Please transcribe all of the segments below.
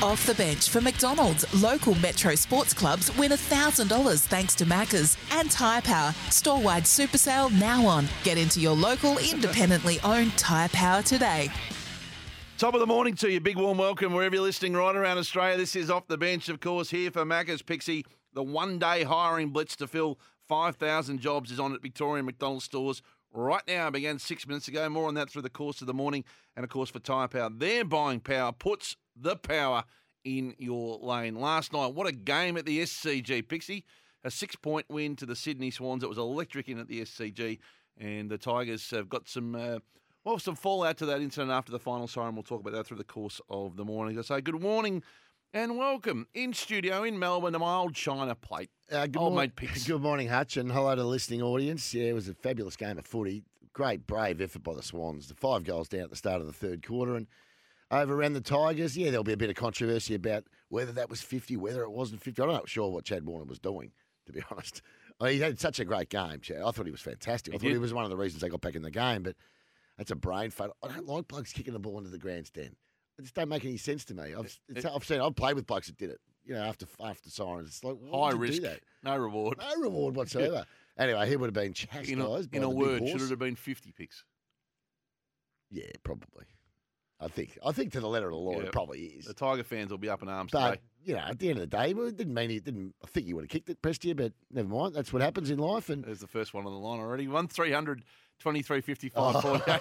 Off the bench for McDonald's, local Metro sports clubs win $1,000 thanks to Maccas and Tyre Power. Store wide super sale now on. Get into your local independently owned Tyre Power today. Top of the morning to you. Big warm welcome wherever you're listening right around Australia. This is Off the Bench, of course, here for Macca's Pixie. The one day hiring blitz to fill 5,000 jobs is on at Victorian McDonald's stores right now. It began six minutes ago. More on that through the course of the morning. And of course, for Tyre Power, their buying power puts the power in your lane. Last night, what a game at the SCG, Pixie. A six point win to the Sydney Swans. It was electric in at the SCG. And the Tigers have got some. Uh, well, some fallout to that incident after the final siren. We'll talk about that through the course of the morning. I say good morning and welcome in studio in Melbourne to my old China plate. Uh, good, Old morn- mate picks. good morning, Hutch, and hello to the listening audience. Yeah, it was a fabulous game of footy. Great, brave effort by the Swans. The five goals down at the start of the third quarter and overran the Tigers. Yeah, there'll be a bit of controversy about whether that was 50, whether it wasn't 50. I'm not sure what Chad Warner was doing, to be honest. I mean, he had such a great game, Chad. I thought he was fantastic. I thought he was one of the reasons they got back in the game, but that's a brain fart. I don't like blokes kicking the ball into the grandstand. It just don't make any sense to me. I've, it's, I've seen, I've played with blokes that did it. You know, after after sirens, it's like why High would you risk, Do that? no reward. No reward whatsoever. Anyway, he would have been chastised. in a, by in a the big word, horse. should it have been 50 picks? Yeah, probably. I think. I think to the letter of the law, Yeah. it probably is. The Tiger fans will be up in arms But today. you know, at the end of the day, well, it didn't mean he didn't. I think he would have kicked it, pressed you, but never mind. That's what happens in life. And There's the first one on the line already. 1 300 23 Oh. 55 48.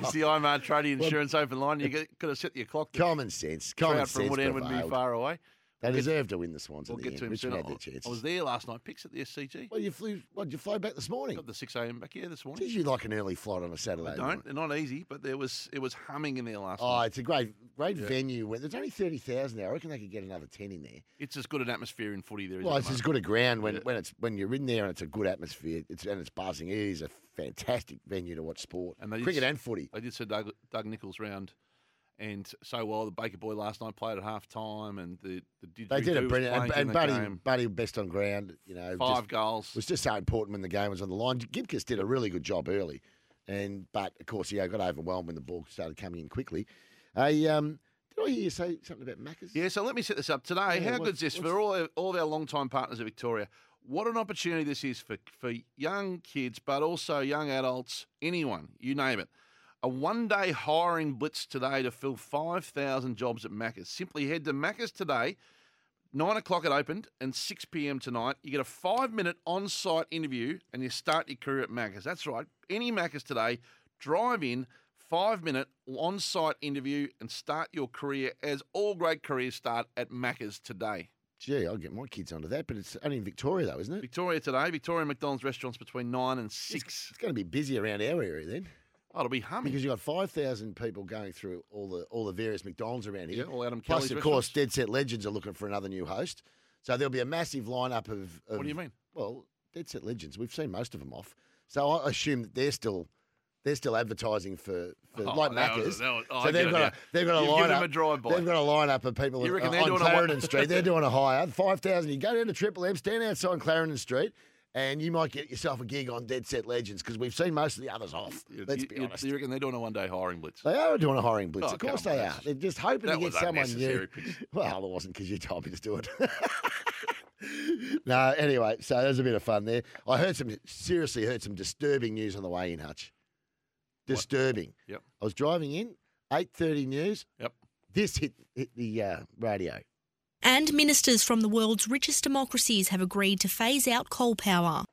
It's the IMAR Trading Insurance Open Line. You could could have set your clock. to common sense, try common out from sense Woodend wouldn't be prevailed. far away. They We'll get- deserve to win the Swans. We'll in the get to end. him soon. Richmond had I, their chances. I was there last night. Picks at the SCG. Well, you flew. What did you fly back this morning? Got the 6 a.m. back here this Did morning. you like an early flight on a Saturday? I morning? don't. They're not easy, but there was it was humming in there last Oh, night. it's a great, great venue. When there's only thirty thousand there, I reckon they could get another ten in there. It's as good an atmosphere in footy there is. Well, at it's the as moment. good a ground when, Yeah. when it's when you're in there and it's a good atmosphere. It's and it's buzzing. It is a fantastic venue to watch sport, And they cricket just- and footy. They did Sir Doug, Doug Nichols round, and so well the Baker Boy last night played at half time, and the the They did didgeridoo a was brilliant playing and, during and the Buddy game. Buddy best on ground. You know, just- five goals. it was just so important when the game was on the line. Gibkiss did a really good job early, and but of course, yeah, got overwhelmed when the ball started coming in quickly. I um, did I hear you say something about Macca's? Yeah, so let me set this up today. Yeah, How what- good's this for what's- all our, all of our longtime partners at Victoria? What an opportunity this is for, for young kids, but also young adults, anyone, you name it. A one day hiring blitz today to fill 5,000 jobs at Macca's. Simply head to Macca's today. Nine o'clock it opened and 6 p.m. tonight. You get a five minute on site interview and you start your career at Macca's. That's right. Any Macca's today, drive in, five minute on site interview and start your career as all great careers start at Macca's today. Gee, I'll get my kids onto that, but it's only in Victoria though, isn't it? Victoria today, Victoria McDonald's restaurants between nine and six. It's going to be busy around our area then. Oh, it'll be humming. Because you've got 5,000 people going through all the all the various McDonald's around here. Yeah, all Adam Plus, Kelly's of course, Dead Set Legends are looking for another new host. So there'll be a massive lineup of. of what do you mean? Well, Dead Set Legends. We've seen most of them off. So I assume that they're still they're still advertising for, for Oh, like that Macca's. was- that was- oh, I so get they've it got now. a, they've got a You've lineup. given them a drive-by. They've got a lineup of people You in- reckon they're on doing a one- Clarendon Street. They're doing a hire, five thousand. You go down to Triple M, stand outside on Clarendon Street. And you might get yourself a gig on Dead Set Legends because we've seen most of the others off. You- Let's you, be you- honest. You reckon they're doing a one day hiring blitz? They are doing a hiring blitz. Oh, of course come on, they are. that's- They're just hoping that to get was someone unnecessary, new. Pete. Well, it wasn't because you told me to do it. no, anyway, so there's a bit of fun there. I heard some, seriously heard some disturbing news on the way in, Hutch. Disturbing. Yep. I was driving in, 8.30 news. Yep. This hit, hit the uh, radio. And ministers from the world's richest democracies have agreed to phase out coal power.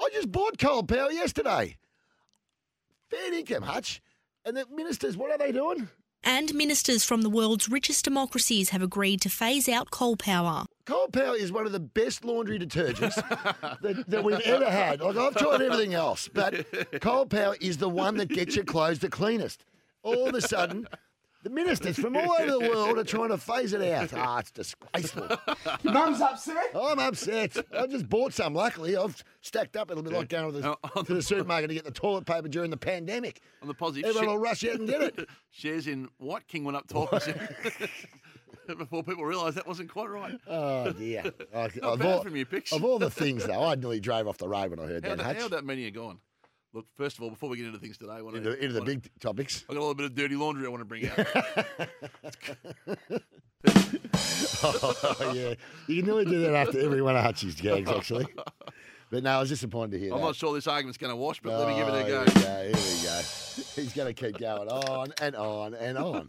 I just bought coal power yesterday. Fair income, Hutch. And the ministers, what are they doing? And ministers from the world's richest democracies have agreed to phase out coal power. Coal power is one of the best laundry detergents that, that we've ever had. Like I've tried everything else, but coal power is the one that gets your clothes the cleanest. All of a sudden, the ministers from all over the world are trying to phase it out. Ah, it's disgraceful. Your mum's upset. I'm upset. I just bought some. Luckily, I've stacked up a little bit like going to the, to the supermarket to get the toilet paper during the pandemic. On the positive, Everyone shit- will rush out and get it. shares in what King went up twelve percent before people realised that wasn't quite right. Oh dear! I, bad from your picture. of all the things, though, I nearly drove off the road when I heard How that. the, Hutch. how'd that meeting have gone? Look, first of all, before we get into things today, what into, into the big topics. I got a little bit of dirty laundry I want to bring out. Oh yeah, you can nearly do that after every one of Hutchie's gags, actually. But no, I was disappointed to hear I'm that. not sure this argument's going to wash, but let me give Oh, it a go. Here we go. Here we go. He's going to keep going on and on and on.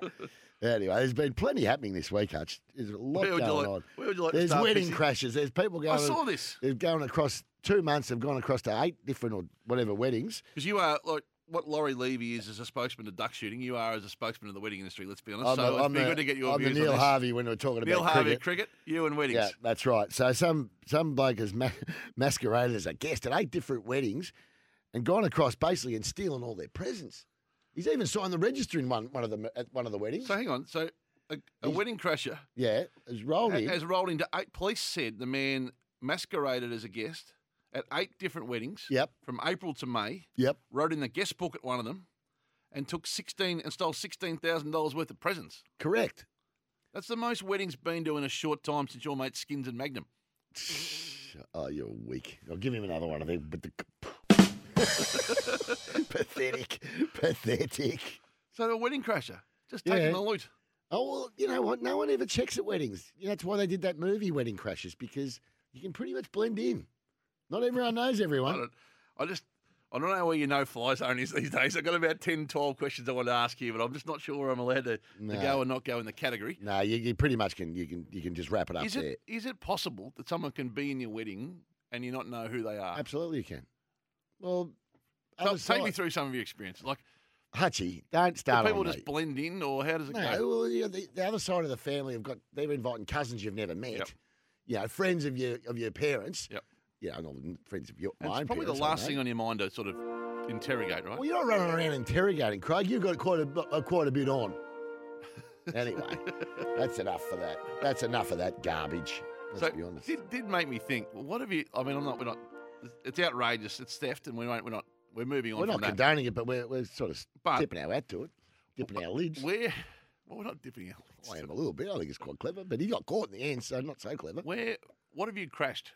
Anyway, there's been plenty happening this week, Hutch. There's a lot Where would you going like- on. where would you like to there's start, wedding Pixie? crashes. There's people going. saw this. They're going across two months. They've gone across to eight different or whatever weddings. Because you are like what Laurie Levy is as a spokesman to duck shooting. You are as a spokesman to the wedding industry. Let's be honest. I'm so the- it's I'm been the- good to get your I'm the views Neil on this. Harvey when we we're talking Neil about Harvey, cricket. cricket. you and weddings. Yeah, that's right. So some some bloke has ma- masqueraded as a guest at eight different weddings and gone across basically and stealing all their presents. He's even signed the register in one one of the at one of the weddings. So hang on. So a, a wedding crasher yeah, has rolled in. has rolled into eight. Police said the man masqueraded as a guest at eight different weddings. Yep. From April to May, Yep. wrote in the guest book at one of them, and took sixteen and stole sixteen thousand dollars worth of presents. Correct. That's the most weddings been to in a short time since your mate Skins and Magnum. Oh, you're weak. I'll give him another one of them. But the pathetic, pathetic. So the wedding crasher just taking Yeah. the loot. Oh well, you know what? No one ever checks at weddings. You know, that's why they did that movie Wedding Crashes because you can pretty much blend in. Not everyone knows I, everyone. don't, I just, I don't know where you know fly zone is these days. I've got about 10, 12 questions I want to ask you, but I'm just not sure I'm allowed to, No. to go or not go in the category. No, you, you pretty much can. You can. You can just wrap it up Is there. it, is it possible that someone can be in your wedding and you not know who they are? Absolutely, you can. Well, Tell- other take me side- through some of your experience. Like, Hutchie. Don't do start people on just me. blend in, or how does it No, go? well, you know, the, the other side of the family have got they're inviting cousins you've never met. Yep. You know, friends of your of your parents. Yep. You know, not friends of your And my it's own probably the parents, I last know. thing on your mind to sort of interrogate, right? Well, you're not running around interrogating Craig. You've got quite a uh, quite a bit on. Anyway, that's enough for that. That's enough of that garbage. Let's so be honest. Did, did make me think. Well, what have you? I mean, I'm not. We're not. It's outrageous. It's theft, and we won't. We're not. We're moving on. We're from not that. condoning it, but we're, we're sort of But- tipping our hat to it, dipping our lids. Where? Well, we're not dipping out. I am a little bit. I think it's quite clever, but he got caught in the end, so not so clever. Where? What have you crashed?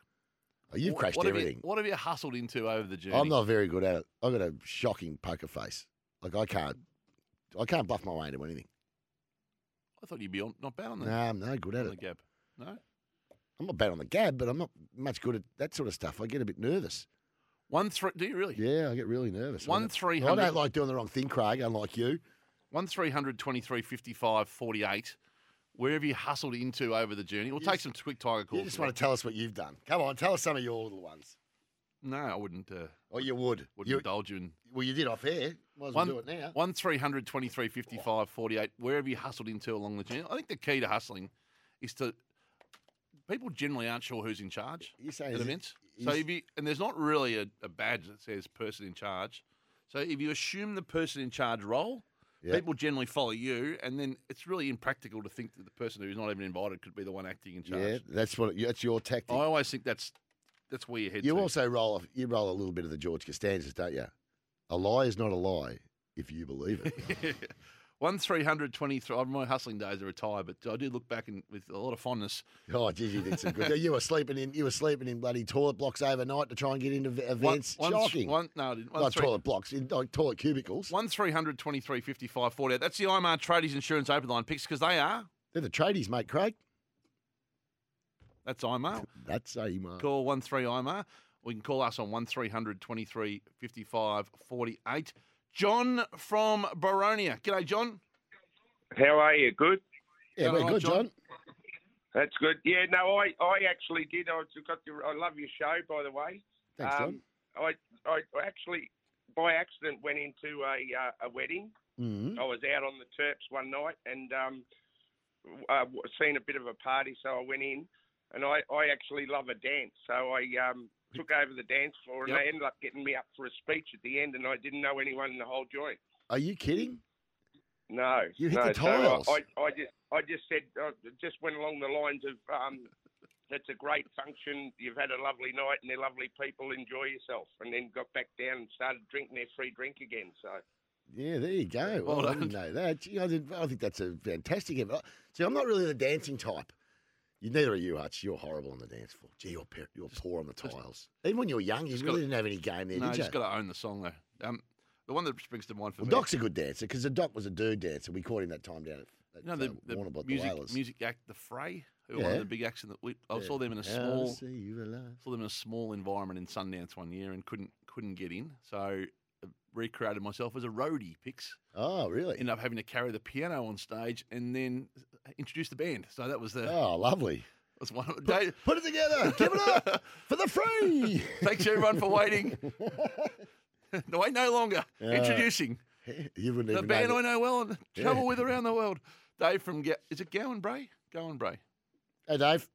Oh, you've Wh- crashed what Have everything. you, what have you hustled into over the journey? I'm not very good at it. I've got a shocking poker face. Like I can't, I can't bluff my way into anything. I thought you'd be on, not bad on the, No, I'm no good at on the it. gap. No. I'm not bad on the gab, but I'm not much good at that sort of stuff. I get a bit nervous. One three. Do you really? Yeah, I get really nervous. I One don't- three I hundred- don't like doing the wrong thing, Craig. Unlike you. One three hundred twenty three fifty five forty eight. Where have you hustled into over the journey? We'll You take just- some quick tiger calls. You just want to tell us what you've done. Come on, tell us some of your little ones. No, I wouldn't. Uh, Or Oh, you would. wouldn't You, indulge you in. well, you did off air. Might as well do it now. One three hundred twenty three fifty five forty eight. Where have you hustled into along the journey? I think the key to hustling is to people generally aren't sure who's in charge You say at is it- events. So is- if you and there's not really a, a badge that says person in charge. So if you assume the person in charge role, Yeah. people generally follow you, and then it's really impractical to think that the person who's not even invited could be the one acting in yeah, charge. that's what. That's your tactic. I always think that's that's where your head. You to. also roll off, you roll a little bit of the George Costanzas, don't you? A lie is not a lie if you believe it. One three hundred twenty three. My hustling days are retired, but I do look back and with a lot of fondness. oh, geez, you did some good. You were sleeping in you were sleeping in bloody toilet blocks overnight to try and get into v- events. One, one, Shocking. one- no, I didn't. One, Not three- toilet blocks, in, like toilet cubicles. one three hundred twenty three fifty five forty eight. That's the IMR Tradies Insurance Open Line picks because they are. They're the tradies, mate, Craig. That's IMR. That's a mark. Call one three IMR. Or you can call us on one 23 55 48. John from Baronia. G'day, John. How are you? Good. Yeah, All we're right, good, John. John. That's good. Yeah. No, I, I actually did. I just got your. I love your show, by the way. Thanks, Um, I, I I actually by accident went into a uh, a wedding Mm. I was out on the Terps one night and um, I w- seen a bit of a party, so I went in. And I, I actually love a dance, so I um, took over the dance floor, and Yep. they ended up getting me up for a speech at the end, and I didn't know anyone in the whole joint. Are you kidding? No, You hit no. the So I- tiles. I, I just, I just said, I just went along the lines of, um, it's a great function. You've had a lovely night, and they're lovely people. Enjoy yourself, and then got back down and started drinking their free drink again. So Yeah, there you go. Well I didn't know that. Gee, I, didn't, I think that's a fantastic. effort. See, I'm not really the dancing type. You, neither are you, Hutch. You're horrible on the dance floor. Gee, you're, pe- you're poor on the tiles. Even when you were young, you just gotta- really didn't have any game there, No, did you? just got to own the song though. Um, the one that springs to mind for Well, me. Doc's a good dancer because the Doc was a dude dancer. We caught him that time down at, at you know uh, the, the Warrnambool at music Whalers. music act, the Fray, who were one Yeah. of the big acts in the. We, I Yeah. saw them in a How to small see you alive. saw them in a small environment in Sundance one year and couldn't couldn't get in, so I recreated myself as a roadie. Picks Oh, really? ended up having to carry the piano on stage and then introduce the band. So that was the oh, lovely. was one of Put, Dave, put it together. Give it up for the free. Thanks everyone for waiting. no wait no longer. Yeah. Introducing Uh, you wouldn't the even know. band I that- know well and Yeah. travel with around the world. Dave from Ga- is it Gowan Bray? Gowan Bray. Hey, Dave.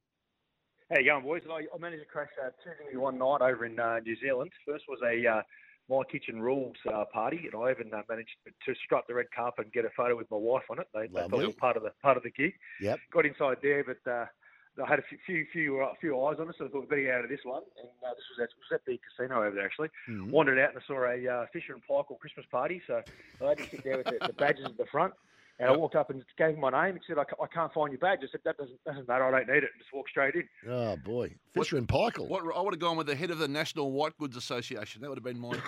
Hey, going boys. I, I managed to crash uh, two things one night over in uh, New Zealand. First was a uh, my kitchen rules uh, party, and I even uh, managed to, to strut the red carpet and get a photo with my wife on it. They, they thought it Lovely. was part of the part of the gig. Yep. Got inside there, but uh, I had a few few few, uh, few eyes on us, so I thought we'd better get out of this one. And uh, this was at, was at the casino over there actually. Mm-hmm. Mhm. Wandered out and I saw a uh, Fisher and Paykel Christmas party, so I had to sit there with the, the badges at the front. And I walked up and gave him my name. He said, I, ca- I can't find your badge. I said, that doesn't, doesn't matter. I don't need it. And just walked straight in. Oh, boy. Fisher and Paykel. What I would have gone with the head of the National White Goods Association. That would have been my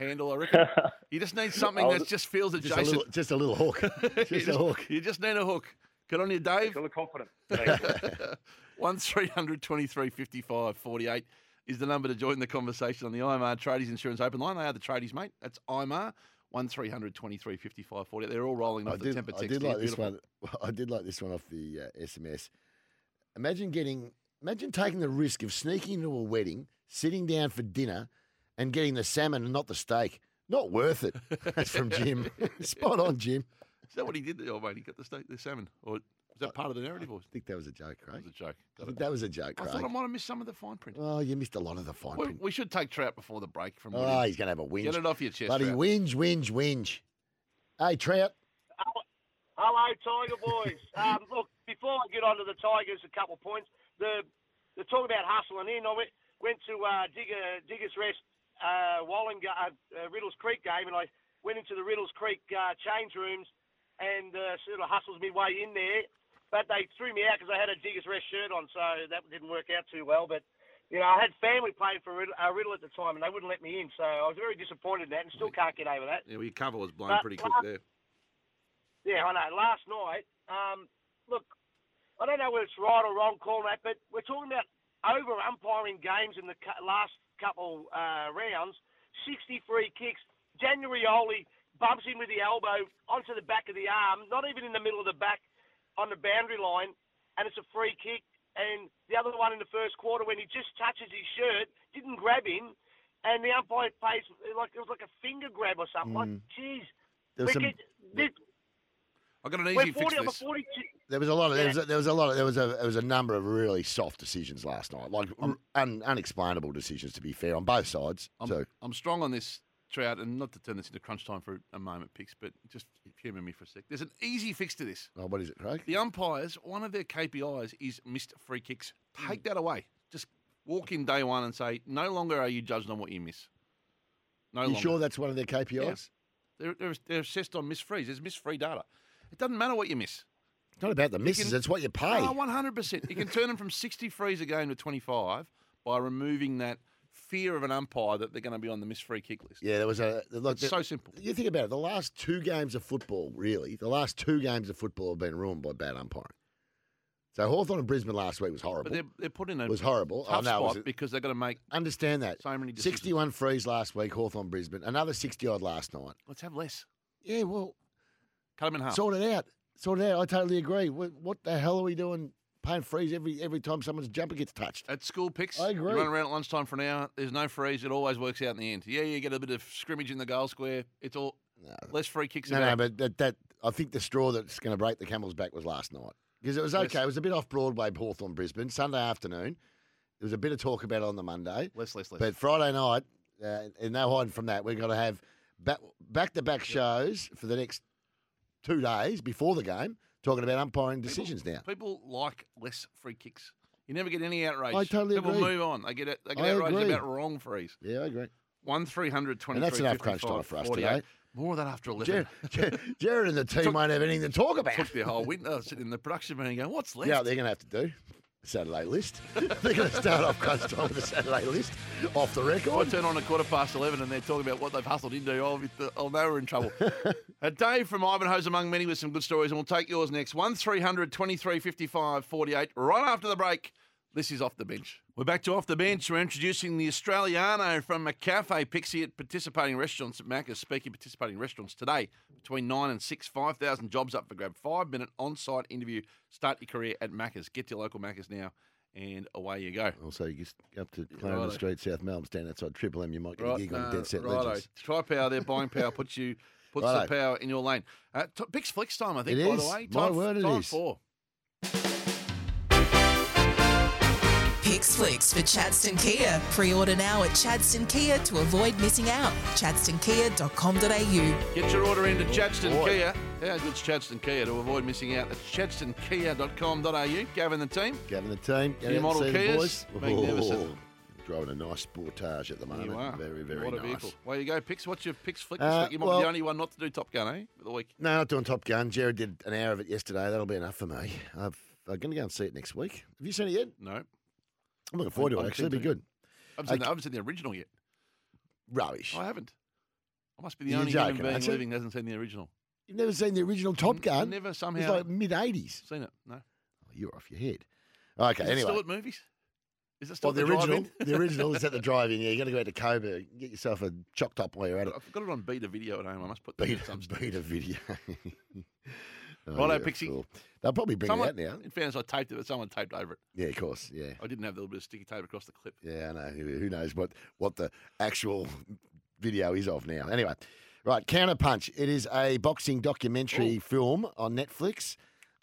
handle, I reckon. You just need something I that was- just feels Just a, adjacent. little, just a little hook. Just you, a hook. you just need a hook. Good on you, Dave. Still look confident. Thanks. One 55 48 is the number to join the conversation on the IMR Tradies Insurance Open Line. They are the tradies, mate. That's IMR. 1300 55 48. They're all rolling off I the did, temper I text. did there. like this Beautiful. one. I did like this one off the uh, SMS. Imagine getting, imagine taking the risk of sneaking into a wedding, sitting down for dinner, and getting the salmon and not the steak. Not worth it. That's from Jim. Spot on, Jim. Is that what he did? there? Oh, mate, he got the steak, the salmon. Or was that part of the narrative? Or I think that was a joke, that Craig. was a joke. I Got think it. that was a joke, I thought I Craig. might have missed some of the fine print. Oh, you missed a lot of the fine We, print. we should take Trout before the break from. Oh, Woody. he's going to have a whinge. Get it off your chest. Bloody Trout. whinge, whinge, whinge. Hey, Trout. Hello, Tiger boys. um, look, before I get on to the Tigers, a couple of points. The the talk about hustling in. I went went to uh, Digger Diggers Rest uh, Wallinga, uh, uh, Riddles Creek game, and I went into the Riddles Creek uh, change rooms and uh, sort of hustles me way in there. But they threw me out because I had a Diggers Rest shirt on, so that didn't work out too well. But you know, I had family paying for Riddle, uh, Riddle at the time, and they wouldn't let me in, so I was very disappointed in that, and still can't get over that. Yeah, well, your cover was blown Uh, pretty quick uh, there. Yeah, I know. Last night, um, look, I don't know whether it's right or wrong calling that, but we're talking about over umpiring games in the cu- last couple uh, rounds. 63 kicks. January bumps him with the elbow onto the back of the arm, not even in the middle of the back, on the boundary line, and it's a free kick. And the other one in the first quarter, when he just touches his shirt, didn't grab him, and the umpire plays like it was like a finger grab or something. Like, jeez, There we was, some, get- this- I got an we're easy fix 40 to over this. 42. there was a lot of there was a, there was a lot of there was a there was a number of really soft decisions last night, like un, unexplainable decisions. To be fair, on both sides. I'm, so I'm strong on this, Trout, and not to turn this into crunch time for a moment, Pix, but just humour me for a sec. There's an easy fix to this. Oh, what is it, Craig? The umpires, one of their KPIs is missed free kicks. Mm. Take that away. Just walk in day one and say, no longer are you judged on what you miss. No you longer. sure that's one of their KPIs? Yes. They're, they're, they're assessed on missed frees. There's missed free data. It doesn't matter what you miss. It's not about the misses; can- it's what you pay. Oh, 100%. You can turn them from 60 frees a game to 25 by removing that fear of an umpire that they're going to be on the missed free kick list. yeah, there was a look. It's so simple. you think about it. The last two games of football, really, the last two games of football have been ruined by bad umpiring. So Hawthorn and Brisbane last week was horrible. But they're, they're put in a It was horrible. I tough know, it was spot a- because they've got to make. Understand that. So many decisions. Sixty-one frees last week, Hawthorn Brisbane. Another sixty odd last night. Let's have less. Yeah, well, Cut them in half. Sort it out. Sort it out. I totally agree. What, what the hell are we doing paying freeze every every time someone's jumper gets touched? at school picks, I agree. you run around at lunchtime for an hour. There's no freeze. It always works out in the end. Yeah, you get a bit of scrimmage in the goal square. It's all Less free kicks. No, a no, day. but that, that I think the straw that's going to break the camel's back was last night because it was okay. It was a bit off Broadway, Hawthorn, Brisbane, Sunday afternoon. There was a bit of talk about it on the Monday. Less, less, less. But Friday night, uh, and no hiding from that, we've got to have back to back shows for the next two days before the game, talking about umpiring decisions now. People like less free kicks. You never get any outrage. I totally People agree. move on. They get they get I outraged agree. about wrong frees. Yeah, I agree. One three hundred twenty. And that's enough crunch time for us today. More of that after eleven. Jared, Jared and the team won't have anything to talk about. Took their whole winter sitting in the production meeting going, "What's left?" Yeah, they're going to have to do Saturday list. they're going to start off crunch time with a Saturday list off the I record. turn on at quarter past 11 and they're talking about what they've hustled into. Oh, with the- oh now we're in trouble. a day from Ivanhoe's among many with some good stories, and we'll take yours next. 1300 23 55 48, right after the break. This is Off the Bench. We're back to Off the Bench. We're introducing the Australiano from McCafe Pixie at participating restaurants at Macca's. Speaking of participating restaurants today, between 9 and 6, 5,000 jobs up for grab. Five minute on site interview. Start your career at Macca's. Get to your local Macca's now, and away you go. Also, you just go up to Clarendon righto. Street, South Melbourne, stand outside Triple M. You might get a gig on no, Dead Set righto. Legends. Try power there. Buying power puts you puts Righto. the power in your lane. Uh, t- Bix flex time, I think. It by is. the way, My time, word, it time is. four. Picks Flicks for Chadston Kia. Pre-order now at Chadston Kia to avoid missing out. chadstonkia.com.au. Get your order into Chadston Kia. How good's Chadston Kia to avoid missing out? That's chadstenkia.com.au. Gavin the team. Gavin the team. New model Kias. Magnificent. Driving a nice Sportage at the moment. You are. Very, very what a nice. vehicle. Way you go, Pix. What's your Pix flick this Uh, week? You might be well- the only one not to do Top Gun, eh? For the week. No, not doing Top Gun. Jared did an hour of it yesterday. That'll be enough for me. I've, I'm going to go and see it next week. Have you seen it yet? No. I'm looking forward to I'm it, actually. It'll be keen to. good. I haven't, seen Okay. the, I haven't seen the original yet. Rubbish. I haven't. I must be the You're only joking, human being aren't you? living that hasn't seen the original. You've never seen the original Top Gun? Never It's somehow like mid 80s. seen it. No. You're off your head. Okay, Is it anyway. still at movies? Is it still Well, at the, drive-in? original, the original is at the drive-in. Yeah, you got to go out to Coburg, get yourself a choc top while you're at it. I've got it on beta video at home. I must put that Beat, at some stage. beat a video. oh, Righto, you're a Pixie. fool. They'll probably bring Someone, it out now. In fairness, I taped it, but someone taped over it. Yeah, of course. Yeah, I didn't have the little bit of sticky tape across the clip. yeah. I know. Who who knows what what the actual video is of now? Anyway, right. Counterpunch. It is a boxing documentary film on Netflix.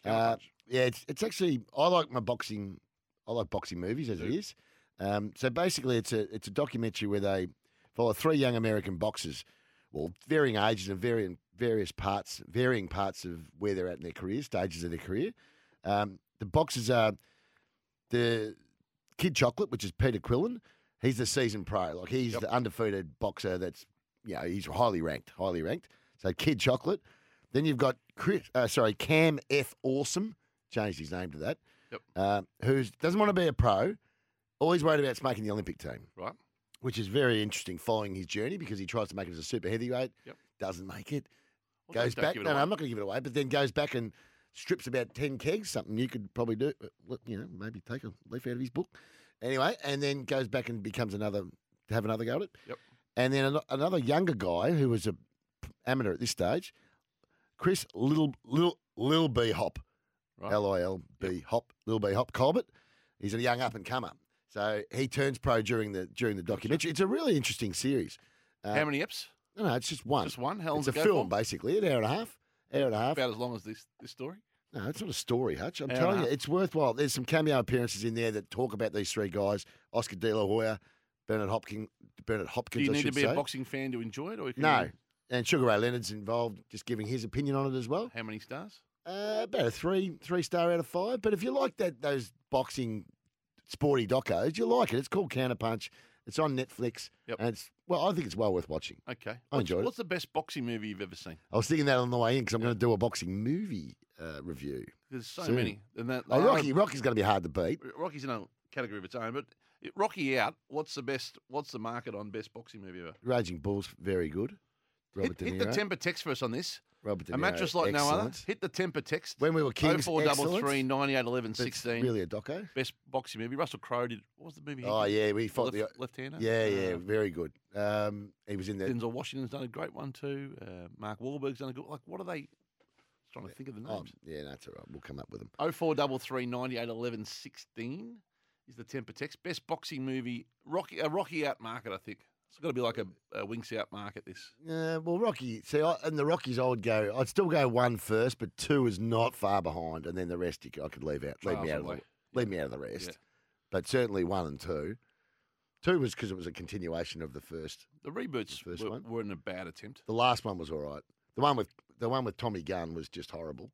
Uh, yeah, it's it's actually I like my boxing. I like boxing movies as it is. Um, so basically, it's a it's a documentary where they follow three young American boxers, well, varying ages and varying various parts, varying parts of where they're at in their career, stages of their career. Um, the boxers are the Kid Chocolate, which is Peter Quillen. He's the seasoned pro. Like he's the undefeated boxer. That's you know he's highly ranked, highly ranked. So Kid Chocolate. Then you've got Chris, uh, sorry, Cam F. Awesome. Changed his name to that. Yep. Uh, who doesn't want to be a pro, always worried about making the Olympic team Right? which is very interesting following his journey because he tries to make it as a super heavyweight, Yep. doesn't make it, Well, goes don't back. give it no, no, away. I'm not going to give it away, but then goes back and strips about 10 kegs, something you could probably do, uh, what- you know, maybe take a leaf out of his book. Anyway, and then goes back and becomes another, to have another go at it. Yep. And then an- another younger guy who was a p- amateur at this stage, Chris Little Little Lil B Hop, Right. L I L B Hop, Lil B Hop Corbett. He's a young up and comer, so he turns pro during the during the documentary. It's a really interesting series. Uh, How many eps? No, no, it's just one. Just one? How long's It's a it go film, for? basically, an hour and a half. Hour and a half. About as long as this this story. No, it's not a story, Hutch. I'm Hour and a telling you, half. it's worthwhile. There's some cameo appearances in there that talk about these three guys: Oscar De La Hoya, Bernard Hopkins. Bernard Do Hopkins. you I need to should be say. a boxing fan to enjoy it, or you can No. And Sugar Ray Leonard's involved, just giving his opinion on it as well. How many stars? Uh, about a three three star out of five. But if you like that those boxing sporty docos, you like it. It's called Counterpunch. It's on Netflix. Yep. And it's well, I think it's well worth watching. Okay. I enjoyed it. What's the best boxing movie you've ever seen? I was thinking that on the way in because I'm going to do a boxing movie uh, review. There's so Soon. many. And that Oh, they are- Rocky! Rocky's going to be hard to beat. Rocky's in a category of its own, but Rocky out. What's the best? What's the market on best boxing movie ever? Raging Bull's very good. Hit, Robert De hit Niro. the temper text for us on this. Robert De A Niro, mattress like no other. excellent. Hit the temper text. When we were kings, 0433 excellence. 98 11 That's 16. Really a doco. Best boxing movie. Russell Crowe did. What was the movie? he Oh did? yeah, we fought the left, left-hander. Yeah, yeah, Uh, very good. Um, he was in there. Denzel Washington's done a great one too. Uh, Mark Wahlberg's done a good. Like, what are they? I was trying to think of the Oh, names. yeah, that's all right. We'll come up with them. Oh four double three ninety eight eleven sixteen is the temper text. Best boxing movie. Rocky. A Rocky out market, I think. It's got to be like a, a winks out market. This Uh, well, Rocky. See, I, in the Rockies, I would go. I'd still go one first, but two is not far behind, and then the rest you, c- I could leave out. Leave Trials me out of away. the, leave me out of the rest. Yeah. But certainly one and two. Two was because it was a continuation of the first. the reboots first were, one? were an bad attempt. The last one was all right. The one with the one with Tommy Gunn was just horrible.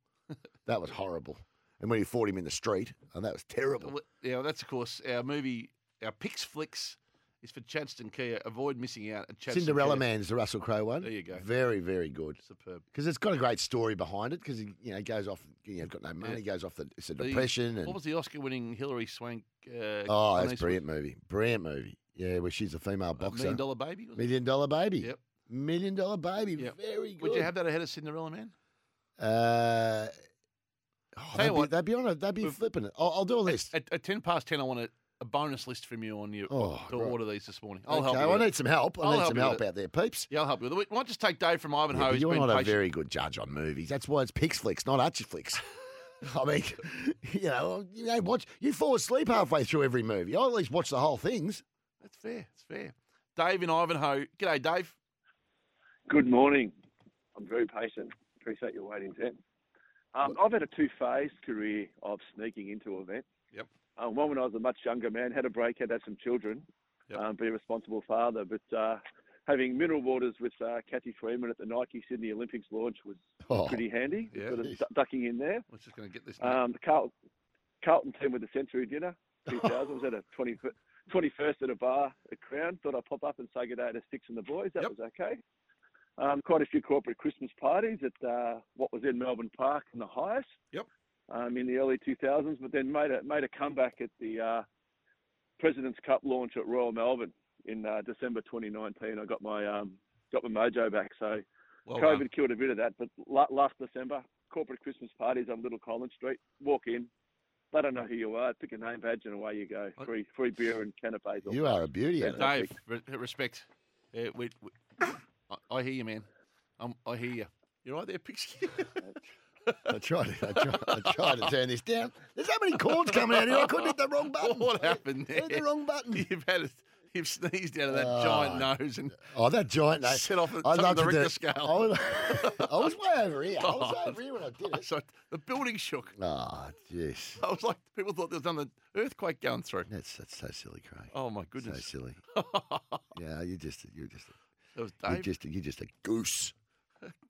that was horrible. And when he fought him in the street, and that was terrible. Well, Yeah, that's of course our movie. Our picks flicks is for Chadston Kia. Avoid missing out. At Chadston Cinderella Kia. Man's the Russell Crowe one. There you go. Very, very good. Superb. Because it's got a great story behind it. Because you know, goes off. You know, got no money. Goes off the it's a The- depression. and What was the Oscar-winning Hillary Swank? Uh, Oh, Clint that's Eastwood? brilliant movie. Brilliant movie. Yeah, where she's a female A boxer. Million Dollar Baby. was it? Million Dollar baby. Yep. Million dollar baby. Yep. Very good. Would you have that ahead of Cinderella Man? Uh, oh, you that'd, be, what. that'd be on it. That'd be We've- flipping it. I'll, I'll do a list. At, at ten past ten, I want a, a bonus list from you on your Oh, to right. order these this morning. I'll okay, help. You I with need it. some help. I I'll need help some you with help it. out there, peeps. Yeah, I'll help you. with it. We might just take Dave from Ivanhoe. Yeah, but He's you're been not patient. a very good judge on movies. That's why it's Pix Flicks, not Archie Flicks. I mean, you know, you know, watch. You fall asleep halfway through every movie. I at least watch the whole things. That's fair. That's fair. Dave in Ivanhoe. G'day, Dave. Good morning. I'm very patient. Appreciate your waiting, Tim. Um, I've had a two-phase career of sneaking into events. Yep. Um, one when I was a much younger man, had a break, had, had some children, um, be a responsible father. But uh, having mineral waters with uh, Kathy Freeman at the Nike Sydney Olympics launch was Oh. pretty handy. Yeah. Sort of du- ducking in there. We're just going to get this. now. Um, the Carl- Carlton team with the century dinner, 2000, was at a 20, 21st at a bar at Crown. Thought I'd pop up and say good day to Six and the boys. That was okay. Um, quite a few corporate Christmas parties at uh, what was then Melbourne Park and the highest. Yep. Um, in the early 2000s, but then made a made a comeback at the uh, President's Cup launch at Royal Melbourne in uh, December 2019. I got my um, got my mojo back. So Oh, Well COVID done. killed a bit of that. But la- last December, corporate Christmas parties on Little Collins Street. Walk in, they don't know who you are. Pick a name badge and away you go. Free free beer and canapes. You are a beauty. Yeah, Adam. Dave, re- respect. Uh, we, we, I, I hear you, man. Um, I hear you. You're right there, Pixie. I tried. To, I, tried, I tried to turn this down. There's so many cords coming out here. I couldn't hit the wrong button. what happened there? Hit the wrong button. You've had a, you've sneezed out of that Oh. giant nose and Oh, that giant nose. set off at top I of loved the it. Richter I scale. Oh, was, I was way over here. I was over here when I did it. So the building shook. Oh, jeez. I was like, people thought there was another earthquake going through. That's that's so silly, Craig. Oh my so goodness! silly. Yeah, you just you're just That was you're Dave. just you're just a goose.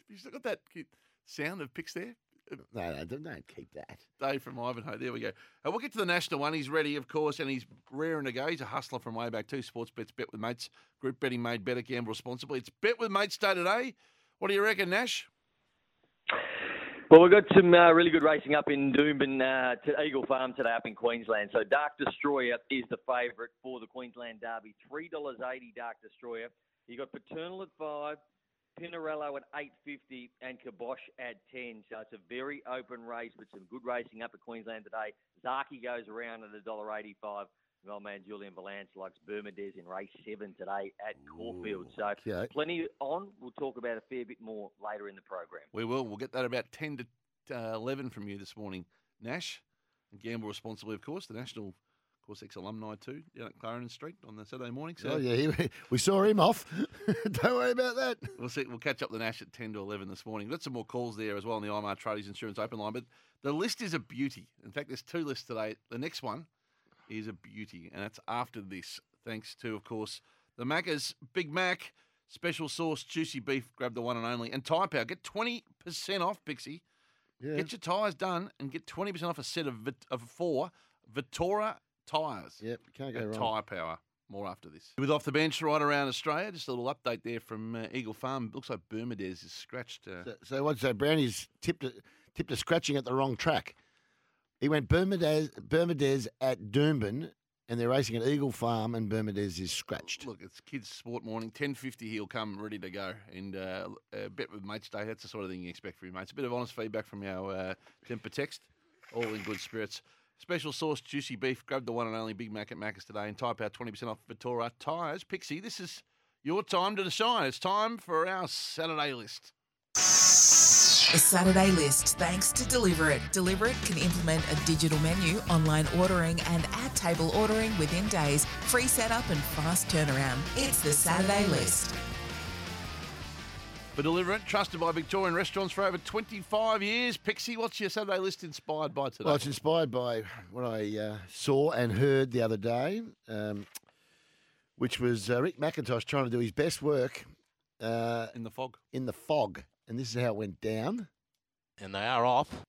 You still got that cute sound of picks there, Uh, No, no, don't, don't keep that. Dave from Ivanhoe. There we go. Uh, we'll get to the national one. He's ready, of course, and he's raring to go. He's a hustler from way back too. Sports bets, bet with mates. Group betting made better. Gamble responsibly. It's bet with mates day today. What do you reckon, Nash? Well, we've got some uh, really good racing up in Doomben, uh, to Eagle Farm today up in Queensland. So Dark Destroyer is the favourite for the Queensland Derby. $3.80 Dark Destroyer. you got Paternal at 5 Pinarello at 8.50 and Kibosh at 10. So it's a very open race with some good racing up at Queensland today. Zaki goes around at $1.85. My old man Julian Valance likes Bermudez in race 7 today at Caulfield. So Okay. plenty on. We'll talk about a fair bit more later in the program. We will. We'll get that about 10 to uh, 11 from you this morning, Nash. And gamble responsibly, of course. The National, of course, ex alumni too, down at Clarendon Street on the Saturday morning. So Oh yeah, he, we saw him off. don't worry about that. we'll see. We'll catch up the Nash at 10 to 11 this morning. We've got some more calls there as well on the IMR Tradies Insurance Open Line. But the list is a beauty. In fact, there's two lists today. The next one is a beauty, and that's after this. Thanks to, of course, the Macca's Big Mac, special sauce, juicy beef. Grab the one and only. And Tyre Power. Get 20% off, Pixie. Yeah. Get your tyres done and get 20% off a set of, Vit- of four Vittora tyres Yep, can't go at wrong. Tyre Power. More after this. With off the bench right around Australia, just a little update there from uh, Eagle Farm. Looks like Bermudez is scratched. Uh, So, so what's that? Brownie's tipped a, tipped a scratching at the wrong track. He went Bermudez Bermudez at Doomben, and they're racing at Eagle Farm, and Bermudez is scratched. look, it's kids' sport morning. Ten fifty, he'll come ready to go and uh, uh, bet with mates day. That's the sort of thing you expect from your mates. A bit of honest feedback from our uh, temper text. All in good spirits. Special sauce, juicy beef. Grab the one and only Big Mac at Macca's today and type out twenty percent off Vittora tires. Pixie, this is your time to shine. It's time for our Saturday list. The Saturday list, thanks to Deliver It. Deliver It can implement a digital menu, online ordering, and at table ordering within days. Free setup and fast turnaround. It's the Saturday list. For Deliver It, trusted by Victorian restaurants for over 25 years. Pixie, what's your Saturday list inspired by today? Well, it's inspired by what I uh, saw and heard the other day, um, which was uh, Rick McIntosh trying to do his best work uh, in the fog. In the fog, and this is how it went down. and they are off.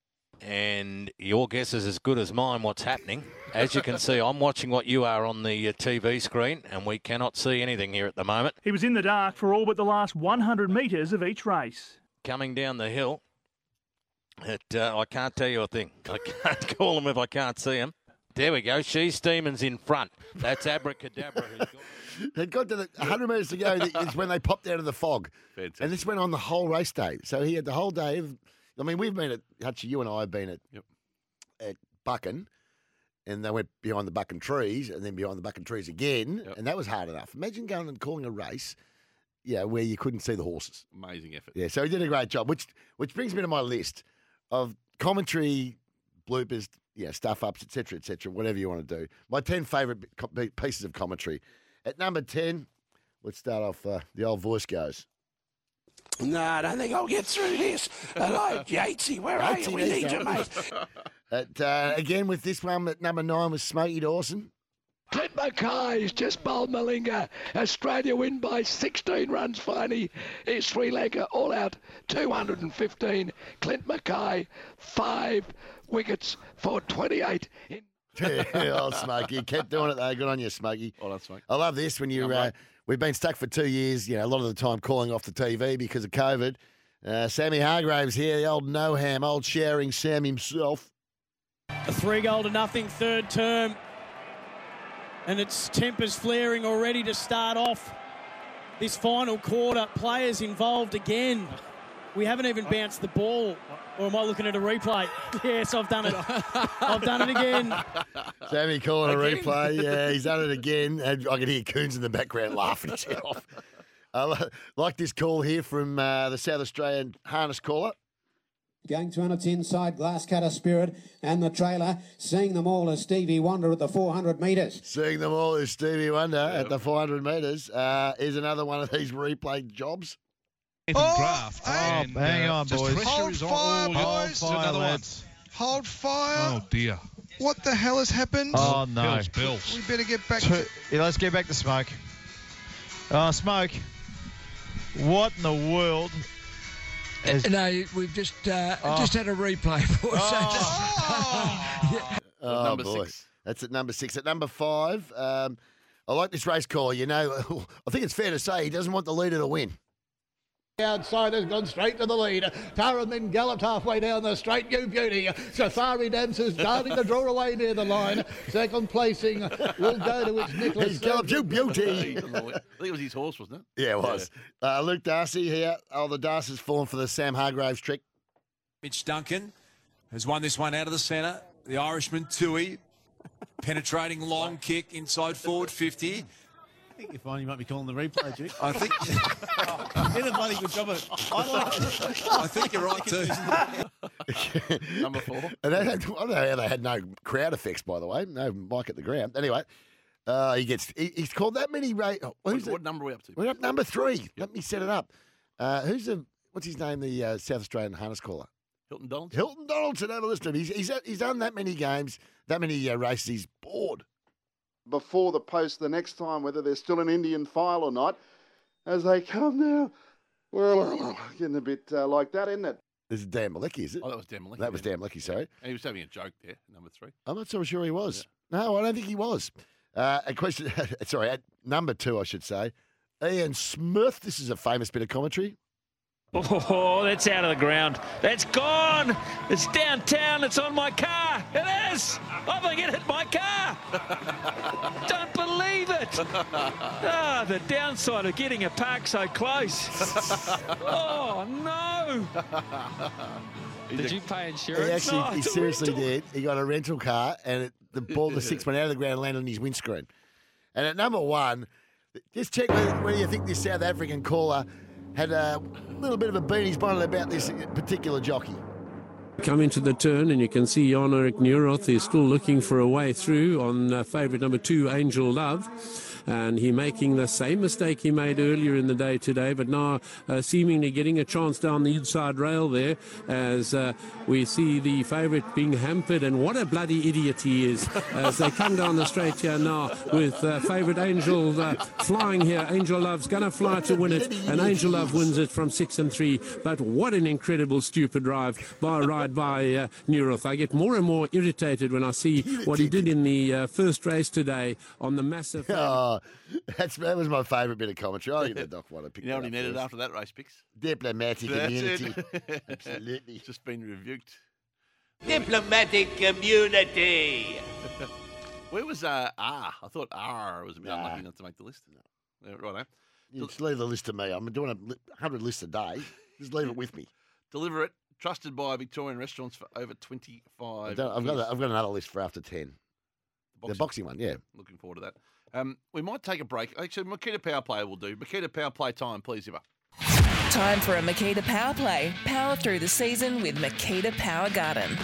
And your guess is as good as mine. What's happening? As you can see, I'm watching what you are on the uh, TV screen, and we cannot see anything here at the moment. He was in the dark for all but the last 100 metres of each race. Coming down the hill, it, uh, I can't tell you a thing. I can't call him if I can't see him. There we go. She's Steeman's in front. That's abracadabra. who's got- They got to the 100 metres to go that is when they popped out of the fog. And this went on the whole race day. So he had the whole day of. I mean, we've been at, Hutchie, you and I have been at, at Buchan, and they went behind the Buchan trees and then behind the Buchan trees again. And that was hard enough. Imagine going and calling a race, yeah, where you couldn't see the horses. Amazing effort. Yeah, so he did a great job, which which brings me to my list of commentary bloopers, yeah, stuff ups, etc., etc., whatever you want to do. My ten favourite bit- co- pieces of commentary. At number ten, let's start off. Uh, the old voice goes. No, I don't think I'll get through this. Hello, Yatesy, where are you? Yatesy, We there you need go. you, mate. At, uh, again with this one at number nine was Smokey Dawson. Clint Mackay's just bowled Malinga. Australia win by 16 runs finally. It's Sri Lanka all out 215. Clint Mackay, five wickets for 28. In- Yeah, old Smokey, you kept doing it though. Good on you, Smokey. Well done, Smokey. I love this when you. Uh, we've been stuck for two years, you know, a lot of the time calling off the TV because of COVID. Uh, Sammy Hargraves here, the old no ham, old sharing Sam himself. A three goal to nothing third term. And it's tempers flaring already to start off this final quarter. Players involved again. We haven't even bounced the ball. Or am I looking at a replay? Yes, I've done it. I've done it again. Sammy calling a Again? replay. Yeah, he's done it again. And I can hear Coons in the background laughing his head off. I li- like this call here from uh, the South Australian harness caller. Going to on its inside, glass cutter spirit and the trailer, seeing them all as Stevie Wonder at the 400 metres. Seeing them all is Stevie Wonder at the 400 metres. Uh, is another one of these replay jobs. Nathan Graft. Oh, hang- hang on, boys. Hold fire, all- Hold boys. fire, Another one. lads. Hold fire. Oh dear. What the hell has happened? Oh, no. Bills, Bills. We better get back Two- to... yeah, let's get back to smoke. Uh, smoke. What in the world? No, we've just uh, Oh. just had a replay. For us. Oh, number boy. six. That's at number six. At number five, um, I like this race call. You know, I think it's fair to say he doesn't want the leader to win. Outside has gone straight to the lead. Tara then galloped halfway down the straight. You beauty. Safari dances darting the draw away near the line. Second placing will go to its Nicholas. He's galloped you beauty. I think it was his horse, wasn't it? Yeah, it was. Uh, Luke Darcy here. Oh, the Darcy's form for the Sam Hargraves trick. Mitch Duncan has won this one out of the centre. The Irishman, Tui, penetrating long kick inside forward 50. I think you're fine. You might be calling the replay, Duke. I think you did a bloody good job of it. I like I think you're right too. Number four. And they had, I don't know how they had no crowd effects, by the way. No mic at the ground. Anyway, uh, he gets he, he's called that many. Ra- oh, who's What the- number are we up to? We're up number three. Let me set it up. Uh, who's the what's his name? The uh, South Australian harness caller. Hilton Donald. Hilton Donaldson, have a listen to him. He's, he's, he's done that many games, that many uh, races. He's bored. before the post the next time, whether there's still an Indian file or not, as they come now. Well, getting a bit uh, like that, isn't it? This is Dan Malecki, is it? Oh, that was Dan Malecki, That was yeah. Dan Malecki, sorry. And he was having a joke there, number three. I'm not so sure he was. No, I don't think he was. Uh, a question, sorry, at number two, I should say. Ian Smith, this is a famous bit of commentary. Oh, that's out of the ground. That's gone. It's downtown. It's on my car. It is. I think it hit my car. Don't believe it. Ah, the downside of getting a park so close. Oh, no. Did you pay insurance? He actually, No, he it's a seriously did. He got a rental car, and it, the ball, the six went out of the ground, and landed on his windscreen. And at number one, just check whether, whether you think this South African caller had a little bit of a beanie's bonnet about this particular jockey. Come into the turn, and you can see Jan Erik Neuroth is still looking for a way through on uh, favourite number two, Angel Love. And he making the same mistake he made earlier in the day today, but now uh, seemingly getting a chance down the inside rail there as uh, we see the favourite being hampered. And what a bloody idiot he is as they come down the straight here now with uh, favourite Angel uh, flying here. Angel Love's going to fly to win it, and Angel Love wins it from six and three. But what an incredible stupid drive by ride by uh, Neuroth. I get more and more irritated when I see what he did in the uh, first race today on the massive. Oh, that's, that was my favourite bit of commentary. I think the doc might have picked You know that what he up needed first. after that race, Picks? Diplomatic immunity. Absolutely. Just been rebuked. Diplomatic immunity. Where was uh, R? I thought R was a bit unlucky not to make the list. No. right, You just leave the list to me. I'm doing a li- 100 lists a day. Just leave it with me. Deliver it. Trusted by Victorian restaurants for over 25 I don't- I've, years. got a, I've got another list for after 10. The boxing one, yeah. Looking forward to that. Um, we might take a break. Actually, Makita Power Play will do. Makita Power Play time, please, Eva. Time for a Makita Power Play. Power through the season with Makita Power Garden.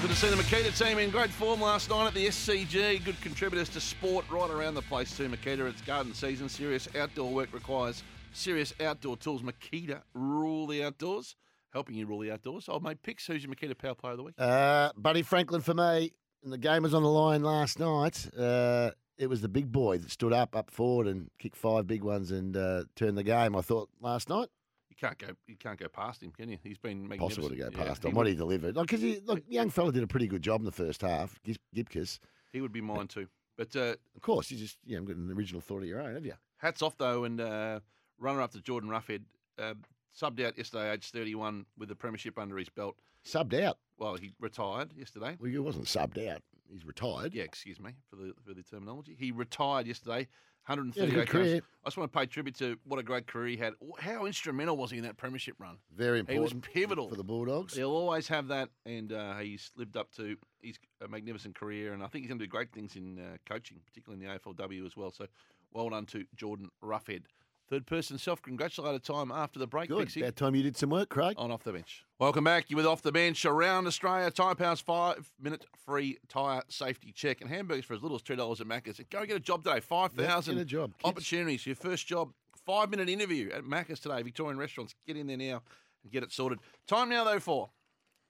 Good to see the Makita team in great form last night at the SCG. Good contributors to sport right around the place too. Makita, it's garden season. Serious outdoor work requires serious outdoor tools. Makita rule the outdoors, helping you rule the outdoors. Old mate picks. Who's your Makita power player of the week? Uh, Buddy Franklin for me. And the game was on the line last night. Uh, it was the big boy that stood up, up forward, and kicked five big ones and uh, turned the game. I thought last night You can't go. You can't go past him, can you? He's been possible to go magnificent. Yeah, past he on what he would- delivered. Like, cause he, look, young fella did a pretty good job in the first half. Gip- Gipkus, He would be mine too. But uh, of course, you just you haven't got an original thought of your own, have you? Hats off though, and uh, runner up to Jordan Ruffhead, uh, subbed out yesterday, age 31, with the premiership under his belt. Subbed out. Well, he retired yesterday. Well, he wasn't subbed out. He's retired. Yeah, excuse me for the for the terminology. He retired yesterday. 138 He had a good games. career. I just want to pay tribute to what a great career he had. How instrumental was he in that premiership run? Very He was important pivotal for the Bulldogs. He'll always have that, and uh, he's lived up to his a magnificent career, and I think he's going to do great things in uh, coaching, particularly in the AFLW as well. So, well done to Jordan Ruffhead. Third person self congratulator time after the break. Good. Pixie. About time you did some work, Craig. On off the bench. Welcome back. You're with Off the Bench around Australia. Tyre Power's five minute free tyre safety check. And hamburgers for as little as $2 at Macca's. Go get a job today. 5,000 get a job, kids. opportunities. Your first job, five minute interview at Macca's today. Victorian restaurants. Get in there now and get it sorted. Time now, though, for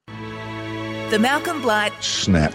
The Malcolm Blight Snap.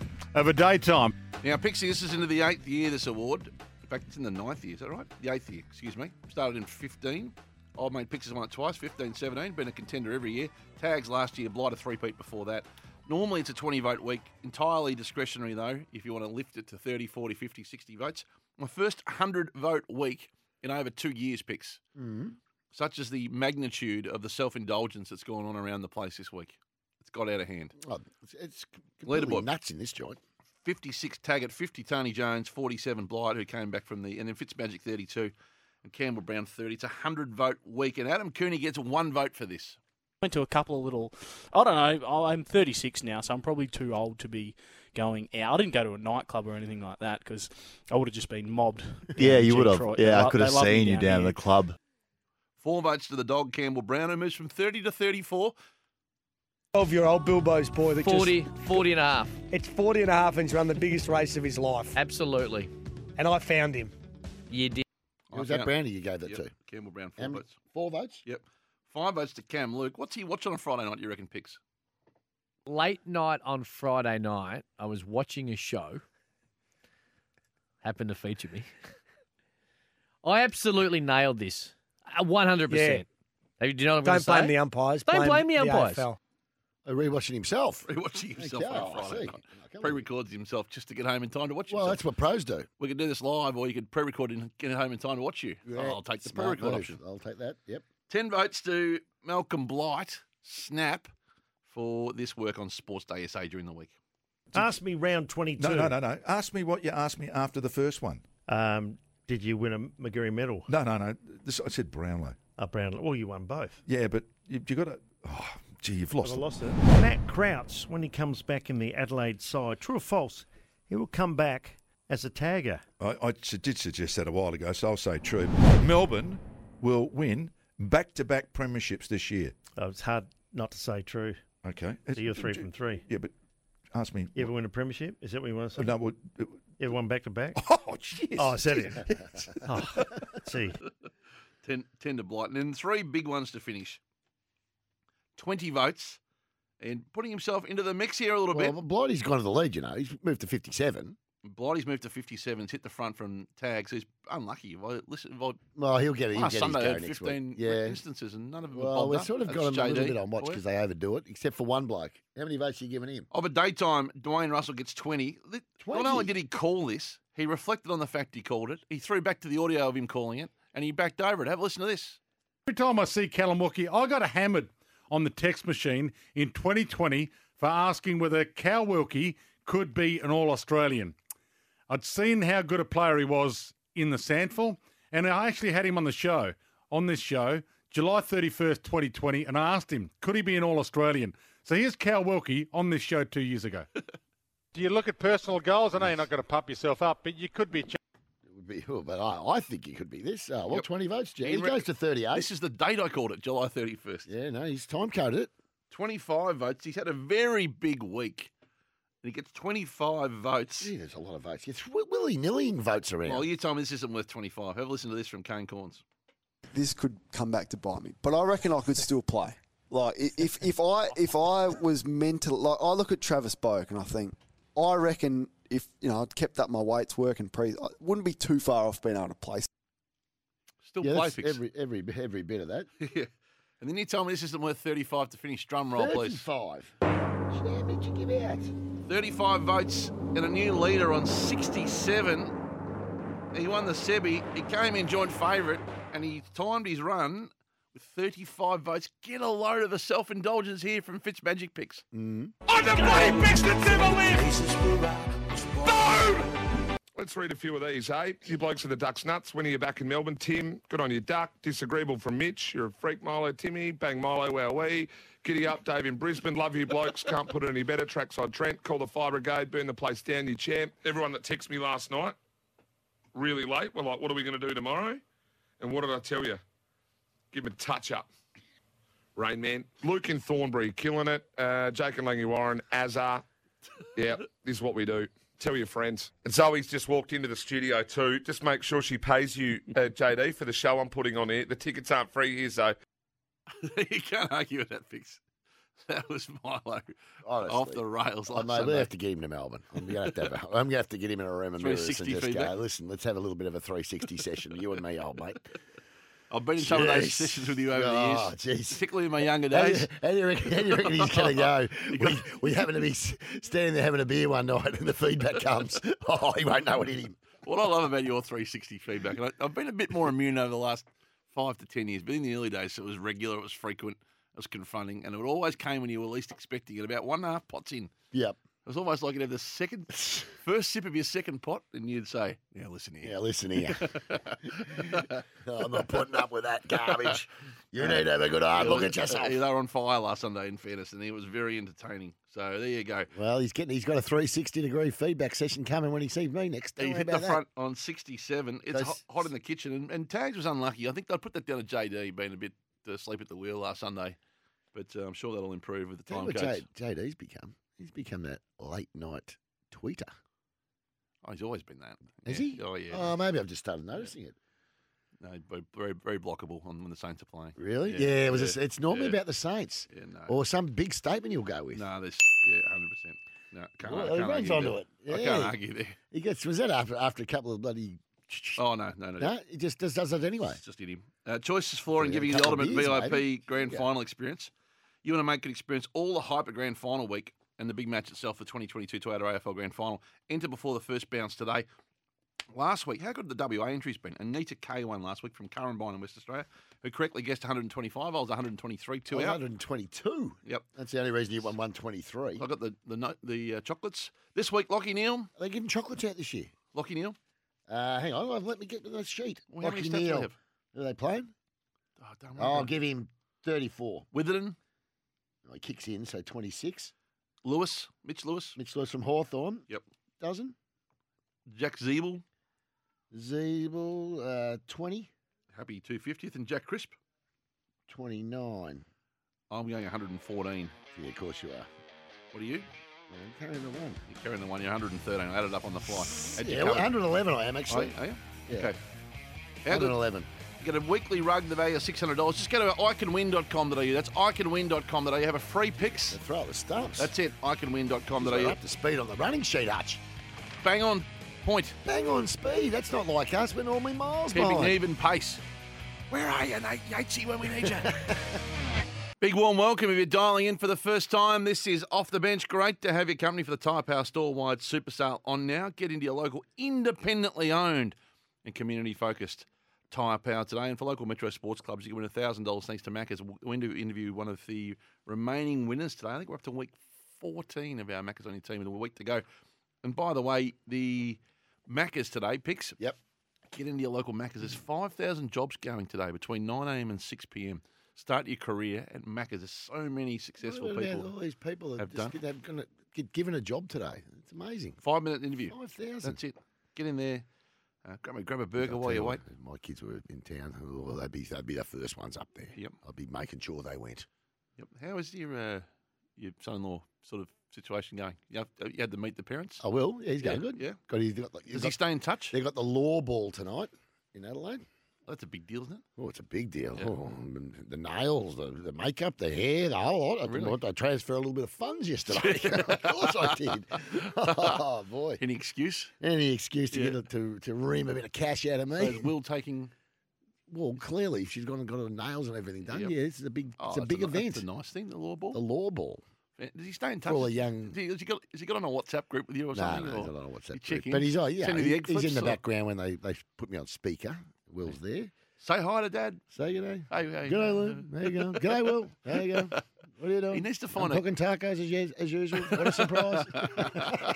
over daytime. Now, Pixie, this is into the eighth year, this award. In fact, it's in the ninth year, is that right? The eighth year, excuse me. Started in 15. Old mate Pixie's won it twice, 15, 17. Been a contender every year. Tags last year, Blight a three-peat before that. Normally, it's a 20 vote week. Entirely discretionary, though, if you want to lift it to 30, 40, 50, 60 votes. My first 100 vote week in over two years, Pix. Mm. Such is the magnitude of the self indulgence that's going on around the place this week. It's got out of hand. It's, it's completely Leaderboard. nuts in this joint. 56 Taggart, 50 Tony Jones, 47 Blight, who came back from the, and then Fitzmagic 32 and Campbell Brown 30. It's a 100 vote week, and Adam Cooney gets one vote for this. went to a couple of little. I don't know. I- I'm 36 now, so I'm probably too old to be going out. I didn't go to a nightclub or anything like that because I would have just been mobbed. down Yeah, in you would have. Detroit. They Yeah, I lo- could have they love me seen you down here. at the club. Four votes to the dog, Campbell Brown, who moves from 30 to 34. 12 year old Bilbo's boy that 40, just. 40 and a half. It's 40 and a half and he's run the biggest race of his life. Absolutely. And I found him. You did. It was that Brownie you gave that Yep, to. Campbell Brown, four Um, votes. Four votes? Yep. Five votes to Cam Luke. What's he watch on a Friday night, you reckon, Picks? late night on Friday night, I was watching a show. Happened to feature me. I absolutely nailed this. Uh, One hundred percent. Do you know what I'm Don't gonna blame say? the umpires. Don't blame, the umpires. Oh, rewatching himself. Rewatching himself Okay, oh, on a I see. Friday night. Pre-records himself just to get home in time to watch Well, himself. that's what pros do. We could do this live, or you could pre-record and get home in time to watch you. Oh, I'll take the Smart pre-record move. option. I'll take that. Yep. Ten votes to Malcolm Blight, snap, for this work on Sports Day SA during the week. Ask me round 22. No, no, no, no. Ask me what you asked me after the first one. Um, did you win a McGarry medal? No, no, no. This, I said Brownlow. Oh, Brownlow. Well, you won both. Yeah, but you, you got to. Oh, gee, you've lost. Have I it. lost it. Matt Crouts, when he comes back in the Adelaide side, true or false, he will come back as a tagger. I, I su- did suggest that a while ago, so I'll say true. Melbourne will win back-to-back premierships this year. Oh, it's hard not to say true. Okay. So you're three from three. Yeah, but ask me. You ever win a premiership? Is that what you want to say? No, well, you ever won back to back? Oh, jeez. Oh, I said it. oh, see. Ten, ten to Blight. And then three big ones to finish. 20 votes and putting himself into the mix here a little Well, bit. Blighty's gone to the lead, you know. He's moved to 57. Blighty's moved to 57. He's hit the front from tags. He's unlucky. If I listen, if I- Well, he'll get it. He'll Last get Sunday his go had next 15 week. Yeah. instances and none of them have Well, bombed we've up. sort of That's got him a little JD bit on watch for you. because they overdo it, except for one bloke. How many votes did you giving him? Of a daytime, Dwayne Russell gets 20. Th- Not only did he call this, he reflected on the fact he called it. He threw back to the audio of him calling it, and he backed over it. Have a listen to this. Every time I see Callum Wookie, I got hammered on the text machine in 2020 for asking whether Cal Wilkie could be an All Australian. I'd seen how good a player he was in the Sandful, and I actually had him on the show, on this show, July 31st, 2020, and I asked him, could he be an All Australian? So here's Cal Wilkie on this show two years ago. Do you look at personal goals? I know you're not going to pump yourself up, but you could be. Would be- oh, but I, I think he could be this. Oh, well, 20 votes, Jack. He, He re- goes to 38. This is the date I called it, July 31st. Yeah, no, he's time coded it. 25 votes. He's had a very big week, and he gets 25 votes. Gee, there's a lot of votes. It's willy nillying votes around. Well, you tell me this isn't worth 25. Have a listen to this from Kane Corns. this could come back to bite me. But I reckon I could still play. Like i- if if I if I was meant to like I look at Travis Boak and I think I reckon if you know I'd kept up my weights working pre I wouldn't be too far off being able to play. Still yeah, play that's fix. every, every, every bit of that. yeah. And then you tell me this isn't worth 35 to finish. Drum roll, please. 35. Damn it, you give out. 35 votes and a new leader on 67. He won the Sebi. He came in joint favourite and he timed his run with 35 votes. Get a load of the self indulgence here from Fitz Magic Picks. Mm. On the bloody picks that Let's read a few of these, eh? You blokes are the Ducks nuts. When are you back in Melbourne? Tim, good on you, Duck. Disagreeable from Mitch. You're a freak, Milo. Timmy, bang, Milo, wow, wee. Giddy up, Dave in Brisbane. Love you, blokes. Can't put it any better. Trackside Trent. Call the fire brigade. Burn the place down, you champ. Everyone that texted me last night, really late, were like, what are we going to do tomorrow? And what did I tell you? Give him a touch up. Rain Man. Luke in Thornbury, killing it. Uh, Jake and Langy Warren, Azar. Yeah, this is what we do. Tell your friends. And Zoe's just walked into the studio too. Just make sure she pays you, uh, JD, for the show I'm putting on here. The tickets aren't free here, so you can't argue with that picks. That was Milo. Off the rails I last know, we Sunday. have to get him to Melbourne. I'm going to have to, have a, I'm gonna have to get him in a room and mirror us and 360 just go, feedback. listen, let's have a little bit of a 360 session, you and me, old mate. I've been in some of those Jeez. sessions with you over Oh, the years, particularly in my younger How do, days. you, how, do you reckon, how do you reckon he's going to go? We, we happen to be s- standing there having a beer one night and the feedback comes. Oh, he won't know what hit him. What I love about your 360 feedback, and I, I've been a bit more immune over the last five to 10 years, but in the early days, it was regular, it was frequent, it was confronting, and it always came when you were least expecting it, about one and a half pots in. Yep. It was almost like you'd have the second, first sip of your second pot, and you'd say, Now listen here. Yeah, listen here. Oh, I'm not putting up with that garbage. You need to have a good hard Yeah, look look, at yourself. They were on fire last Sunday, in fairness, and it was very entertaining. So there you go. Well, he's getting he's got a 360 degree feedback session coming when he sees me next. Don't He worry hit the about that. front on 67. It's Those- hot, hot in the kitchen, and, and Tags was unlucky. I think they put that down to JD being a bit uh, sleep at the wheel last Sunday, but uh, I'm sure that'll improve with the Tell you time what coach. J, JD's become. He's become that late night tweeter. Oh, he's always been that. Has Yeah. he? Oh, yeah. Oh, maybe I've just started noticing it. no, very- very, very blockable on when the Saints are playing. Really? Yeah. it was. a s yeah, it's normally yeah. about the Saints Yeah, no. or some big statement you'll go with. No, there's yeah, 100. percent No, can't, Well, I he can't runs argue onto there. it. I Yeah. can't argue there. He gets. Was that after after a couple of bloody? Oh no, no, no. No, he just does, does it anyway. It's just in him. Uh, Choices Flooring Yeah, giving you the couple of ultimate beers, VIP maybe. grand Yeah. final experience. You want to make it experience all the hype at grand final week and the big match itself for 2022 Toyota AFL grand final. Enter before the first bounce today. Last week, how good have the WA entries been? Anita K won last week from Currumbine in West Australia. who correctly guessed 125. I was 123, two Oh, out. 122. Yep. That's the only reason you won 123. I got the the note, the uh, chocolates this week. Lockie Neal. Are they giving chocolates out this year? Lockie Neal. Uh, hang on, let me get to that sheet. Well, how many stats do Lachie they Neal. have? Who Are they playing? Oh, I don't I'll remember. give him 34. Witherden. He kicks in, so 26. Lewis. Mitch Lewis. Mitch Lewis from Hawthorn. Yep. Dozen. Jack Zeeble. Zeeble, uh, 20. Happy 250th. And Jack Crisp. 29. I'm going 114. Yeah, of course you are. What are you? I'm carrying the one. You're carrying the one. You're 113. I added up on the fly. Had you Yeah, well, covered. 111 I am, actually. Are, are you? Yeah. Okay. How good- 111. You get a weekly rug, the value of $600. Just go to iconwin.com.au. That's iconwin.com.au. Have a free picks. Throw out the stumps. That's it, iconwin.com.au. He's right up to speed on the running sheet, Arch. Bang on point. Bang on speed. That's not like us. We're normally miles Keeping behind. even pace. Where are you, Nate Yatesy, when we need you? Big warm welcome if you're dialing in for the first time. This is Off the Bench. Great to have your company for the Tyre Power Store Wide Super Sale on now. Get into your local independently owned and community focused Tyre Power today. And for local Metro Sports Clubs, you can win $1,000 thanks to Macca's. We're going to interview one of the remaining winners today. I think we're up to week 14 of our Macca's on your team with a week to go. And by the way, the Macca's today picks. Yep. Get into your local Macca's. There's 5,000 jobs going today between 9am and 6pm. Start your career at Macca's. There's so many successful What about people. All these people that have just done. get, have gonna get given a job today. It's amazing. Five minute interview. 5,000. That's it. Get in there. Uh, grab, a, grab a burger I'll while tell you what, wait. if My kids were in town. Oh, they'd be they'd be the first ones up there. Yep. I'd be making sure they went. Yep. How is your uh, your son in law sort of situation going? You, have, you had to meet the parents? I will. Oh, Yeah, he's Yeah, going good. yeah. Got, he's got, Does he stay in touch? They've got the law ball tonight in Adelaide. That's a big deal, isn't it? Oh, it's a big deal. Oh, and the nails, the, the makeup, the hair, the whole lot. I, Really? I transferred a little bit of funds yesterday. of course I did. Oh, boy. Any excuse? Any excuse to get a, to to ream a bit of cash out of me. So is Will taking. Well, clearly she's gone and got her nails and everything done. Yep. Yeah, this is a big, Oh, it's a that's big ni- event. That's a nice thing, the law ball. The law ball. Eh, Does he stay in For touch? all the young- Has he, has he got, has he got on a WhatsApp group with you or No, something? no, or he's not on a you WhatsApp check group. in? But he's, oh, yeah, Send you the he- egg he's in flips the or- background when they, they put me on speaker. Will's there. Say hi to Dad. Say good day. Hey, hey. Good day, Lou. There you go. Good day, Will. There you go. What are you doing? He needs to I'm find a- cooking tacos as, us- as usual. What a surprise.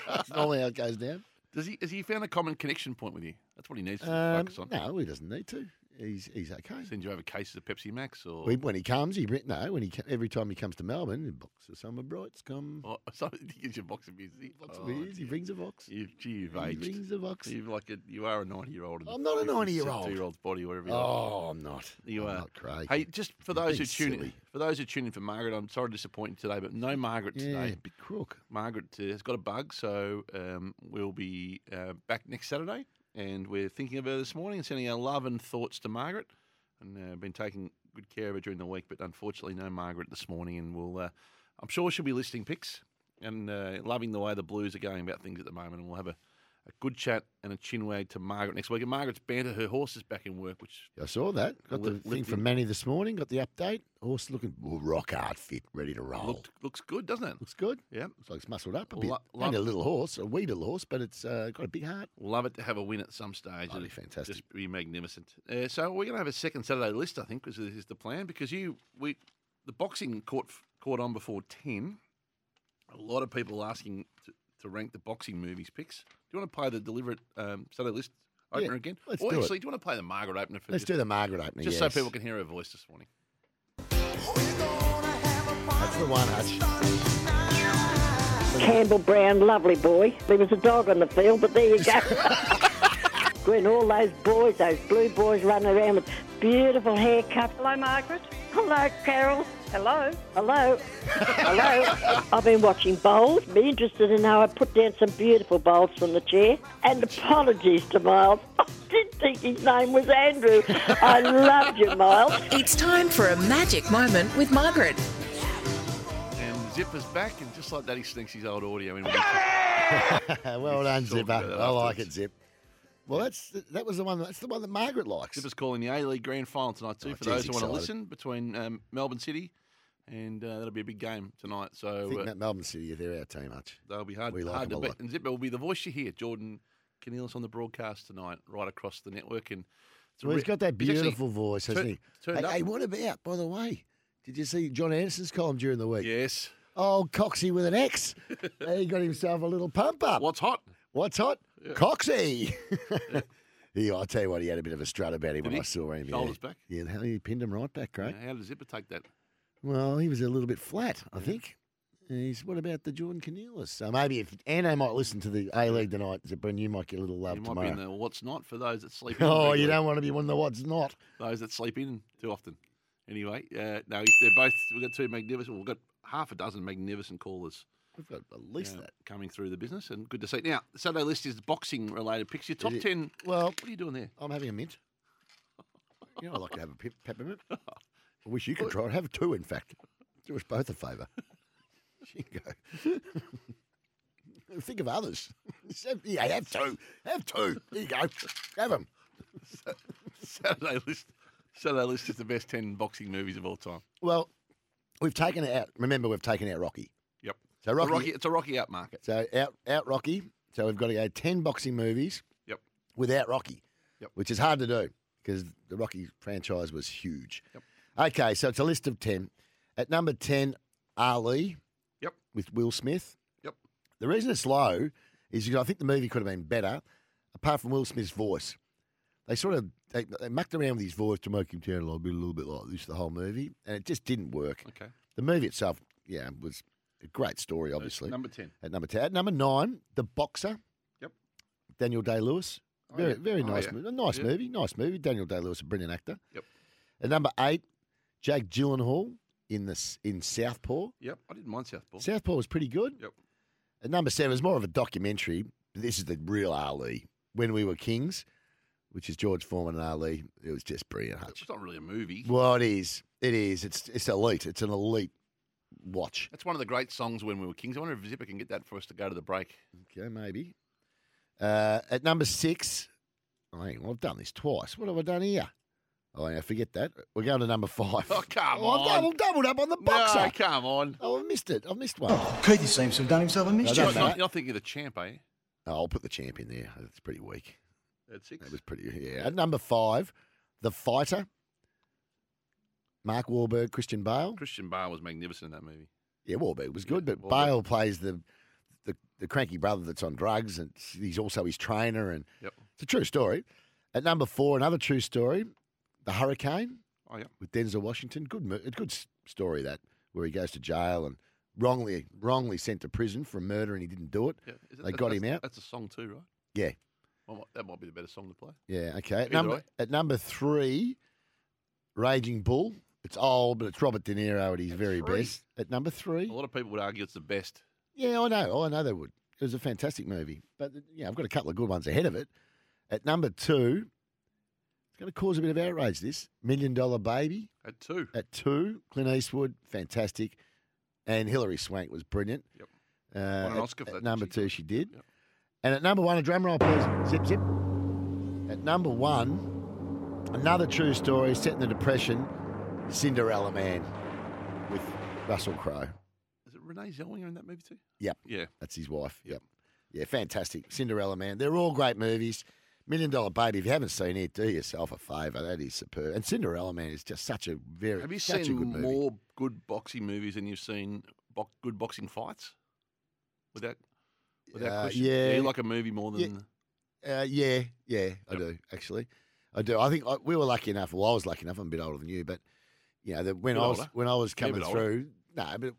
That's normally how it goes down. Does he has he found a common connection point with you? That's what he needs to Um, focus on. no, he doesn't need to. He's he's okay. Send you over cases of Pepsi Max or We- When he comes, he re- no. When he co- every time he comes to Melbourne, he box of summer brights come. Oh, sorry, he gives you a box of Oh, beers. Box of beers, he brings a box. You, gee, you've He aged. brings a box. You've like a, you are a ninety-year-old. I'm not a 90-year-old. Two-year-old's body, whatever. You Oh, are. I'm not. You I'm are. not crazy. Hey, just for You're those being who tune in, silly. for those who tune in for Margaret, I'm sorry to disappoint you today, but no Margaret Yeah, today. big crook. Margaret uh, has got a bug, so um, we'll be uh, back next Saturday, and we're thinking of her this morning and sending our love and thoughts to Margaret, and uh, been taking good care of her during the week, but unfortunately, no Margaret this morning, and we'll. Uh, I'm sure she'll be listing picks and uh, loving the way the Blues are going about things at the moment, and we'll have a. A good chat and a chin wag to Margaret next week. And Margaret's banter, her horse is back in work, which I saw that. Got the Lift- thing lifting. from Manny this morning. Got the update. Horse looking oh, rock hard fit, ready to roll. looked, looks good, doesn't it? Oh. Looks good. Yeah. Looks like it's muscled up a Lo- bit. love- Only a little horse, a wee little horse, but it's uh, got a big heart. Love it to have a win at some stage. That'd be fantastic. Just be magnificent. Uh, so we're going to have a second Saturday list, I think, because this is the plan. Because you, we, the boxing caught caught on before ten. A lot of people asking to, to rank the boxing movies picks. Do you want to play the deliberate um, Saturday list Yeah, opener again? let's or do it. actually, do you want to play the Margaret opener? For Let's just- do the Margaret opener, just yes. so people can hear her voice this morning. That's the one, Hutch. Campbell Brown, lovely boy. There was a dog on the field, but there you go. when all those boys, those blue boys running around with beautiful haircuts. Hello, Margaret. Hello, Carol. Hello. Hello. Hello. I've been watching bowls. Be interested in how I put down some beautiful bowls from the chair. And apologies to Miles. I did think his name was Andrew. I loved you, Miles. It's time for a magic moment with Margaret. And Zipper's back, and just like that, he sneaks his old audio in. well done, talk Zipper. about that I like it, afterwards. Zip. Well, that's that was the one. That's the one that Margaret likes. Zipper's calling the A League Grand Final tonight too. Oh, for geez, those who want to excited. listen, between um, Melbourne City, and uh, that'll be a big game tonight. I So think uh, that Melbourne City, they're our team, Hutch. they'll be hard, we like hard to them a beat. lot. And Zipper will be the voice you hear. Jordan Canelis on the broadcast tonight, right across the network, and Well, he's got that He's actually beautiful voice, hasn't tur- he? turned Hey, up. hey, what about, by the way, did you see John Anderson's column during the week? Yes. Oh, Coxie with an X. he got himself a little pump up. What's hot? What's hot? Yeah. Coxie. yeah, I'll tell you what, he had a bit of a strut about him when he? I saw him. Shoulders yeah. back? Yeah, the hell, he pinned him right back, great. How does Zipper take that? Well, he was a little bit flat, I think. He's, what about the Jordan Canelis? So maybe if Anno might listen to the A League tonight, Zipper, and you might get a little love You might be tomorrow. in the what's not for those that sleep in. Oh, you regularly. don't want to be one of the what's not. Those that sleep in too often. Anyway, uh, no, they're both. We've got two magnificent. We've got half a dozen magnificent callers. uh, We've got at least that coming through the business, and good to see. Now, the Saturday list is boxing related picks. Your top It is- ten. Well, what are you doing there? I'm having a mint. You know, I like to have a pep- peppermint. I wish you could try it. Have two, in fact. Do us both a favour. Shingo. Think of others. yeah, have two. Have two. There you go. Have them. Saturday list. Saturday list is the best ten boxing movies of all time. Well, we've taken it out. Remember, we've taken out Rocky. Yep. So It's a Rocky- Rocky, it's a Rocky out market. So out, out Rocky. So we've got to go 10 boxing movies Yep. without Rocky, Yep. which is hard to do because the Rocky franchise was huge. Okay, so it's a list of 10. At number 10, Ali. Yep. With Will Smith. Yep. The reason it's low is because I think the movie could have been better, apart from Will Smith's voice. They sort of they, they mucked around with his voice to make him sound a little bit, a little bit like this the whole movie, and it just didn't work. Okay. The movie itself, yeah, was a great story, obviously. number 10. At number ten. At number nine, The Boxer. Yep. Daniel Day Lewis. Very, yeah. very Oh, nice yeah. movie. A nice Yeah. movie. Nice movie. Daniel Day Lewis, a brilliant actor. Yep. At number eight, Jake Gyllenhaal in this in Southpaw. Yep. I didn't mind Southpaw. Southpaw was pretty good. Yep. At number seven is more of a documentary. This is the real Ali. When we were kings, which is George Foreman and Ali. It was just brilliant, Hutch. It's not really a movie. Well, it is. It is. It's it's elite. It's an elite watch. That's one of the great songs when we were kings. I wonder if Zipper can get that for us to go to the break. Okay, maybe. Uh, at number six, I mean, well, I've done this twice. What have I done here? Oh, yeah, forget that. We're going to number five. Oh, come Oh, I've on. doubled, doubled up on the boxer. No, come on. Oh, I missed it. I missed one. Keith seems to have done himself a mischief. You're doesn't not, matter. you're not thinking of the champ, eh? Oh, I'll put the champ in there. That's pretty weak. At six. That was pretty. Yeah. At number five, the fighter. Mark Wahlberg, Christian Bale. Christian Bale was magnificent in that movie. Yeah, Wahlberg was good, but Wahlberg. Bale plays the, the the cranky brother that's on drugs, and he's also his trainer, and Yep. it's a true story. At number four, another true story, the Hurricane. Oh, yeah. with Denzel Washington. Good, mo- a good s- story that where he goes to jail and wrongly wrongly sent to prison for a murder and he didn't do it. Yeah, is it- they that- got that's- him out. That's a song too, right? Yeah, Well, might- that might be the better song to play. yeah, okay. At Either number way. at number three, Raging Bull. It's old, but it's Robert De Niro at his very three? best. At number three, A lot of people would argue it's the best. Yeah, I know. I know they would. It was a fantastic movie. But, yeah, I've got a couple of good ones ahead of it. At number two, it's going to cause a bit of outrage, this Million Dollar Baby. At two. At two, Clint Eastwood, fantastic. And Hilary Swank was brilliant. Yep. Uh, an at, Oscar for at that, didn't number two, she did. And at number one, a drum roll, please. Zip, zip. At number one, another true story set in the Depression Cinderella Man with Russell Crowe. Is it Renee Zellweger in that movie too? Yep. Yeah. That's his wife. Yep. Yeah, fantastic. Cinderella Man. They're all great movies. Million Dollar Baby. If you haven't seen it, do yourself a favour. That is superb. And Cinderella Man is just such a very Have you such a seen good movie. more good boxing movies than you've seen bo- good boxing fights? With that, with that Uh, question? yeah. Do you like a movie more Yeah. than? Uh, yeah, yeah, I do actually. I do. I think I, we were lucky enough. Well, I was lucky enough. I'm a bit older than you, but you know, that when Bit I was older. when I was Yeah, a bit coming older. through, no, but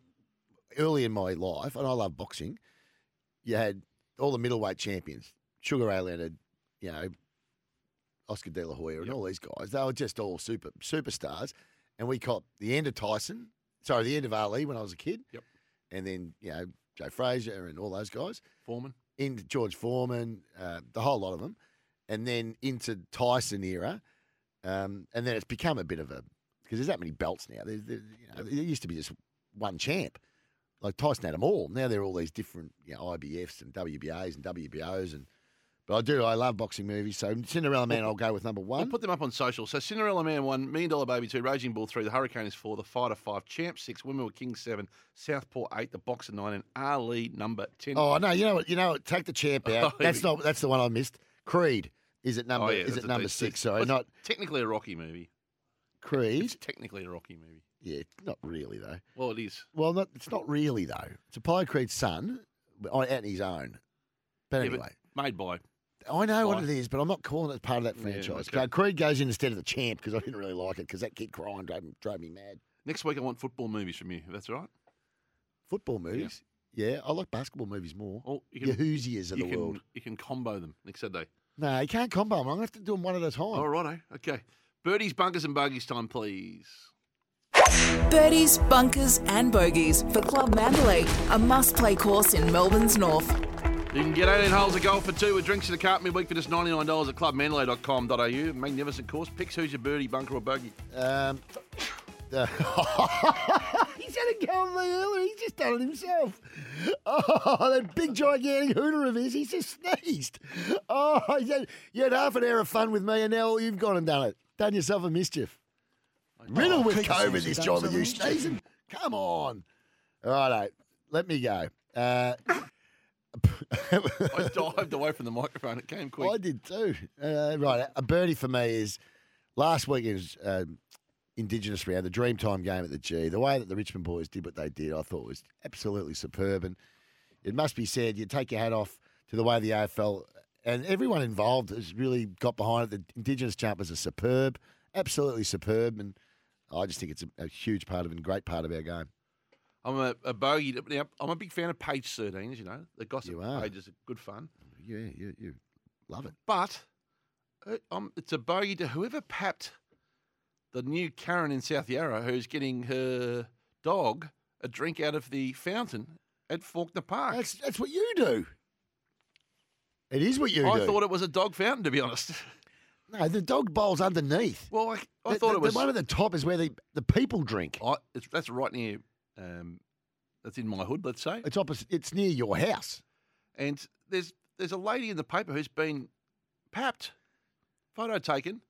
early in my life, and I love boxing. You had all the middleweight champions, Sugar Ray Leonard, you know, Oscar De La Hoya, and all these guys. They were just all super superstars, and we caught the end of Tyson. Sorry, the end of Ali when I was a kid. Yep. And then you know Joe Frazier and all those guys. Foreman. Into George Foreman, uh, the whole lot of them, and then into Tyson era, um, and then it's become a bit of a because there's that many belts now. There's, there, you know, there used to be just one champ. Like Tyson had them all. Now they're all these different you know, IBFs and WBAs and WBOs and. But I do. I love boxing movies. So Cinderella Man, I'll go with number We'll one. put them up on social. So Cinderella Man one, Million Dollar Baby two, Raging Bull three, The Hurricane is four, The Fighter five, Champ six, Women Were King seven, Southpaw eight, The Boxer nine, and Ali number ten. Oh no, you know what? You know, what? take the champ out. Oh, That's here we not. That's the one I missed. Creed Is it number? Oh, yeah, is that's it a number deep- six? Well, Sorry, it's not technically a Rocky movie. Creed. It's technically a Rocky movie. Yeah, not really though. Well, it is. Well, not, it's not really though. It's Apollo Creed's son but on, on his own. But Yeah, anyway, made by. I know what it is, but I'm not calling it part of that Yeah, franchise. okay. Uh, Creed goes in instead of the champ because I didn't really like it because that kid crying drove, drove me mad. Next week, I want football movies from you. If that's all right. Football movies. Yeah, I like basketball movies more. Oh, Your Hoosiers of you the can- world. You can combo them next Saturday. No, you can't combo them. I'm going to have to do them one at a time. All righto. Okay. Birdies, bunkers, and bogeys time, please. Birdies, bunkers, and bogeys for Club Mandalay, a must play course in Melbourne's north. You can get 18 holes of golf for two with drinks in the cart midweek for just $99 at clubmanlay.com.au. Magnificent course. Picks who's your birdie, bunker, or bogey. Um, uh, He's had a go on me earlier. He's just done it himself. Oh, that big gigantic hooter of his, he's just sneezed. Oh, he's had, you had half an hour of fun with me, and now you've gone and done it. Done yourself a mischief. Riddle with Keep COVID sneezing, this done time with you yourself a mischief. sneezing. Come on. All right, let me go. Uh, I dived away from the microphone. It came quick. I did too. Uh, right, a birdie for me is last weekend's um, Indigenous round, the Dreamtime game at the G. The way that the Richmond boys did what they did, I thought was absolutely superb. And it must be said, you take your hat off to the way the AFL and everyone involved has really got behind it. The Indigenous jumpers are superb, absolutely superb, and I just think it's a, a huge part of and great part of our game. I'm a, a bogey. Now, I'm a big fan of page 13, as you know. The gossip are. page is good fun. Yeah, you, you love it. But uh, um, it's a bogey to whoever papped the new Karen in South Yarra who's getting her dog a drink out of the fountain at Faulkner Park. That's, that's what you do. It is what you I do. thought it was a dog fountain, to be honest. No, the dog bowl's underneath. Well, I, I The- thought the- it was. the one at the top is where the, the people drink. I, it's, that's right near. Um, that's in my hood, let's say. It's opposite. It's near your house. And there's there's a lady in the paper who's been papped, photo taken,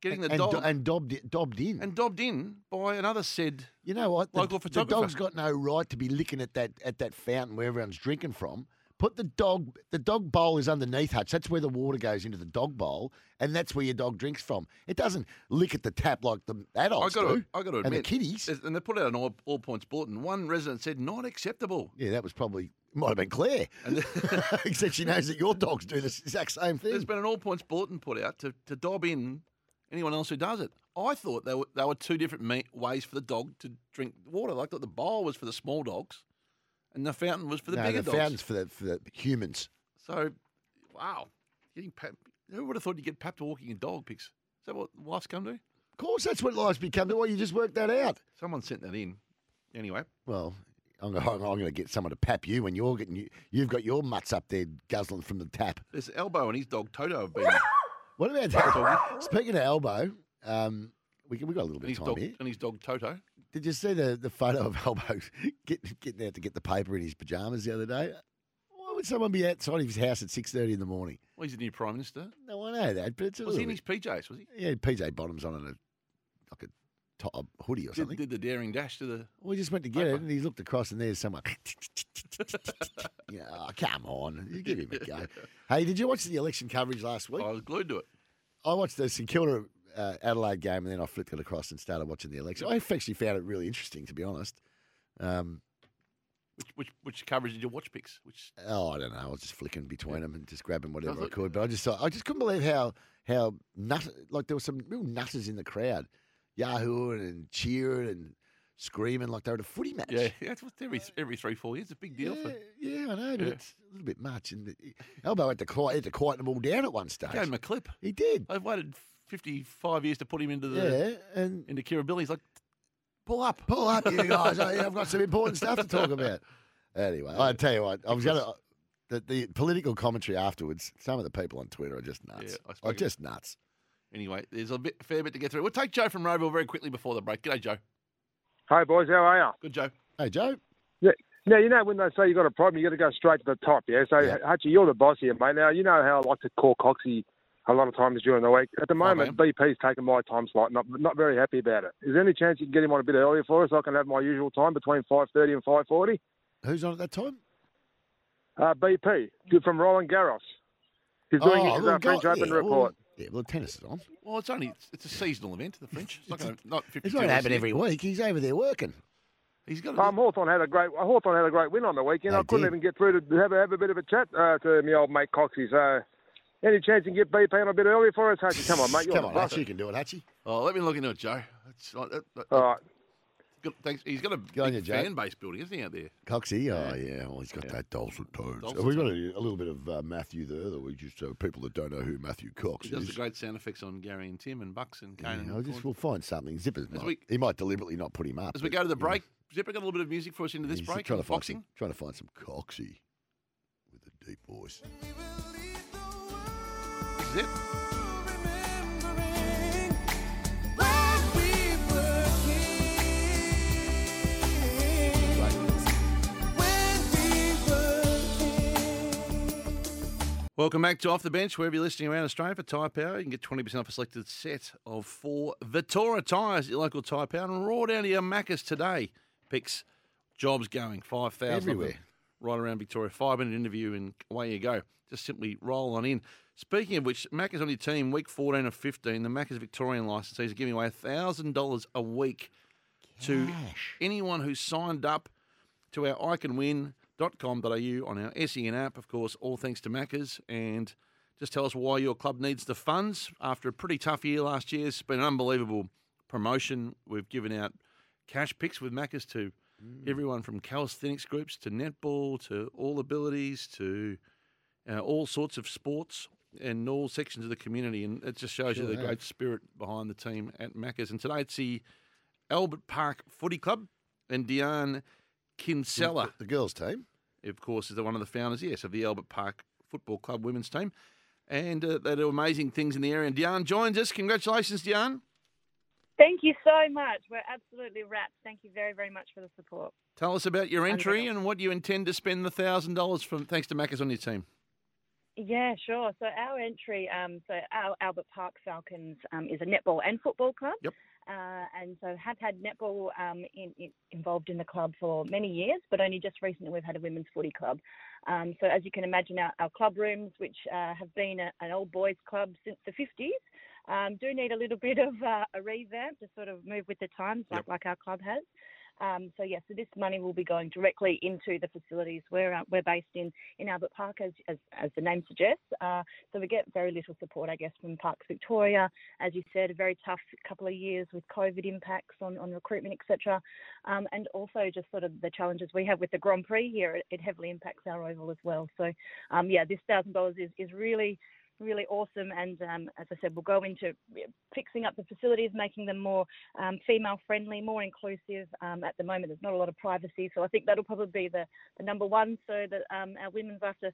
getting the and, dog do- and dobbed, dobbed in. and dobbed in by another said. You know what? The- Local the, photographer. dog's got no right to be licking at that at that fountain where everyone's drinking from. Put the dog. The dog bowl is underneath Hutch. That's where the water goes into the dog bowl, and that's where your dog drinks from. It doesn't lick at the tap like the adults I got do. to, I got to admit, and the kitties. there's- And they put out an all, all points bulletin. One resident said not acceptable. Yeah, that was probably might have been Claire, except she knows that your dogs do the exact same thing. There's been an all points bulletin put out to, to dob in anyone else who does it. I thought they were they were two different me- ways for the dog to drink water. I thought the bowl was for the small dogs, and the fountain was for the no, bigger the dogs. fountain's for the, for the humans. So, wow, getting pap- who would have thought you'd get papped walking a dog, Pix? Is that what life's come to? Of course, that's what life's become. Why you just work that out? Someone sent that in. Anyway, Well, I'm going to get someone to pap you when you're getting you, you've got your mutts up there guzzling from the tap. there's Elbow and his dog Toto have been. What about that? Speaking of elbow, um, we we got a little and bit his of time dog here. and his dog Toto. Did you see the, the photo of elbow get, getting out to get the paper in his pajamas the other day? Why would someone be outside of his house at six thirty in the morning? Well, he's the new prime minister. No, I know that, but it's a was he in little his PJs? Was he? He had PJ bottoms on and a like a top a hoodie or Did, something. did the daring dash to the? We just went to get it, and he looked across, and there's someone. yeah, oh, come on, you give him a go. hey, did you watch the election coverage last week? I was glued to it. I watched the St Kilda uh, Adelaide game, and then I flipped it across and started watching the election. I actually found it really interesting, to be honest. Um, Which which, which coverage did you watch, Pix? Which oh, I don't know. I was just flicking between them and just grabbing whatever I thought- could. But I just thought, I just couldn't believe how how nut like there were some real nutters in the crowd, yahooing and cheering and screaming like they were at a footy match. yeah, yeah, it's every every three four years. It's a big deal for. Yeah, I know, but Yeah. it's a little bit much. And the- Elbow had to, quiet, had to quieten them all down at one stage. Gave him a clip. He did. I've waited fifty five years to put him into the yeah, and into Kirribilli. He's like, pull up, pull up, you guys. I, I've got some important stuff to talk about. Anyway, I tell you what, I was going to. The, the political commentary afterwards, some of the people on Twitter are just nuts. I are suppose. just nuts. Anyway, there's a bit, fair bit to get through. We'll take Joe from Roeville very quickly before the break. G'day, Joe. Hey boys, how are you? Good, Joe. Hey Joe. Yeah. Now you know when they say you got a problem, you got to go straight to the top. Yeah. So yeah. Hutchie, you're the boss here, mate. Now you know how I like to call Coxie a lot of times during the week. At Oh, the moment, BP's taking my time slot. Not not very happy about it. Is there any chance you can get him on a bit earlier for us? I can have my usual time between five thirty and five forty. Who's on at that time? Uh, BP, good from Roland Garros. He's doing Oh, his well, uh, French go- Open yeah, well, report. yeah, well, tennis is on. Well, it's only it's- it's a seasonal event. The French. It's not going to not. 52 It's not less happening than- every week. He's over there working. He's got. Um, Hawthorne had a great Hawthorne had a great win on the weekend. I couldn't even get through to have a, have a bit of a chat uh, to my old mate Coxie. So, any chance you can get BP on a bit earlier for us, Hutchie? Come on, mate. You're Come the on, boss. Hutch, you can do it, Hutchie. Oh, let me look into it, Joe. That's not, that, that, All right. Good, thanks. He's got a on big you, Joe. fan base building, isn't he, out there? Coxie, oh yeah, well he's got that dulcet tones. Dulcet Have we got a, a little bit of uh, Matthew there that we just uh, people that don't know who Matthew Cox He does the is. great sound effects on Gary and Tim and Bucks and Yeah, Conan. I'll and just Gordon. we'll find something. Zipper's As not. we- he might deliberately not put him up. As we but, go to the you know, break, Zipper got a little bit of music for us into this he's break. Trying to find boxing. Some, trying to find some Coxie with a deep voice. This is it. Welcome back to Off the Bench, wherever you're listening around Australia for Tyre Power. You can get 20% off a selected set of four Vittora tyres at your local Tyre Power and roar down to your Maccas today. Picks jobs going, 5,000 of them Everywhere. Right around Victoria. Five minute interview and away you go. Just simply roll on in. Speaking of which, Maccas on your team, week 14 of 15, the Maccas Victorian licensees are giving away $1,000 a week to anyone who signed up to our iCanWin.com.au on our SEN app, of course, all thanks to Maccas. And just tell us why your club needs the funds. After a pretty tough year last year, it's been an unbelievable promotion. We've given out cash picks with Maccas to everyone from calisthenics groups to netball to all abilities to uh, all sorts of sports and all sections of the community. And it just shows Sure you the have. great spirit behind the team at Maccas. And today it's the Albert Park Footy Club and Diane Kinsella. The girls' team. Of course, is one of the founders, yes, of the Albert Park Football Club women's team. And uh, they do amazing things in the area. And Diane joins us. Congratulations, Diane. Thank you so much. We're absolutely wrapped. Thank you very, very much for the support. Tell us about your entry and what you intend to spend the thousand dollars from thanks to Maccas on your team. Yeah, sure. So our entry, um, so our Albert Park Falcons um, is a netball and football club. Yep. Uh, and so have had netball um, in, in, involved in the club for many years, but only just recently we've had a women's footy club. Um, so as you can imagine, our, our club rooms, which uh, have been a, an old boys club since the 50s, um, do need a little bit of uh, a revamp to sort of move with the times, like, like our club has. Um, so yes, so this money will be going directly into the facilities. We're uh, we're based in in Albert Park, as as, as the name suggests. Uh, so we get very little support, I guess, from Parks Victoria. As you said, a very tough couple of years with COVID impacts on on recruitment, etc. Um, and also just sort of the challenges we have with the Grand Prix here. It, it heavily impacts our oval as well. So um, yeah, this thousand dollars is is really really awesome. And um, as I said, we'll go into fixing up the facilities, making them more um, female friendly, more inclusive. Um, at the moment, there's not a lot of privacy, so I think that'll probably be the, the number one. So that um, our women's after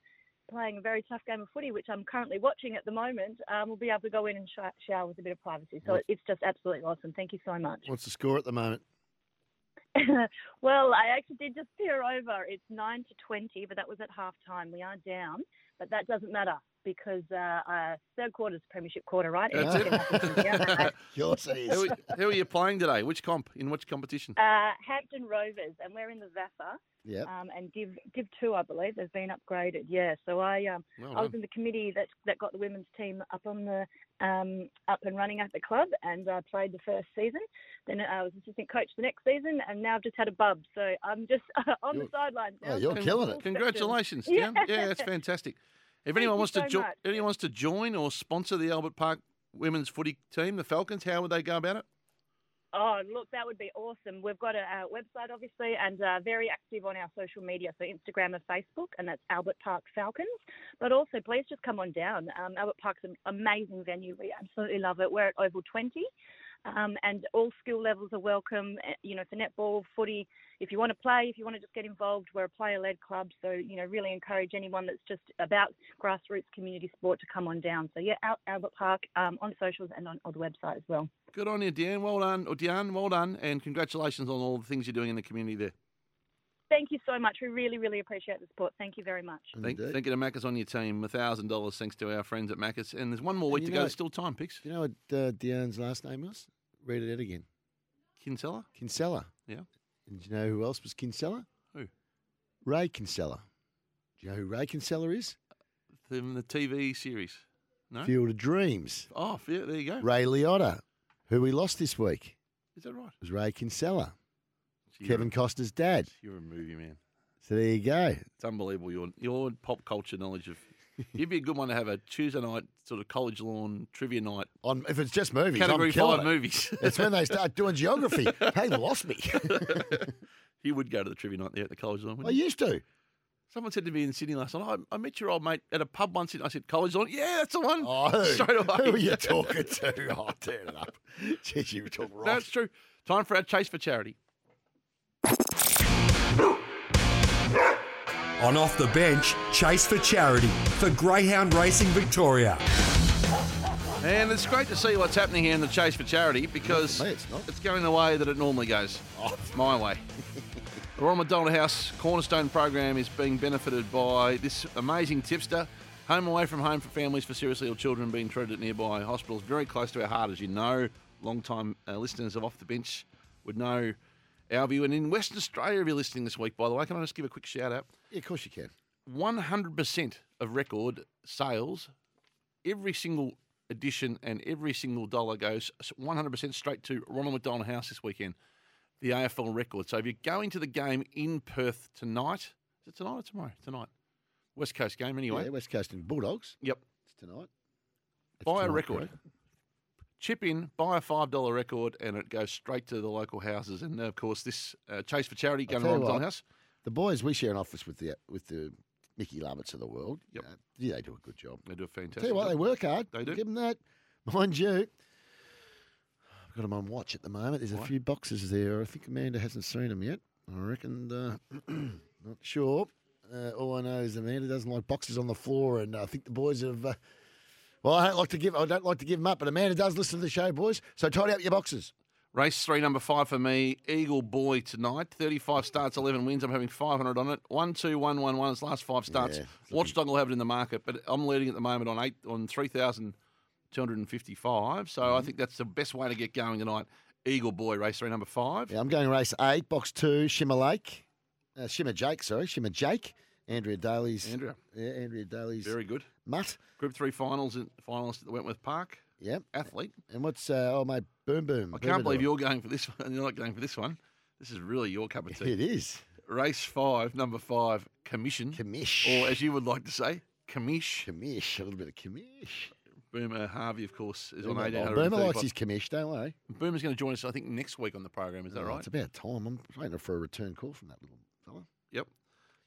playing a very tough game of footy, which I'm currently watching at the moment, um, will be able to go in and sh- shower with a bit of privacy. So What- it's just absolutely awesome. Thank you so much. What's the score at the moment? well, I actually did just peer over. It's nine to twenty, but that was at half time. We are down, but that doesn't matter because uh, uh, third quarter is premiership quarter, right? That's Anything can happen from here, right? Yours is. Who, who are you playing today? Which comp? In which competition? Uh, Hampton Rovers, and we're in the VAFA. Yep. Um, and Div Div Two, I believe, they've been upgraded. Yeah. So I um, Well I was done. in the committee that that got the women's team up on the um, up and running at the club, and I played the first season. Then I was assistant coach the next season, and now I've just had a bub, so I'm just on Oh, You're- the sidelines. now. Con- Full section. Congratulations, Diane. Yeah, that's fantastic. If Thank anyone you wants so to join, much. anyone wants to join or sponsor the Albert Park women's footy team, the Falcons, how would they go about it? Oh, look, that would be awesome. We've got a, uh website, obviously, and uh, very active on our social media, so Instagram and Facebook, and that's Albert Park Falcons. But also, please just come on down. Um, Albert Park's an amazing venue. We absolutely love it. We're at Oval 20, um, and all skill levels are welcome. uh, You know, for netball, footy, if you want to play, if you want to just get involved, we're a player-led club, so you know, really encourage anyone that's just about grassroots community sport to come on down. So yeah, Al- Albert Park um, on socials and on, on the website as well. Good on you, Diane. Well done, or Diane. Well done, and congratulations on all the things you're doing in the community there. Thank you so much. We really, really appreciate the support. Thank you very much. Thank, thank you to Maccas on your team. thousand dollars thanks to our friends at Maccas, and there's one more week you to know- go. There's still time, picks. Do you know what uh, Diane's last name was? Read it out again. Kinsella. Kinsella. Yeah. And do you know who else was Kinsella? Who? Ray Kinsella. Do you know who Ray Kinsella is? From the TV series. No. Field of Dreams. Oh, yeah, there you go. Ray Liotta, who we lost this week, Is that right? was Ray Kinsella, You're- Kevin Costa's dad. You're a movie man. So there you go. It's unbelievable your your pop culture knowledge of. You'd be a good one to have a Tuesday night sort of college lawn trivia night on if it's just movies. I'm Category killing five it. movies. It's when they start doing geography. hey, they lost me. You would go to the trivia night there at the college lawn. I wouldn't you? used to. Someone said to me in Sydney last night, I, I met your old mate at a pub once. in-" I said, college lawn. Yeah, that's the one. Oh, Straight away. Who are you talking to? Oh, turn it up. Jeez, you talk right. That's true. Time for our chase for charity. On Off the Bench, Chase for Charity for Greyhound Racing Victoria. And it's great to see what's happening here in the Chase for Charity because it's, going the way that it normally goes. Oh. It's my way. the Royal McDonald House Cornerstone program is being benefited by this amazing tipster. Home away from home for families for seriously ill children being treated at nearby hospitals. Very close to our heart, as you know. Long time uh, listeners of Off the Bench would know our view. And in Western Australia, if you're listening this week, by the way, can I just give a quick shout out? Yeah, of course you can. 100% of record sales, every single edition and every single dollar goes 100% straight to Ronald McDonald House this weekend, the AFL record. So if you're going to the game in Perth tonight, is it tonight or tomorrow? Tonight. West Coast game, anyway. Yeah, West Coast and Bulldogs. Yep. It's tonight. buy a tonight, record. right? Chip in, buy a five dollar record, and it goes straight to the local houses. And of course, this uh, chase for charity I'll going tell you on what, McDonald House. The boys, we share an office with the with the Mickey Lovitz of the world. Uh, yeah, they do a good job. They do a fantastic. Tell you what, job. they work hard. They do. Give them that. Mind you, I've got them on watch at the moment. There's a Right. few boxes there. I think Amanda hasn't seen them yet. I reckon, uh, not sure. Uh, all I know is Amanda doesn't like boxes on the floor, and I think the boys have. Uh, well, I don't like to give. I don't like to give them up, but Amanda does listen to the show, boys. So tidy up your boxes. Race three, number five for me, Eagle Boy tonight. 35 starts, 11 wins. I'm having 500 on it. One, two, one, one, one. It's last five starts. Yeah, Watchdog will have it in the market, but I'm leading at the moment on eight on 3,255. So Mm-hmm. I think that's the best way to get going tonight. Eagle Boy, race three, number five. Yeah, I'm going race eight, box two, Shimmer Lake, uh, Shimmer Jake. Sorry, Shimmer Jake. Andrea Daly's. Andrea. Yeah, Andrea Daly's. Very good. Mutt. Group three finals in, finalist at the Wentworth Park. Yep. Athlete. And what's uh, oh mate, boom boom. I can't believe you're going for this one. You're not going for this one. This is really your cup of tea. It is. Race five, number five, commission. Commish. Or as you would like to say, commish. Commish. A little bit of commish. Boomer Harvey, of course, is on Boomer, eighteen li- hundred. Boomer likes his commish, don't worry. Boomer's going to join us, I think, next week on the program. Is that Oh, right? It's about time. I'm waiting for a return call from that little fella. Yep.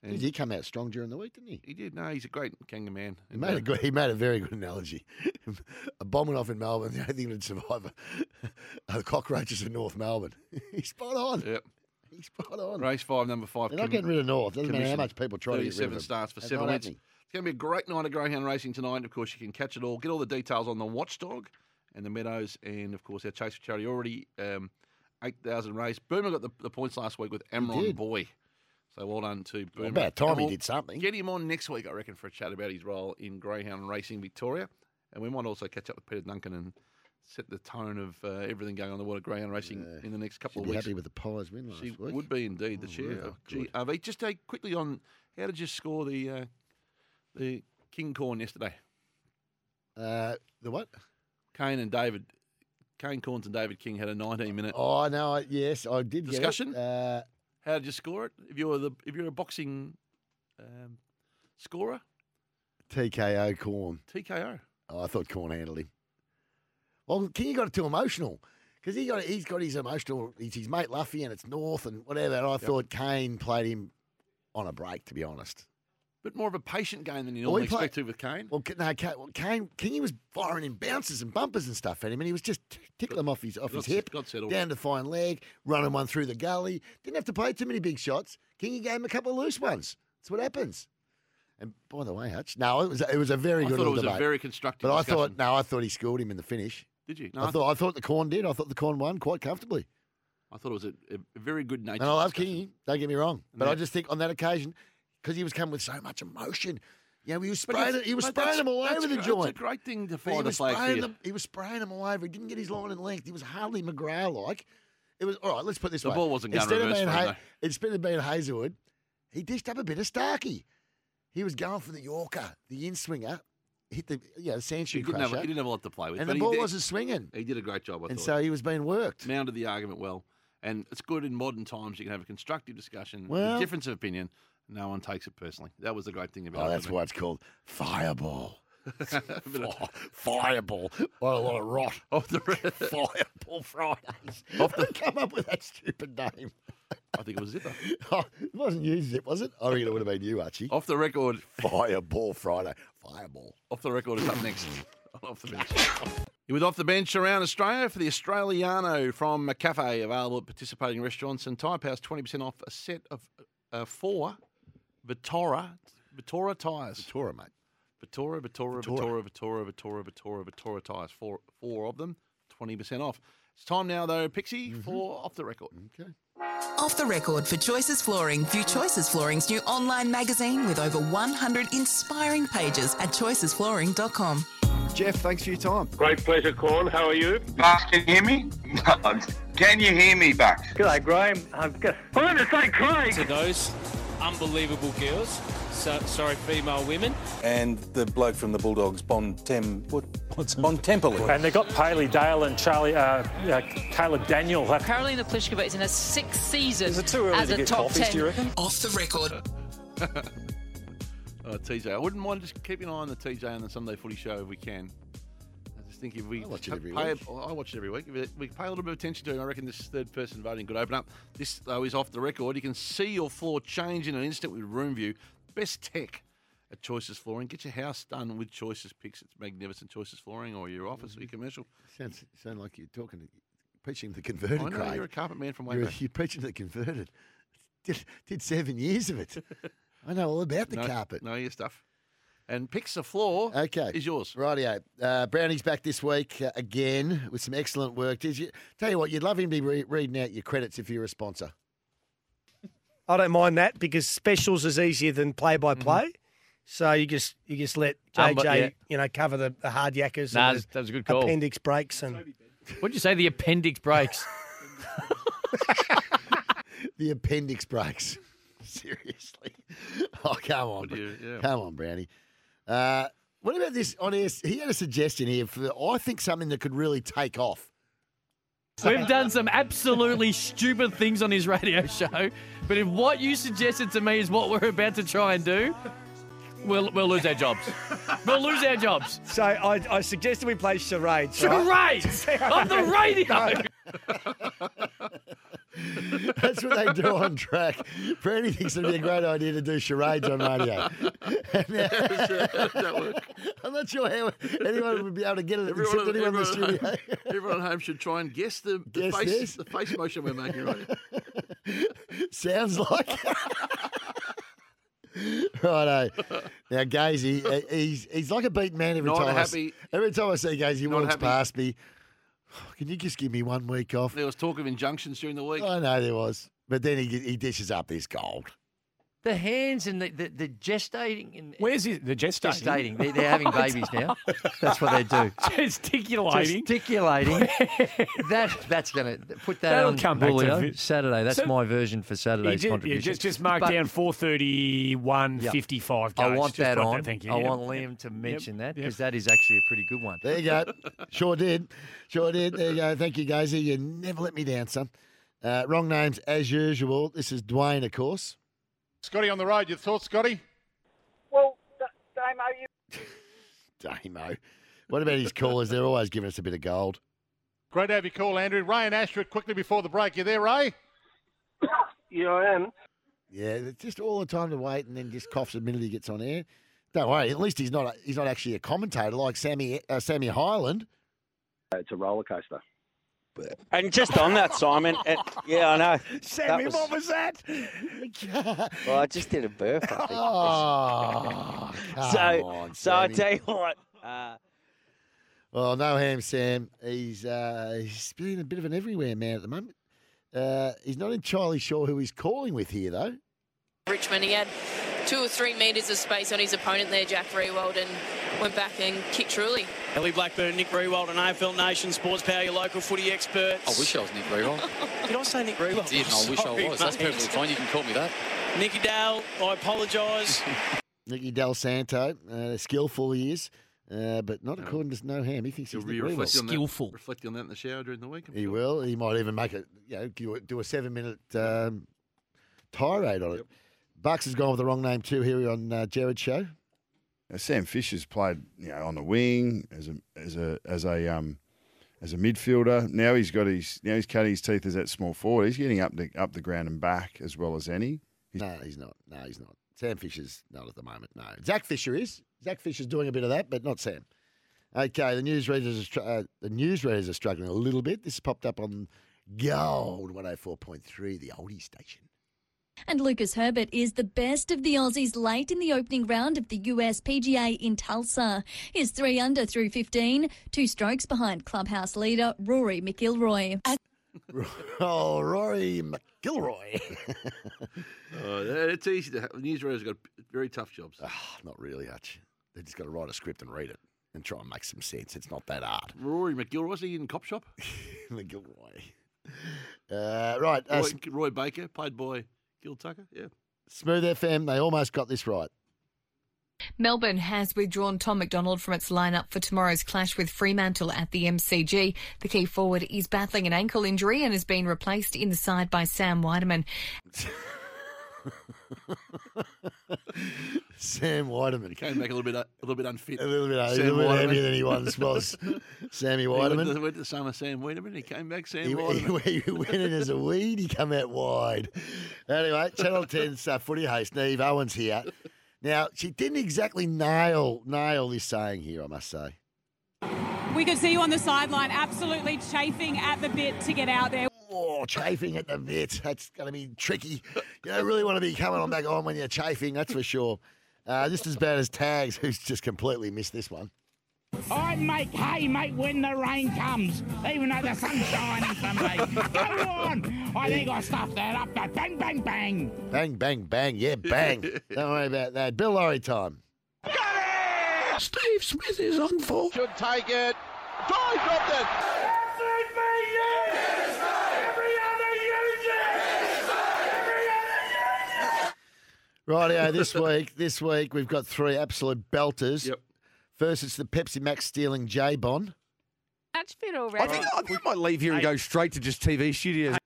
Did he come out strong during the week, didn't he? He did. No, he's a great kangaroo man. He made a good, he made a very good analogy. a bomb went off in Melbourne. The only thing that'd survive are the cockroaches in North Melbourne. He's spot on. Yep. He's spot on. Race five, number 5 They're not getting rid of North. Doesn't matter how commission. much people try to get rid of Thirty-seven them. starts for That's seven not weeks. happening. It's going to be a great night of greyhound racing tonight. Of course, you can catch it all. Get all the details on the Watchdog and the Meadows, and of course our Chase for Charity already um, eight thousand race. Boomer got the, the points last week with Amron did. Boy. So well done to Boomer. about time And he we'll did something. Get him on next week, I reckon, for a chat about his role in greyhound racing Victoria, and we might also catch up with Peter Duncan and set the tone of uh, everything going on in the world of greyhound racing in the next couple She'd of be weeks. happy with the Pies win last She week. would be indeed the chair yeah, of GRV. Just uh, quickly on how did you score the uh, the King Corn yesterday? Uh, the what? Kane and David, Kane Corns and David King had a 19 minute. Oh no! I, yes, I did. get it. Discussion? Uh, How did you score it? If you were the if you're a boxing um, scorer, TKO Corn. TKO. Oh, I thought Corn handled him. Well, King got too emotional because he got he's got his emotional. He's his mate Luffy, and it's North and whatever. And I thought Kane played him on a break. To be honest, Bit more of a patient game than you Well, normally he played- expect to with Kane. Well, K- no, Kane, well, Kane Kingy was firing in bounces and bumpers and stuff at him, and he was just t- tickling him off his off his Got- hip, got settled. down to fine leg, running one through the gully. Didn't have to play too many big shots. Kingy gave him a couple of loose ones. That's what happens. And by the way, Hutch, no, it was it was a very I thought it good little was a debate. very constructive But I discussion. thought no, I thought he scored him in the finish. Did you? I thought I thought the corn did. I thought the corn won quite comfortably. I thought it was a, a very good nature. And I love Kingy. Don't get me wrong, but I Yeah. just think on that occasion, because he was coming with so much emotion, yeah, he was But spraying. that's- He was but spraying that's- them all that's over gr- the that's a joint. great thing to But fire he the was flag for spraying you. them- He was spraying them all over. He didn't get his line in length. He was hardly McGrath like. It was all right. Let's put it this The way: ball wasn't going instead of reverse being for him, instead of being Hazelwood, he dished up a bit of Starkey. He was going for the Yorker, the in swinger, hit the you know, the sand He shoe didn't, have, crusher. he didn't have a lot to play with. And but the he ball did- wasn't swinging. He did a great job, I And thought. so he was being worked. Mounded the argument well. And it's good in modern times you can have a constructive discussion, Well- a difference of opinion. No one takes it personally. That was the great thing about it. Oh, that's for me. why it's called fireball. Bit of- Fireball. What a lot of rot. Off Oh, the Fireball Fridays. Off the come up with that stupid name. I think it was Zipper. Oh, it wasn't you, Zip, was it? I reckon it would have been you, Archie. Off the record. Fireball Friday. Fireball. Off the record is up next. on off the bench. You're with Off the Bench around Australia for the Australiano from a cafe available at participating restaurants and Tyre Power's 20% off a set of uh, four Vitara, Vitara tyres. Vitara, mate. Vitara, Vitara, Vitara, Vitara, Vitara, Vitara, Vitara tyres. Four, four of them, 20% off. It's time now, though, Pixie, for Off the Record. Mm-hmm. Okay. Off the record for Choices Flooring, view Choices Flooring's new online magazine with over 100 inspiring pages at choicesflooring.com. Jeff, thanks for your time. Great pleasure, Corn. How are you? Bucks, can you hear me? can you hear me, Bucks? G'day, Graham. I'm good. I'm going to say Craig. To those unbelievable girls, so, sorry, female women. And the bloke from the Bulldogs, Bon Tem, what, what's Bon Temple? And they've got Paley Dale and Charlie, uh, uh, Caleb Daniel. Carolina Pliskova is in her sixth season Is it too early as to a get top coffees, ten. do you reckon? Off the record. Uh, TJ, I wouldn't mind just keeping an eye on the TJ on the Sunday Footy Show if we can. I just think if we I watch it pa- every pay, week. I watch it every week. If we pay a little bit of attention to him, I reckon this third person voting could open up. This though is off the record. You can see your floor change in an instant with Room View. Best tech at Choices Flooring. Get your house done with Choices Picks. It's magnificent Choices Flooring or your office or your commercial. Sounds sound like you're talking to preaching to the converted. I know, Craig. you're a carpet man from way You're, back. you're preaching to the converted. Did, did seven years of it. I know all about the No- carpet. Know your stuff. And picks the floor. Okay. Is yours. Rightio. Uh, Brownie's back this week uh, again with some excellent work. Did you tell you what? You'd love him to be re- reading out your credits if you're a sponsor. I don't mind that because specials is easier than play by play. So you just you just let Um, JJ but yeah. you know cover the, the hard yakkers. Nah, and the that was a good call. Appendix breaks and What'd you say? The appendix breaks. The appendix breaks. Seriously. Oh, come on. Would you- yeah. Come on, Brownie. Uh, what about this on air? He had a suggestion here for, I think, something that could really take off. We've done some absolutely stupid things on his radio show, but if what you suggested to me is what we're about to try and do, we'll, we'll lose our jobs. We'll lose our jobs. So I, I suggested we play charades. right? Charades on the radio. That's what they do on track. Brownie thinks it'd be a great idea to do charades on radio. I'm not sure how anyone would be able to get it Everyone, except everyone anyone in the at studio. home- everyone at home should try and guess the, the Guess face this? the face motion we're making right now. Sounds like. Righto. Now, Gazy, uh, he's he's like a beaten man every Not time. I s- happy. every time I see Gazy, he Not walks happy. past me. Can you just give me one week off? There was talk of injunctions during the week. I know there was, but then he he dishes up this gold. The hands and the, the, the gestating. And Where's his, the gestating? Gestating. They- they're having babies now. That's what they do. Gesticulating. Gesticulating. that, that's going to put that That'll on come back to Bully on vi- Saturday. That's So- my version for You Saturday's ju- you contribution. just, just mark But down 431, 55 I goes. want Just that like on. Thank you. I Yep. want Yep. Liam to mention that Yep. because that is actually a pretty good one. There you go. Sure did. Sure did. There you go. Thank you, Gazy. You never let me down, son. Uh, wrong names as usual. This is Dwayne, of course. Scotty on the road. Your thoughts, Scotty? Well, D- Damo, you Damo. What about his callers? They're always giving us a bit of gold. Great to have you call, Andrew. Ray and Ashford quickly before the break. You there, Ray? yeah, I am. Yeah, it's just all the time to wait, and then just coughs the minute he gets on air. Don't worry. At least he's not. A, he's not actually a commentator like Sammy uh, Sammy Highland. Uh, It's a roller coaster. And just on that, Simon. it- yeah, I know. That was- that? Well, I just did a burp. I think. oh, come so, on, so I Sammy. tell you what. Uh, Well, no ham, Sam. He's uh, he's been a bit of an everywhere man at the moment. Uh, he's not entirely sure who he's calling with here, though. Richmond. He had two or three metres of space on his opponent there, Jack Rewald, and went back and kicked truly. Ellie Blackburn, Nick Rewald, and AFL Nation Sports Power, your local footy expert. I wish I was Nick Rewald. Did I say Nick Rewald? Did and I wish I Sorry, was. That's mate. perfectly fine. You can call me that. Nicky Dale, I apologise. Nicky Del Santo, uh, skillful he is, uh, but not according to no ham. He thinks he's You'll be Nick Rewald. reflecting on That, reflecting on that in the shower during the week. He will. He might even make it. You know, do a- do a seven-minute um, tirade on it. Bucks has gone with the wrong name too here on uh, Jared's show. Now, Sam Fisher's played, you know, on the wing as a as a as a um as a midfielder. Now he's got his now he's cutting his teeth as that small forward. He's getting up the up the ground and back as well as any. no, he's not. No, he's not. Sam Fisher's not at the moment. No, Zach Fisher is. Zach Fisher's doing a bit of that, but not Sam. Okay, the newsreaders are, str- uh, the newsreaders are struggling a little bit. This popped up on Gold one hundred four point three, the oldie station. And Lucas Herbert is the best of the Aussies late in the opening round of the US PGA in Tulsa. He's three under through 15, two strokes behind clubhouse leader Rory McIlroy. Oh, Rory McIlroy. Ah, Oh, that- it's easy to have. Newsreaders got very tough jobs. not really, Hutch. They just got to write a script and read it and try and make some sense. It's not that hard. Rory McGilroy, is he in Cop Shop? McGilroy. Uh, right, uh, Roy, Sm- Roy Baker, played by Gil Tucker. Yeah. Smooth FM. They almost got this right. Melbourne has withdrawn Tom McDonald from its lineup for tomorrow's clash with Fremantle at the MCG. The key forward is battling an ankle injury and has been replaced in the side by Sam Weideman. Sam Weideman came back a little bit, uh, a little bit unfit. A little bit, uh, a little bit heavier than he once was. Sammy He went to, Weideman. went to summer Sam Weideman. He came back Sam He, Weideman. he, he went in as a weed. He come out wide. Anyway, Channel 10's uh, footy host Neve Owens here. Now she didn't exactly nail nail this saying here. I must say. We could see you on the sideline, absolutely chafing at the bit to get out there. Oh, chafing at the bit. That's going to be tricky. You don't really want to be coming on back on when you're chafing, that's for sure. Uh, just as bad as Tags, who's just completely missed this one. I make hay, mate, when the rain comes, even though the sun's shining for me. Go on! I think I stuffed that up, but bang, bang, bang. Bang, bang, bang. Yeah, bang. Don't worry about that. Bill Laurie time. Steve Smith is on for. Should take it. Drive, Robden. Rightio, this week, this week we've got three absolute belters. Yep. First, it's the Pepsi Max stealing J Bon. Match fit I already. think I think I might leave here and go straight to just TV studios.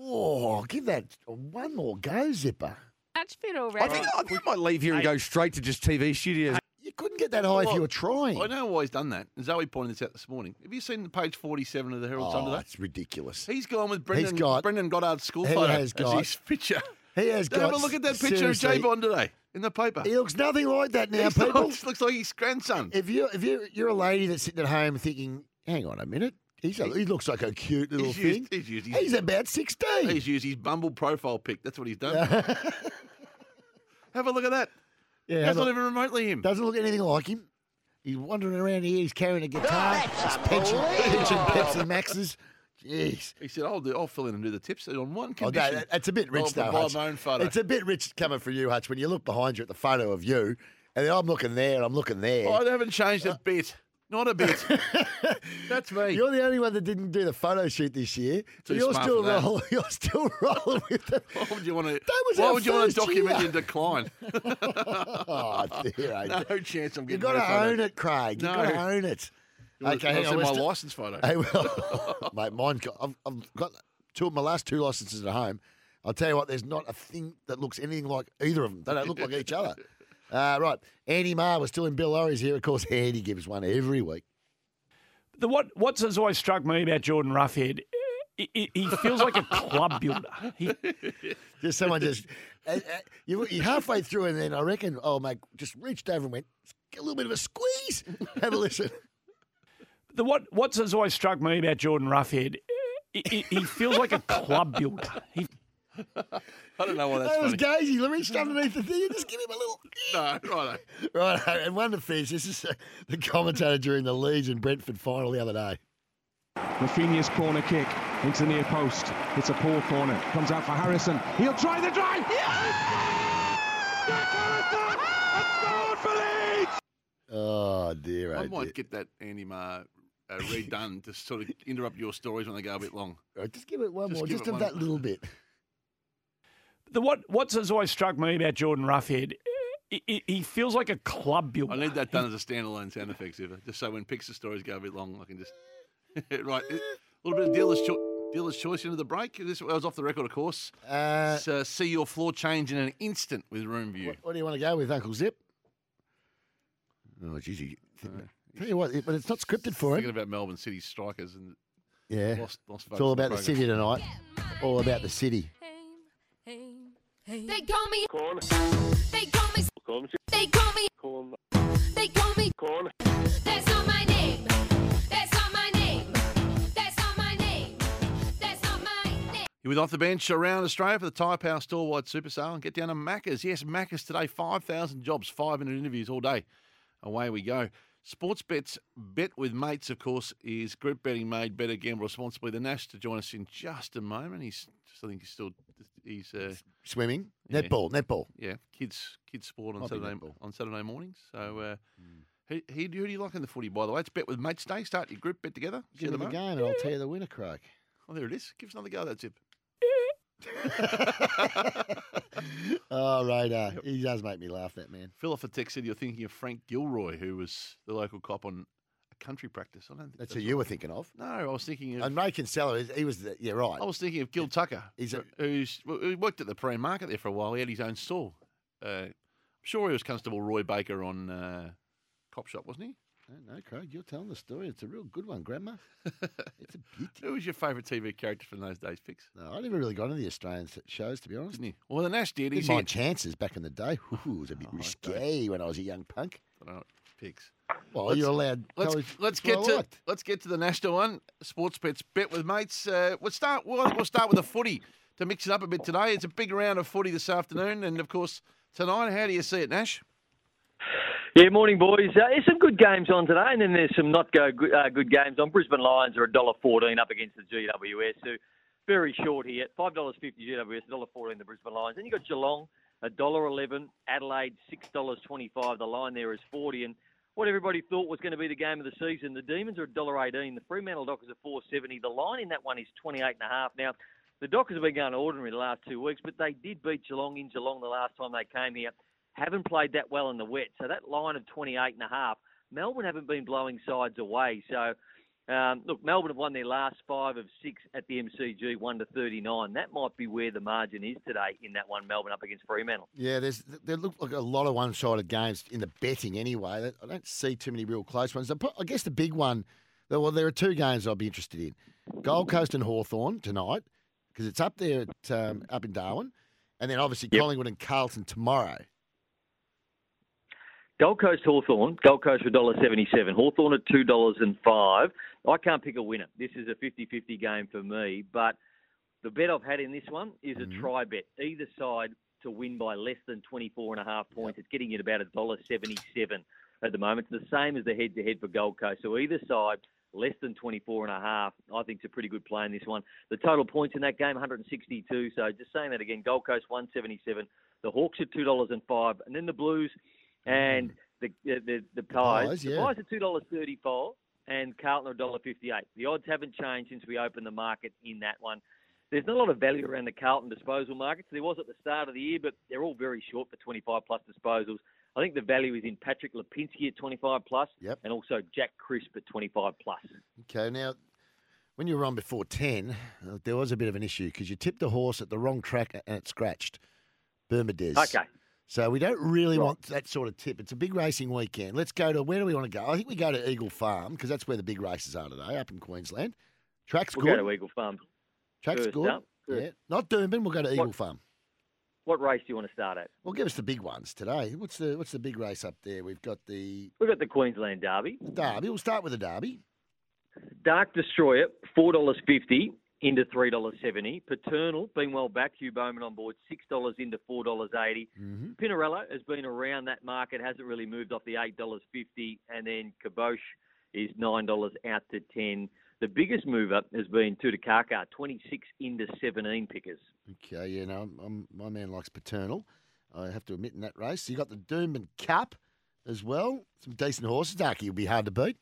Oh, give that one more go, Zipper. Match fit I already. think I think I might leave here and go straight to just TV studios. You couldn't get that high if you were trying. I know why he's done that. Zoe pointed this out this morning. Have you seen page 47 of the Herald Oh, under that? that's ridiculous. He's gone with Brendan, got- Brendan Goddard's school He photo has got- as his picture. He has Don't got. Have a look at that picture of J seriously- Bond today in the paper. He looks nothing like that now, He's not- people. looks like his grandson. If you if you you're a lady that's sitting at home thinking, hang on a minute, he's a, he looks like a cute little He's thing. used, he's, used, He's about 16. He's used his Bumble profile pic. That's what he's done. have a look at that. Yeah, That's have a- not even remotely him. Doesn't look anything like him. He's wandering around here. He's carrying a guitar. He's pinching, unbelievable. pinching Pepsi Maxes. Jeez. He said, I'll, do, I'll fill in and do the tips on one Oh, condition. that, that- that's a bit rich, I'll though. provide Hutch. my own photo. It's a bit rich coming from you, Hutch. When you look behind you at the photo of you, and then I'm looking there, and I'm looking there. I Oh, haven't changed Uh, a bit. Not a bit. That's me. You're the only one that didn't do the photo shoot this year. So Too you're smart still for that. rolling. You're still rolling with the Why would you want to? was why our would you want to first document year. your decline? oh, dear, oh, no dear. chance. I'm You've getting. got my to photo. own it, Craig. You've got No. to own it. You wanna- I'll send we're my still- licence photo. Hey, well, mate, mine. got- I've, I've got two of my last two licences at home. I'll tell you what. There's not a thing that looks anything like either of them. They don't look like each other. Uh, right, Andy Marr. We're still in Bill Lurie's here. Of course, Andy gives one every week. The what what's has always struck me about Jordan Roughhead, he, he- he feels like a club builder. He, Just someone just uh, uh, you, you're halfway through, and then I reckon, oh mate, just reached over and went "Get a little bit of a squeeze. Have a listen. the what what's has always struck me about Jordan Roughhead, he, he- he feels like a club builder. He, I don't know why Oh, that's that was funny. Daisy. Let me stand underneath the thing and just give him a little. No, righto. Right, and one to finish. This is uh, the commentator during the Leeds and Brentford final the other day. Rafinha's corner kick into the near post. It's a poor corner. Comes out for Harrison. He'll try the drive. Oh dear, I oh might dear. get that Andy Marr uh, redone to sort of interrupt your stories when they go a bit long. Right, Oh, just give it one Just more, give just it of one that more. little bit. the what what's has always struck me about Jordan Roughhead, he, he feels like a club I billboard. need that done as a standalone sound effects, ever, just so when picture stories go a bit long, I can just right a little bit of dealer's cho- dealer's choice into the break. This was off the record, of course. Uh, so see your floor change in an instant with room view. What do you want to go with, Uncle Zip? Oh, geez. he- Tell you what, it- but it's not scripted for Thinking him. about Melbourne City strikers and Yeah. lost, lost It's all focus on about the program. city tonight. All about the city. They call me. Corn. They call me. Corn. They call me. Corn. They call me. Corn. That's not my name. That's not my name. That's not my name. That's not my name. You're with Off the Bench around Australia for the Tyre Power Store-wide super sale and get down to Macca's. Yes, Macca's today, 5,000 jobs, five-minute interviews all day. Away we go. Sports bets, bet with mates, of course, is group betting made better, gamble responsibly. The Nash to join us in just a moment. He's, just, I think he's still, he's... Uh, Swimming, Yeah. netball, netball. yeah, kids kids sport on Might be Saturday netball. Mm. on Saturday mornings. So, uh, who, who, do you- who do you like in the footy? By the way, it's bet with mates day. Start your group bet together. See Give you me the tomorrow. game and I'll tell you the winner, Craig. Oh, there it is. Give us another go. That's it. Oh, radar. He does make me laugh, that man. Phil off a text said you're thinking of Frank Gilroy, who was the local cop on a country practice. I don't think That's who you were thinking of. Uh, No, I was thinking of. And Ray Kinsella, is- he was, the, yeah, right. I was thinking of Gil Tucker, He's a- who's who worked at the Prem Market there for a while. He had his own store. Uh, I'm sure he was Constable Roy Baker on uh, Cop Shop, wasn't he? I don't know, Craig. You're telling the story. It's a real good one, Grandma. it's a beauty. Who was your favourite TV character from those days, Fix? No, I never really got into the Australian s- shows, to be honest. Didn't he? Well, the Nash did. Didn't He's mind here. Oh, chances back in the day. Ooh, it was a bit risque when I was a young punk. I know, Fix. Well, Let's- you're allowed. Let's, college- let's well, get I to liked. let's get to the national one. Sports bets bet with mates. Uh, we'll start. We'll, we'll start with the footy to mix it up a bit today. It's a big round of footy this afternoon, and of course tonight. How do you see it, Nash? Yeah, morning, boys. Uh, there's some good games on today, and then there's some not go good, uh, good games on. Brisbane Lions are $1.14 up against the GWS, who very short here. $5.50 GWS, $1.14 the Brisbane Lions. Then you've got Geelong, $1.11. Adelaide, $6.25. The line there is 40 And what everybody thought was going to be the game of the season, the Demons are $1.18. The Fremantle Dockers are 470 The line in that one is 28.5 Now, the Dockers have been going ordinary the last two weeks, but they did beat Geelong in Geelong the last time they came here haven't played that well in the wet. So that line of 28 and a half, Melbourne haven't been blowing sides away. So um, look, Melbourne have won their last five of six at the MCG, one to 39. That might be where the margin is today in that one. Melbourne up against Fremantle. Yeah, there's there look like a lot of one-sided games in the betting anyway. That- I don't see too many real close ones. The pro- I guess the big one, though, well, there are two games I'd be interested in: Gold Coast and Hawthorn tonight, because it's up there at um, up in Darwin, and then obviously Collingwood and Carlton tomorrow. Gold Coast Hawthorn, Gold Coast for $1.77, Hawthorn at $2.05. I can't pick a winner. This is a 50 50 game for me, but the bet I've had in this one is a try bet. Either side to win by less than 24 and a half points. It's getting it about $1.77 at the moment. It's the same as the head to head for Gold Coast. So either side, less than 24 and a half, I think it's a pretty good play in this one. The total points in that game, 162. So just saying that again, Gold Coast 177, the Hawks at $2.05, and then the Blues and the the the, the pies. Mm. Pies, The yeah. pies are two dollars thirty four, and Carlton are dollar fifty eight. The odds haven't changed since we opened the market in that one. There's not a lot of value around the Carlton disposal markets. There was at the start of the year, but they're all very short for 25 plus disposals. I think the value is in Patrick Lipinski at 25 plus, Yep. and also Jack Crisp at 25 plus. Okay, now when you were on before ten, uh, there was a bit of an issue because you tipped the horse at the wrong track and it scratched. Bermudez. Okay. So we don't really want that sort of tip. It's a big racing weekend. Let's go to where do we want to go? I think we go to Eagle Farm because that's where the big races are today, up in Queensland. Track's we'll good. go to Eagle Farm. Track's first good. up. Good. Yeah. Not Doomben, we'll go to Eagle Farm. What race do you want to start at? Well, give us the big ones today. What's the what's the big race up there? We've got the We've got the Queensland Derby. Derby. We'll start with the Derby. Dark Destroyer, four dollars fifty into three dollars seventy. Paternal, been well back, Hugh Bowman on board, six dollars into four dollars eighty. Mm-hmm. Pinarello has been around that market, hasn't really moved off the eight dollars fifty, and then Kabosh is nine dollars out to ten. The biggest mover has been Tutakaka, twenty six into seventeen pickers. Okay, yeah, no, I'm, I'm, my man likes paternal. I have to admit in that race. You got the Doomben Cup as well. Some decent horses. Darky will be hard to beat.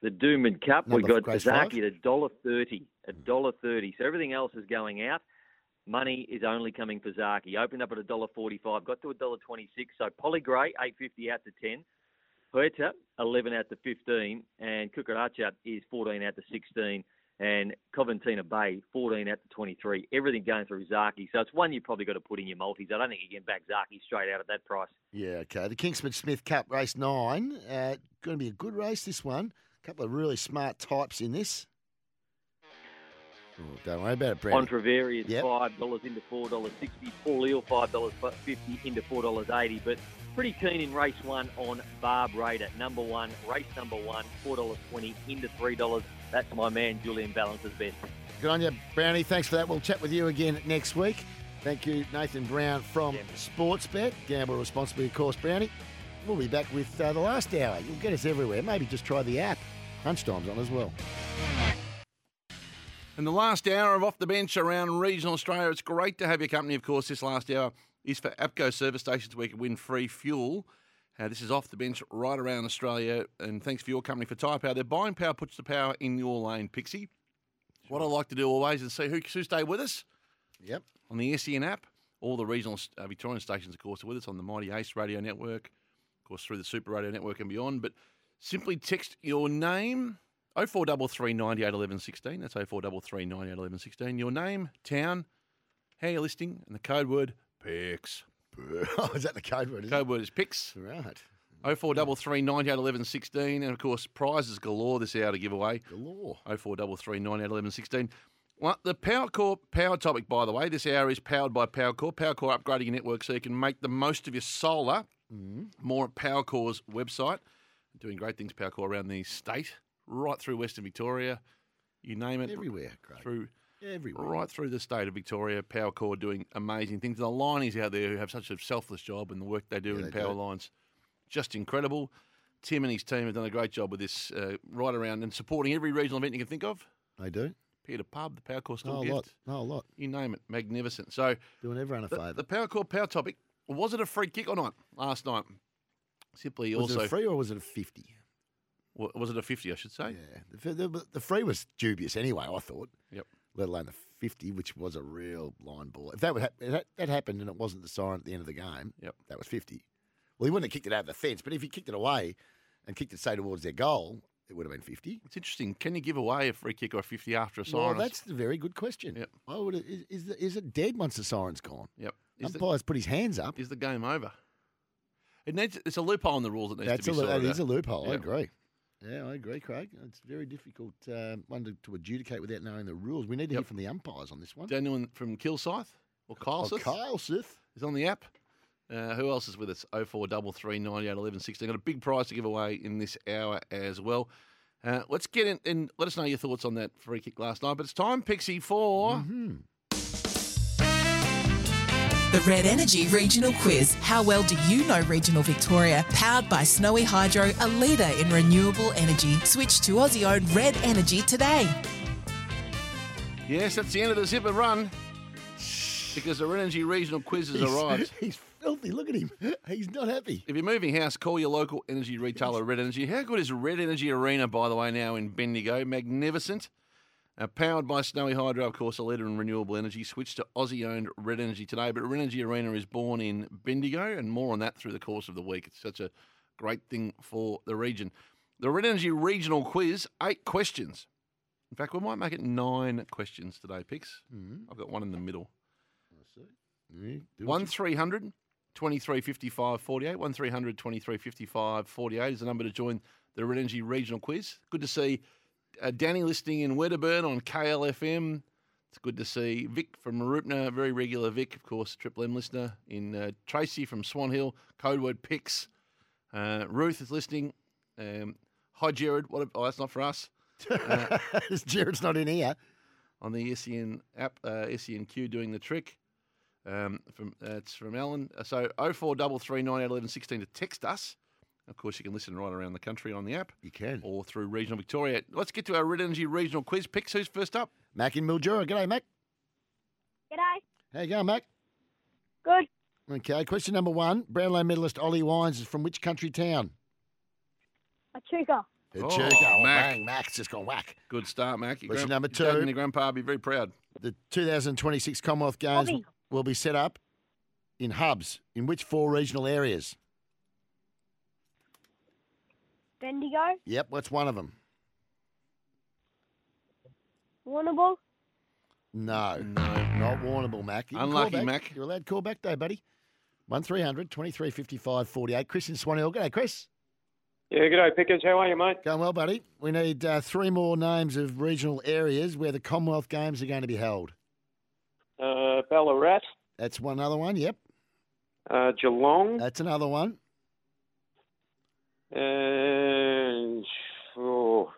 The Doomben Cup, we Number got race five. Zaki at a dollar thirty, a dollar thirty. So everything else is going out. Money is only coming for Zaki. Opened up at $1.45, got to $1.26. So Polly Gray, 8.50 out to 10. Huerta, 11 out to 15. And Kukaracha is 14 out to 16. And Coventina Bay, 14 out to 23. Everything going through Zaki. So it's one you probably got to put in your multis. I don't think you can back Zaki straight out at that price. Yeah, okay. The Kingsman Smith Cup race nine. Uh, going to be a good race, this one. A couple of really smart types in this. Oh, don't worry about it, Brad. Contraveri is five dollars into four dollars sixty. Paul Eel five dollars fifty into four dollars eighty. But pretty keen in race one on Barb Raider, number one, race number one, four dollars twenty into three dollars. That's my man Julian Balance's best. Good on you, Brownie. Thanks for that. We'll chat with you again next week. Thank you, Nathan Brown from Sportsbet. Gamble responsibly, of course, Brownie. We'll be back with uh, the last hour. You'll get us everywhere. Maybe just try the app. Crunchtime's on as well. And the last hour of Off the Bench around regional Australia, it's great to have your company. Of course, this last hour is for APCO service stations where you can win free fuel. Uh, this is Off the Bench right around Australia. And thanks for your company for Tyre Power. Their buying power puts the power in your lane, Pixie. What I like to do always is see who, who stay with us. Yep. On the SEN app. All the regional uh, Victorian stations, of course, are with us on the Mighty Ace Radio Network, of course, through the Super Radio Network and beyond. But simply text your name. 0433 98 11 16. That's 0433 98 11 16. Your name, town, how you're listing, and the code word PIX. Oh, is that the code word? is Code word is PIX. Right. 0433 98 11 16. And of course, prizes galore this hour to give away. Galore. 0433 98 11 16. Well, the Power Core power topic, by the way, this hour is powered by Power Core. Power Core upgrading your network so you can make the most of your solar. Mm-hmm. More at Power Core's website. Doing great things, Power Core, around the state, right through Western Victoria. You name it. Everywhere, Craig. Through Everywhere. Right through the state of Victoria, Power Core doing amazing things. The lineys out there who have such a selfless job and the work they do Yeah, in they Power do. Lines, just incredible. Tim and his team have done a great job with this uh, right around and supporting every regional event you can think of. They do. Peter Pub, the Power Core No, Store a Gift. lot. No, a lot. You name it. Magnificent. So Doing everyone a the, favour. the Power Core Power topic, was it a free kick or not last night? Simply Was also. it a free or was it a 50? wa- Was it a 50, I should say? Yeah. The, the, the free was dubious anyway, I thought. Yep. Let alone the 50, which was a real line ball. If that would hap- if that, that happened and it wasn't the siren at the end of the game, yep. that was 50. Well, he wouldn't have kicked it out of the fence, but if he kicked it away and kicked it, say, towards their goal, it would have been 50. It's interesting. Can you give away a free kick or a 50 after a siren? Well, or s- that's a very good question. Yep. I would, is, is, the- is it dead once the siren's gone? Yep. Is the- Umpire's put his hands up. Is the game over? It needs. It's a loophole in the rules that needs That's to a, be lo- sorted that is a out. loophole. I Yeah. agree. Yeah, I agree, Craig. It's a very difficult um, one to, to adjudicate without knowing the rules. We need to hear from the umpires on this one. Oh, Daniel in- from Kilsyth or Kylesith. Kyle Sith is on the app. Uh, who else is with us? Oh four double three ninety eight eleven sixteen. Got a big prize to give away in this hour as well. Uh, let's get in and let us know your thoughts on that free kick last night. But it's time, Pixie, for Mm-hmm. The Red Energy Regional Quiz. How well do you know regional Victoria? Powered by Snowy Hydro, a leader in renewable energy. Switch to Aussie owned Red Energy today. yes, that's the end of the zipper run because the Energy Regional Quiz has He's- arrived. He's filthy. Look at him. He's not happy. If you're moving house, call your local energy retailer, Red Energy. How good is Red Energy Arena, by the way, now in Bendigo? Magnificent. Uh, powered by Snowy Hydro, of course, a leader in renewable energy. Switch to Aussie owned Red Energy today. But Red Energy Arena is born in Bendigo, and more on that through the course of the week. It's such a great thing for the region. The Red Energy Regional Quiz, eight questions. In fact, we might make it nine questions today, Pix. Mm-hmm. I've got one in the middle. One 300 2355 48. 1 300 2355 48 is the number to join the Red Energy Regional Quiz. Good to see uh, Danny listening in Wedderburn on KLFM. It's good to see Vic from Marupna, very regular Vic, of course, Triple M listener. In uh, Tracy from Swan Hill, code word PIX. Uh, Ruth is listening. Um, hi, Jared. What? A, oh, that's not for us. Uh, Jared's not in here. On the SEN app, uh, SENQ doing the trick. Um, from uh, it's from Alan. Uh, So oh four double three nine eight eleven sixteen to text us. Of course, you can listen right around the country on the app. You can, or through Regional Victoria. Let's get to our Red Energy Regional Quiz picks. Who's first up? Mac in Mildura. G'day, Mac. G'day. How you going, Mac? Good. Okay, question number one. Brownlow medalist Ollie Wines is from which country town? Echuca. Her Oh, jerk. Oh, Mac. bang. Mac's just gone whack. Good start, Mac. Your Question gran- number your dad two. and your grandpa would be very proud. The 2026 Commonwealth Games Bobby. will be set up in hubs in which four regional areas? Bendigo, Yep, what's one of them? Warrnambool, No. No. Not warnable, Mac. You can call Unlucky, back. Mac. You're allowed to call back, though, buddy. 1300 2355 48. Chris in Swan Hill. G'day, Chris. Yeah, good day, Pickers. How are you, mate? Going well, buddy. We need uh, three more names of regional areas where the Commonwealth Games are going to be held. Uh, Ballarat, That's one other one, yep. uh, Geelong, That's another one. and oh,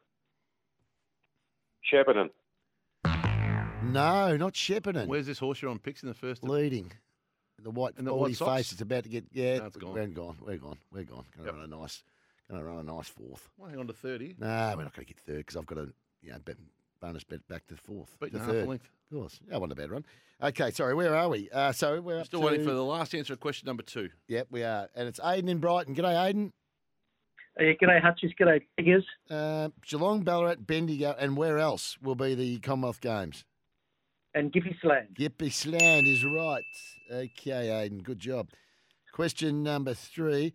Shepparton. No, not Shepparton. Where's this horse you're on? Picks in the first. Leading. The white, And the all white his socks? face is about to get, yeah, No, it's gone. we're gone, we're gone, we're gone. Going to run a nice, going to run a nice fourth. Well, hang on to 30. No, we're not going to get third because I've got a you know, bet, bonus bet back to fourth. Beaten to half a third. length. Of course. That wasn't a bad run. Okay, sorry, where are we? Uh, so we're up Still to- waiting for the last answer of question number two. Yep, we are. And it's Aiden in Brighton. G'day, Aiden. Uh, Yeah, g'day, Hutchins. G'day, Piggers. Uh, Geelong, Ballarat, Bendigo, and where else will be the Commonwealth Games? And Gippsland. Gippsland is right. Okay, Aiden, good job. Question number three.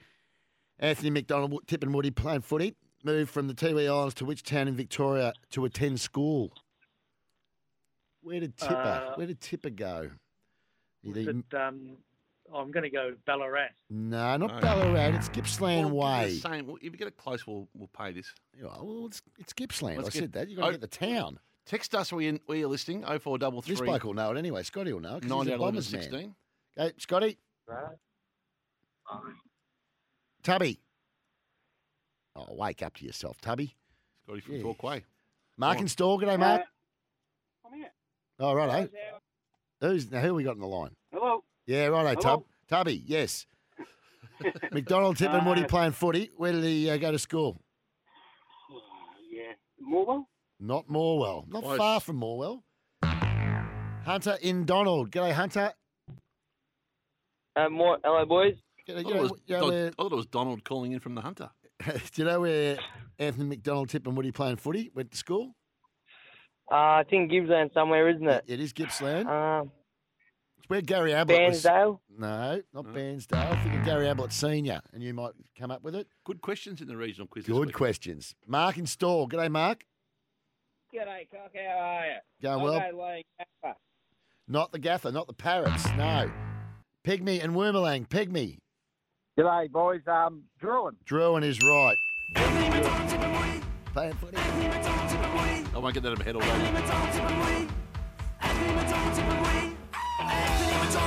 Anthony McDonald, Tip and Woody playing footy, moved from the Tiwi Islands to which town in Victoria to attend school? Where did Tipper? Uh, where did Tipper go? Did he- But um, I'm going to go Ballarat. no, not No. Ballarat. It's Gippsland Well, give Way. us the Same. Well, If you get it close, we'll, we'll pay this. Yeah, well, it's, it's Gippsland. Let's I get- said that. You've got to oh, get the town. Text us where, you, where you're listening, 0433. This bloke will know it anyway. Scotty will know 9 because Oh, he's out a of 11, Bombers man. 16. Hey, Scotty. Tubby. Oh, wake up to yourself, Tubby. Scotty from Yeah. Torquay. Mark Go on. and Stall, g'day, mate. I'm here. All right, righto. Who's now? Who we got on the line? Hello. Yeah, righto, Hello? Tub. Tubby, yes. McDonald Tip and Woody Uh, playing footy. Where did he uh, go to school? Yeah. Morwell? Not Morwell. Not Close. far from Morwell. Hunter in Donald. G'day, Hunter. Uh, more, hello, boys. Yeah, I thought, it was, Don- I thought it was Donald calling in from the Hunter. Do you know where Anthony McDonald Tip and Woody playing footy went to school? Uh, it's in Gippsland somewhere, isn't it? It is Gippsland. Um, It's where Gary Ablett Bairnsdale. was. No, Mm. not Bairnsdale. I think of Gary Ablett Senior, and you might come up with it. Good questions in the regional quiz. this Good week. questions. Mark in Stall. G'day, Mark. G'day, Cock. How are you? Going well. Not the Gaffer, not the Parrots. No. Pygmy and Wormerlang. Pygmy. G'day, boys. Um, Druin. Druin is right. Playing footy. I won't get that out of my head all day.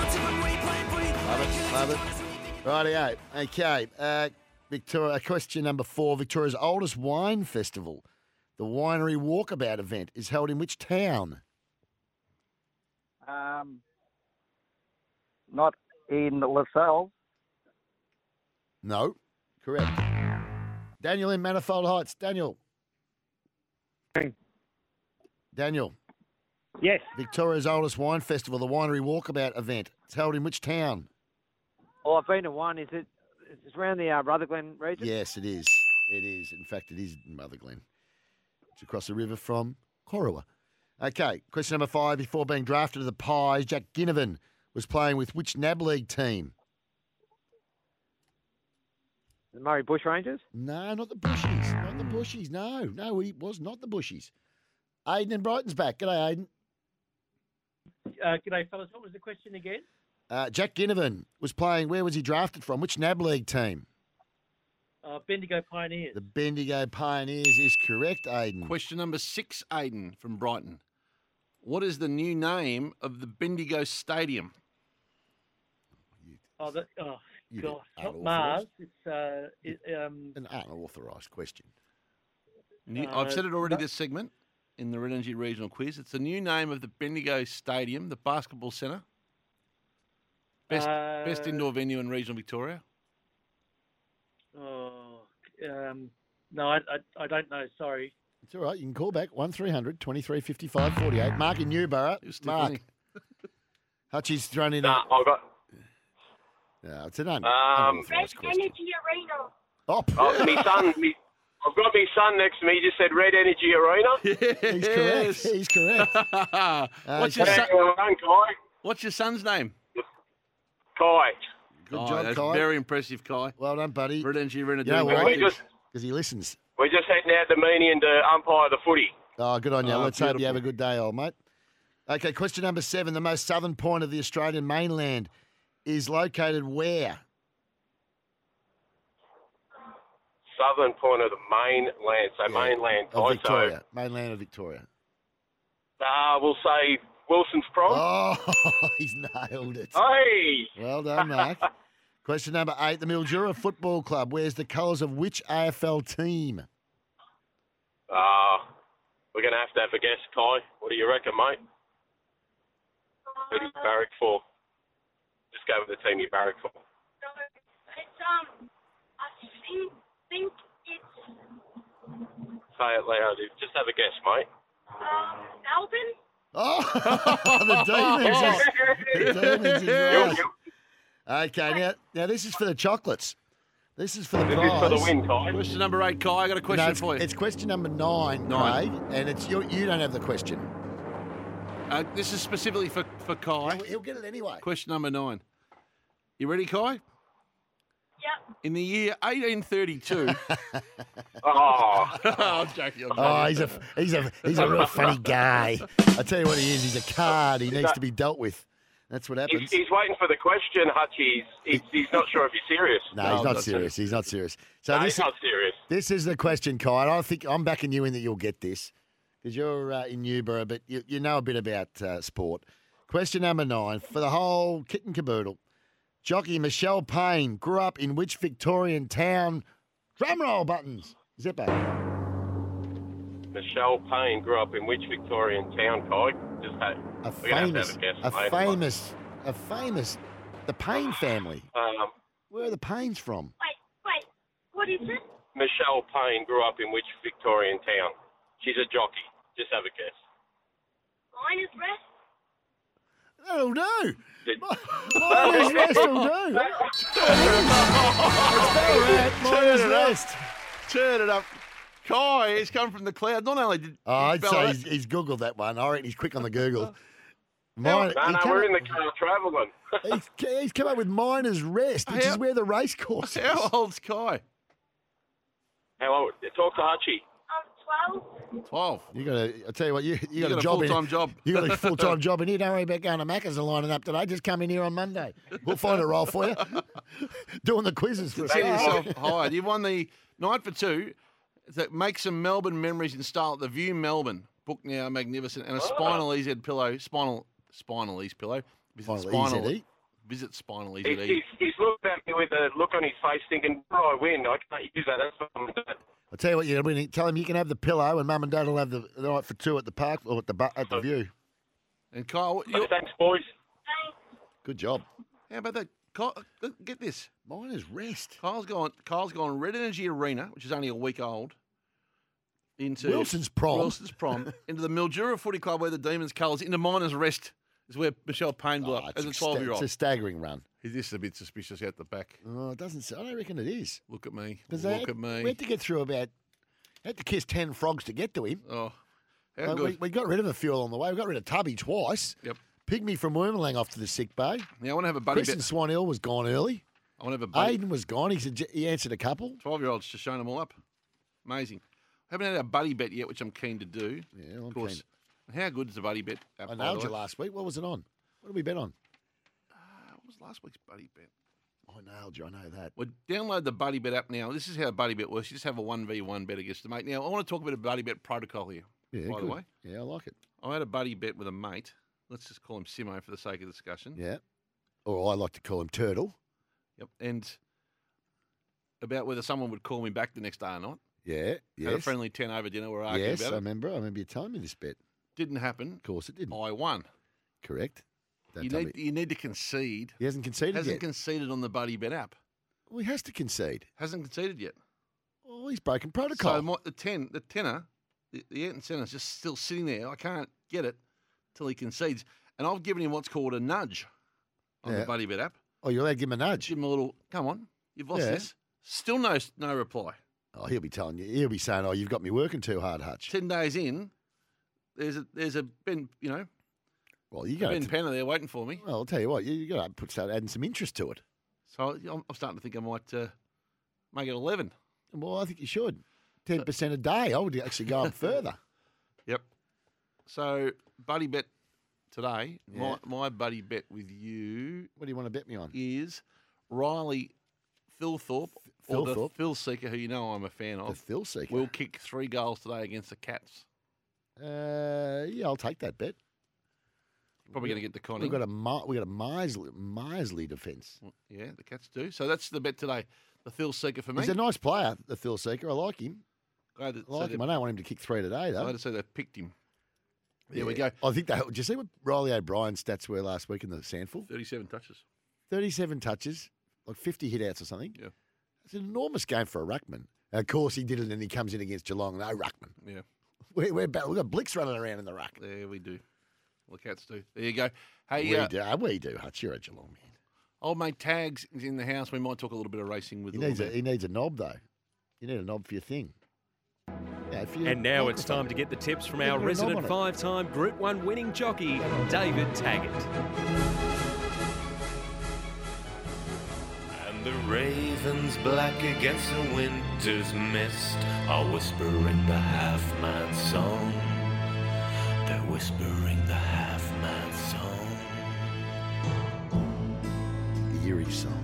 Love it. Love it. Rightio. Okay. Uh, Victoria. Question number four. Victoria's oldest wine festival, the Winery Walkabout event, is held in which town? Um, not in LaSalle. No. Correct. Daniel in Manifold Heights. Daniel. Daniel. Yes. Victoria's oldest wine festival, the Winery Walkabout event. It's held in which town? Oh, I've been to one. Is it? It's around the uh, Rutherglen region. Yes, it is. It is. In fact, it is in Mother Glen. It's across the river from Corowa. Okay, question number five. Before being drafted to the Pies, Jack Ginnivan was playing with which NAB League team? The Murray Bush Rangers. No, not the Bushies. Not the Bushies. No, no, he was not the Bushies. Aiden and Brighton's back. G'day, Aiden. Uh, g'day, fellas. What was the question again? Uh, Jack Ginnivan was playing. Where was he drafted from? Which NAB League team? Uh, Bendigo Pioneers. The Bendigo Pioneers is correct, Aiden. Question number six, Aiden from Brighton. What is the new name of the Bendigo Stadium? Oh, the, oh You God. did Not unauthorised. Mars. It's uh, it, um, An unauthorised question. New, Uh, I've said it already that- this segment in the Red Energy Regional Quiz. It's the new name of the Bendigo Stadium, the basketball centre. Best, best Uh, indoor venue in regional Victoria. Oh, um, no, I, I, I don't know. Sorry. It's all right. You can call back 1300 23 55 48. Mark in Newborough. Mark. Hutchie's thrown in. Nah, I got. No, it's an un- Um, unauthorised question. Energy Arena. Oh, Oh, my son, me, I've got my son next to me. He just said Red Energy Arena. He's correct. He's correct. What's your son- Kai? What's your son's name? Kai. Good job, that's Kai. Very impressive, Kai. Well done, buddy. Red Energy Arena. You know doing why? good things. Because he listens. We're just heading out to Meanian to umpire the footy. Oh, good on Ah, you. Oh, Let's hope you have a good day, old mate. Okay, question number seven. The most southern point of the Australian mainland is located where? Southern point of the mainland, so mainland. Of Kai, Victoria. Mainland of Victoria. So, uh, we'll say Wilson's Prom. Oh, he's nailed it. Hey! Well done, Mark. question number eight. The Mildura Football Club wears the colours of which AFL team? Uh, we're going to have to have a guess, Kai. What do you reckon, mate? Who do Uh-huh. you barrack for? Just go with the team you barrack for. It's um, I think, think it's Say it loud. Just have a guess, mate. um, Alvin. Oh, the demons. is- the demons is uh, right. Okay, now, now this is for the chocolates. This is for the This prize. is for the win, Kai. Question number eight, Kai. I got a question No, it's, for you. It's question number nine, Nine. Craig, and it's you. You don't have the question. Uh, this is specifically for, for Kai. He'll get it anyway. Question number nine. You ready, Kai? Yep. In the year 1832. oh. I'm joking. I'm joking. Oh, he's a he's a he's a real funny guy. I tell you what, he is. He's a card. He needs to be dealt with. That's what He's, happens. he's waiting for the question, Hutchies. He's, he's not sure if you're serious. No, Oh, he's not serious. He's not serious. So No, this he's not serious. this is the question, Kai. and I think I'm backing you in that you'll get this because you're uh, in Newborough, but you, you know a bit about uh, sport. Question number nine for the whole kit and caboodle. Jockey Michelle Payne grew up in which Victorian town? Drum roll buttons. Zipper. Michelle Payne grew up in which Victorian town, Kai? Just had, A we're going to famous, have to have a guess. a mate. famous, a famous, the Payne family. Um, Where are the Paynes from? Wait, wait, what is it? Michelle Payne grew up in which Victorian town? She's a jockey. Just have a guess. Mine is rest. That'll Oh, do. Did- Mine is Oh, rest will do. Ballarat, mine Turn is it up. rest. Turn it up. Kai has come from the cloud. Not only did Oh, I'd say Ballarat- he's, he's googled that one. I reckon he's quick on the Google. no, Mine, he no, come we're up- in the car travelling. he's, he's come up with Miners Rest, which How- is where the race course is. How old's Kai? How old? Talk to Hutchie. I'm 12. 12. You got a, I tell you what, you, you, got, got a a job in- full-time job. You got a full time job in here. Don't worry about going to Macca's and lining up today. Just come in here on Monday. We'll find a role for you. Doing the quizzes for a Set start. yourself high. You've won the night for two. That make some Melbourne memories in style at the View Melbourne. Book now, magnificent, and a spinal EZ pillow. Spinal spinal EZ pillow. Visit Spinal EZ. Visit spinal EZ. He's, he's, he's looked at me with a look on his face thinking, oh, I win. I can't use that. That's what I'm doing. I'll tell you what, you know, tell him you can have the pillow and mum and dad will have the, the night for two at the park or at the, bu- at the view. And Kyle, you're, thanks, boys. Good job. How about that? Kyle, look, get this. Mine is rest. Kyle's gone. Kyle's gone. Red Energy Arena, which is only a week old. Into Wilson's Prom. Wilson's prom. into the Mildura Footy Club, where the Demons colours. Into Miners Rest is where Michelle Payne blew up as a Ah, It's sta- twelve-year-old. It's a staggering run. Is this a bit suspicious out the back? Oh, it doesn't. s- I don't reckon it is. Look at me. Because Look at me. We had to get through about. Had to kiss ten frogs to get to him. Oh, how Uh, good. we, we got rid of a few along the way. We got rid of Tubby twice. Yep. Pygmy from Wormelang off to the sick bay. Now I want to have a buddy Chris bet. and Swan Hill was gone early. I want to have a buddy. Aiden was gone. He, sug- he answered a couple. Twelve-year-olds just showing them all up. Amazing. I haven't had a buddy bet yet, which I'm keen to do. Yeah, I'm of course. keen. And How good is the buddy bet? app, I by the nailed you way? Uh, last week. What was it on? What did we bet on? What was last week's buddy bet? I nailed you. Oh, I know that. Well, download the Buddy Bet app now. This is how Buddy Bet works. You just have a 1v1 bet against the mate. Now, I want to talk about a Buddy Bet protocol here, Yeah, by the good. way. Yeah, I like it. I had a Buddy Bet with a mate. Let's just call him Simo for the sake of discussion. Yeah. Or I like to call him Turtle. Yep. And about whether someone would call me back the next day or not. Yeah. Yes. Had a friendly 10 over dinner. We We're arguing yes, I about it. remember. I remember you telling me this bet. Didn't happen. Of course, it didn't. I won. Correct. Don't You tell need, me. you need to concede. He hasn't conceded Hasn't yet. conceded on the Buddy Bet app. well, he has to concede. Hasn't conceded yet. Oh, he's broken protocol. So my, the ten, the tenner, the, the eight and ten is just still sitting there. I can't get it till he concedes, and I've given him what's called a nudge on Yeah. the buddy bet app. oh, you're allowed to give him a nudge. Give him a little, come on, you've lost Yeah. this. Still no, no reply. Oh, he'll be telling you. He'll be saying, "Oh, you've got me working too hard, Hutch." Ten days in, there's a there's a Ben, you know, Well, you got Ben Penner there waiting for me. Well, I'll tell you what. You, you got to put start adding some interest to it. So I'm, I'm starting to think I might uh, make it eleven. Well, I think you should. Ten percent a day. I would actually go up further. Yep. So buddy bet today. Yeah. My my buddy bet with you. What do you want to bet me on? Is Riley Philthorpe or the Philthorpe? Phil Seeker, who you know I'm a fan of. Phil Seeker. will kick three goals today against the Cats. Uh, yeah, I'll take that bet. Probably going to get the Connie. We've got a mi- we got a miserly, miserly defence. yeah, the Cats do. So that's the bet today. The Phil Seeker for me. He's a nice player, the Phil Seeker. I like him. Glad that, I like so him. they- I don't want him to kick three today though. glad to say they picked him. There we go. I think that. Did you see what Riley O'Brien's stats were last week in the Sandful? 37 touches. Thirty-seven touches, like fifty hit outs or something. Yeah, it's an enormous game for a ruckman. And of course, he did it, and he comes in against Geelong. No ruckman. Yeah. We're, we're ba- we've got Blix running around in the ruck. There we do. Well, the Cats do. There you go. Hey, we uh, do. We do. Hutch, you're a Geelong man. old mate Tags is in the house. We might talk a little bit of racing with He the needs a little he needs a knob though. You need a knob for your thing. Yeah, if you- And now it's time to get the tips from our Put a knob on resident it. five time Group 1 winning jockey, David Taggart. And the ravens black against the winter's mist are whispering the half man song. They're whispering the half man song. The Erie song.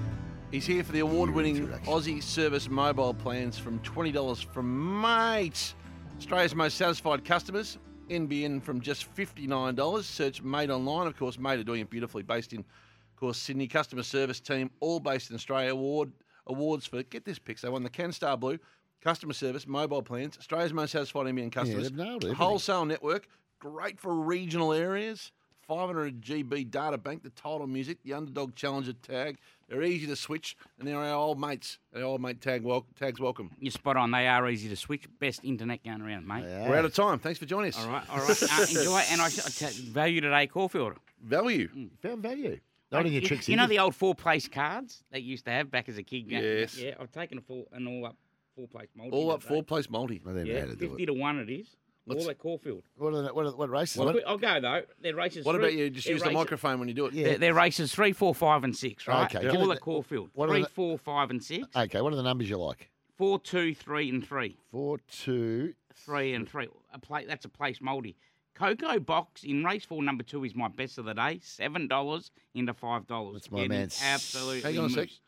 He's here for the award-winning Aussie Service mobile plans from twenty dollars from Mate, Australia's most satisfied customers. NBN from just fifty-nine dollars. Search Mate online. Of course, Mate are doing it beautifully. Based in, of course, Sydney customer service team, all based in Australia. Award awards for get this picks. They won the CanStar Blue customer service mobile plans. Australia's most satisfied NBN customers. they've nailed everything. Wholesale network, great for regional areas. 500 GB data bank, the title music, the underdog challenger tag. They're easy to switch, and they're our old mates. Our old mate tag wel- tags welcome. You're spot on. They are easy to switch. Best internet going around, mate. We're out of time. Thanks for joining us. All right, all right. Uh, enjoy. And I, I t- value today, Caulfield. Value. Found value. Like, Not in your you, tricks. you know the old four place cards that you used to have back as a kid. Yeah, Yes. Yeah, I've taken a full, an all up four place multi. All the up other four day. place multi. Yeah, fifty to one it is. all at Caulfield. What are the, what, are, what races? I'll, What- quit- I'll go though. They're races. What three- about you? Just they're use the races- microphone when you do it. They're, they're races three, four, five, and six, right? Okay, They're give all it at the- Caulfield. what are Three, the- four, five, and six. Okay, what are the numbers you like? Four, two, three, and three. Four, two. Three and three. A plate. That's a place multi. Coco Box in race four, number two is my best of the day. Seven dollars into five dollars. my man. Absolutely. Hang on a sec. moves.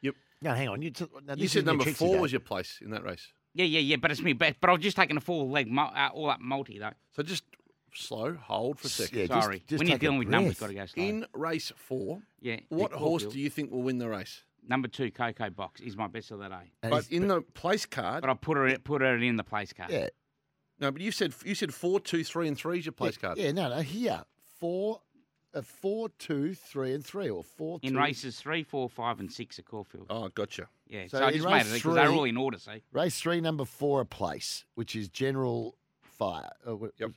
Yep. No, hang on. You, t- now You this said isn't your number tricks four today. was your place in that race. Yeah, yeah, yeah. But it's me best. But I've just taken a four leg mul- uh, all up multi though. So just slow, hold for a second. Sorry. when you're dealing with numbers, got to go slow. In race four, yeah. what horse do you think will win the race? Number two, Coco Box is my best of the day. But in the place card. But I put her in, put her in the place card. Yeah. No, but you said you said four, two, three, and three is your place card. Yeah, no, no. Here, four, uh, four, two, three, and three, or four. In two- races three, four, five, and six at Caulfield. Oh, gotcha. Yeah. So So, I in just made race it because they're three- all in order. See. Race three, number four, a place, which is general fire. Uh, yep.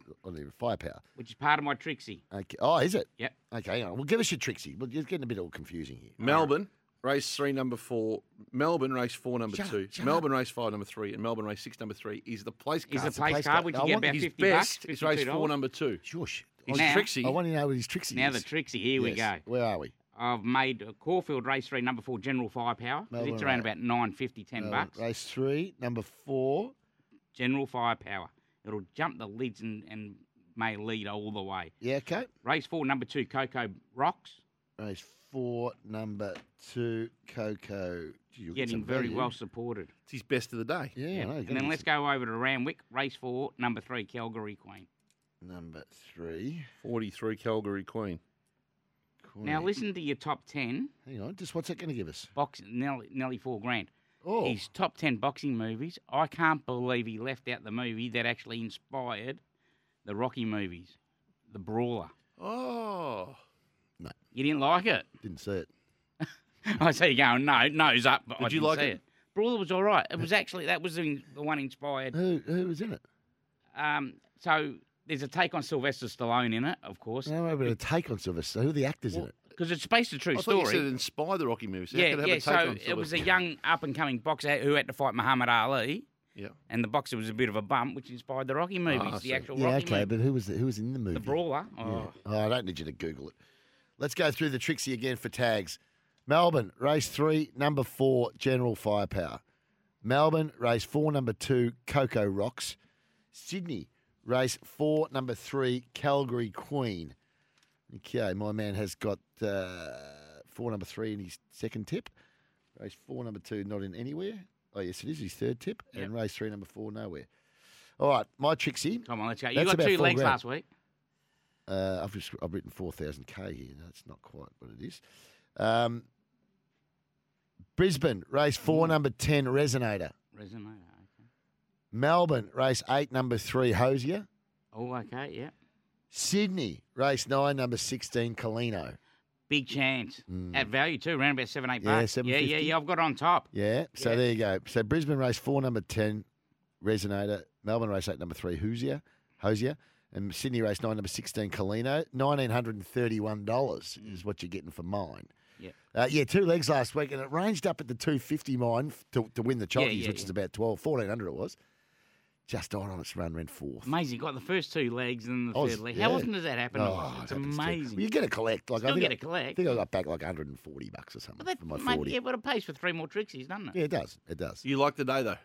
Firepower. Which is part of my Trixie. Okay. Oh, is it? Yep. Okay. Hang on. Well, give us your Trixie. Well, you're getting a bit all confusing here. Melbourne, race three, number four. Melbourne, race four, number Shut up, two. shut up. Melbourne, race five, number three. And Melbourne, race six, number three is the place Is card. the It's the place place card, card. which you I get want- about His 50 bucks, best is race $52. four, number two. Shush. His Now- Trixie. I want to know what his Trixie Now is. the Trixie, here we go. Yes. Where are we? I've made a Caulfield race three, number four, general firepower. Melbourne it's around Race. about 950, 10 Uh, bucks. Race three, number four. General firepower. It'll jump the lids and, and may lead all the way. Yeah, okay. Race four, number two, Coco Rocks. Race four, number two, Coco. Gee, you're Getting some very value. well supported. It's his best of the day. Yeah, I know, you're And gonna then get let's go over to Ramwick, race four, number three, Calgary Queen. Number three. 43 Calgary Queen. Now Queen. listen to your top ten. Hang on, just what's that going to give us? Box nearly, nearly four grand. Oh. His top ten boxing movies. I can't believe he left out the movie that actually inspired the Rocky movies, The Brawler. Oh. You didn't like it? Didn't see it. I see you going, no, nose up, but I Did you didn't like see it? it? Brawler was all right. It was actually, that was the the one inspired. Who, who was in it? Um, so there's a take on Sylvester Stallone in it, of course. No, no, but a take on Sylvester. Who are the actors in it? because it's based on a true I story. thought you said it inspired the Rocky movies. yeah, How could it yeah. have a take So on it was a sort of- young up and coming boxer who had to fight Muhammad Ali. Yeah. And the boxer was a bit of a bump, which inspired the Rocky movies, Ah, I see. the actual yeah, Rocky okay, movie. but who was the, who was in the movie? The brawler. Yeah. Oh. Oh, I don't need you to Google it. Let's go through the Trixie again for tags. Melbourne, race three, number four, General Firepower. Melbourne, race four, number two, Coco Rocks. Sydney, race four, number three, Calgary Queen. Okay, my man has got uh, four, number three in his second tip. Race four, number two, not in anywhere. Oh, yes, it is his third tip. And race three, number four, nowhere. All right, my Trixie. Come on, let's go. You That's got about two four legs grand. last week. Uh, I've just I've written four thousand k here. That's not quite what it is. Um, Brisbane race four, number ten, Resonator. Resume. Melbourne race eight, number three, Hosier. Oh, okay, yeah. Sydney race nine, number sixteen, Colino. Big chance at value too, around about seven, eight Mm. Yeah, bucks. yeah, yeah, 7.50. yeah. I've got it on top. Yeah. So there you go. So Brisbane race four, number ten, Resonator. Melbourne race eight, number three, Hosier. Hosier. And Sydney race nine, number sixteen, Colino. Nineteen hundred and thirty-one dollars is what you're getting for mine. Mm. Yeah. Uh, yeah, two legs last week, and it ranged up at the 250 mine f- to, to win the Yeah, Chockies, yeah, which yeah. is about 12, 1400 it was. Just died on its run, ran fourth. Amazing. Got the first two legs and the I was- third leg. yeah. How often does that happen? Oh, it it's happens too. amazing. Well, you get a collect. Like, I Still think get I- a collect. I think I got back like 140 bucks or something But that, for my mate, 40. yeah, but it pays for three more Trixies, doesn't it? Yeah, it does. It does. You like the day though.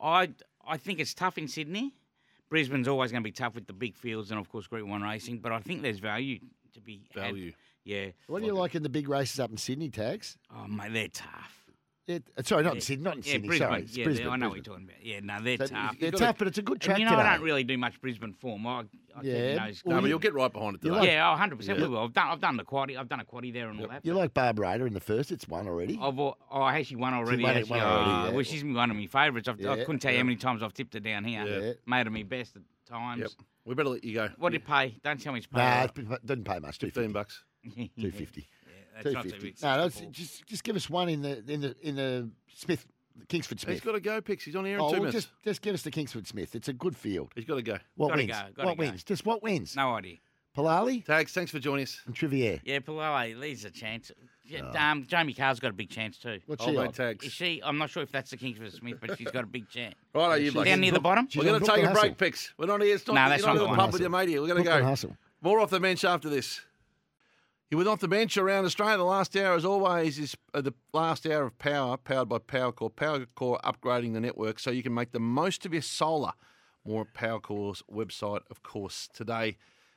I I think it's tough in Sydney. Brisbane's always going to be tough with the big fields and of course Group One racing, but I think there's value to be had. Value. Yeah. What do you like in the big races up in Sydney, Tags? Oh mate, they're tough. It, uh, sorry, not Yeah. in Sydney. Not in yeah, Sydney. Brisbane. Sorry, it's yeah, they- Brisbane. I know what Brisbane. you're talking about. Yeah, no, they're So tough. they're tough, but it's a good track And you know, today. I don't really do much Brisbane form. I, I Yeah, keep nose well, No, but you- you'll get right behind it you today. like- yeah, oh, 100% Yeah. we will. I've done, I've done the quaddy. I've done a quaddy there and all that. You like Barbara in the first? It's won already. Uh, I've, al- oh, I actually won already. won it, actually. won already, Oh, yeah. Well, she's one of my favourites. I've- I Yeah, couldn't tell you yeah. how many times I've tipped her down here. Yeah. Made her my best at times. Yep. We better let you go. What did it pay? Don't tell me it's paid. Nah, it uh, didn't pay much. Fifteen bucks. Two fifty. that's Two not too fifty. big. No, that's, just just give us one in the in the in the Smith Kingsford He's Smith. got to go, Pix. He's on here in Oh, two well, minutes. just just give us the Kingsford Smith. It's a good field. He's got to go. What Gotta wins? go, gotta what go. wins? Just what wins? No idea. Palali Tags, thanks for joining us. and Trivier. Yeah, Palale, there's a chance. Yeah, um, Jamie Carr's got a big chance too. What's she I'll go on? Tags. Is she? I'm not sure if that's the Kingsford Smith, but she's got a big chance. Right, you blokes. down near the bottom. We're going to take a break, Pix. We're not here. It's not, Nah, you're that's not not in the going. pub with your mate here. We're going to Brooklyn go. Hustle. More off the bench after this. You with off the bench around Australia. The last hour, as always, is uh, the last hour of power, powered by PowerCore. PowerCore upgrading the network so you can make the most of your solar. More at PowerCore's website, of course, today.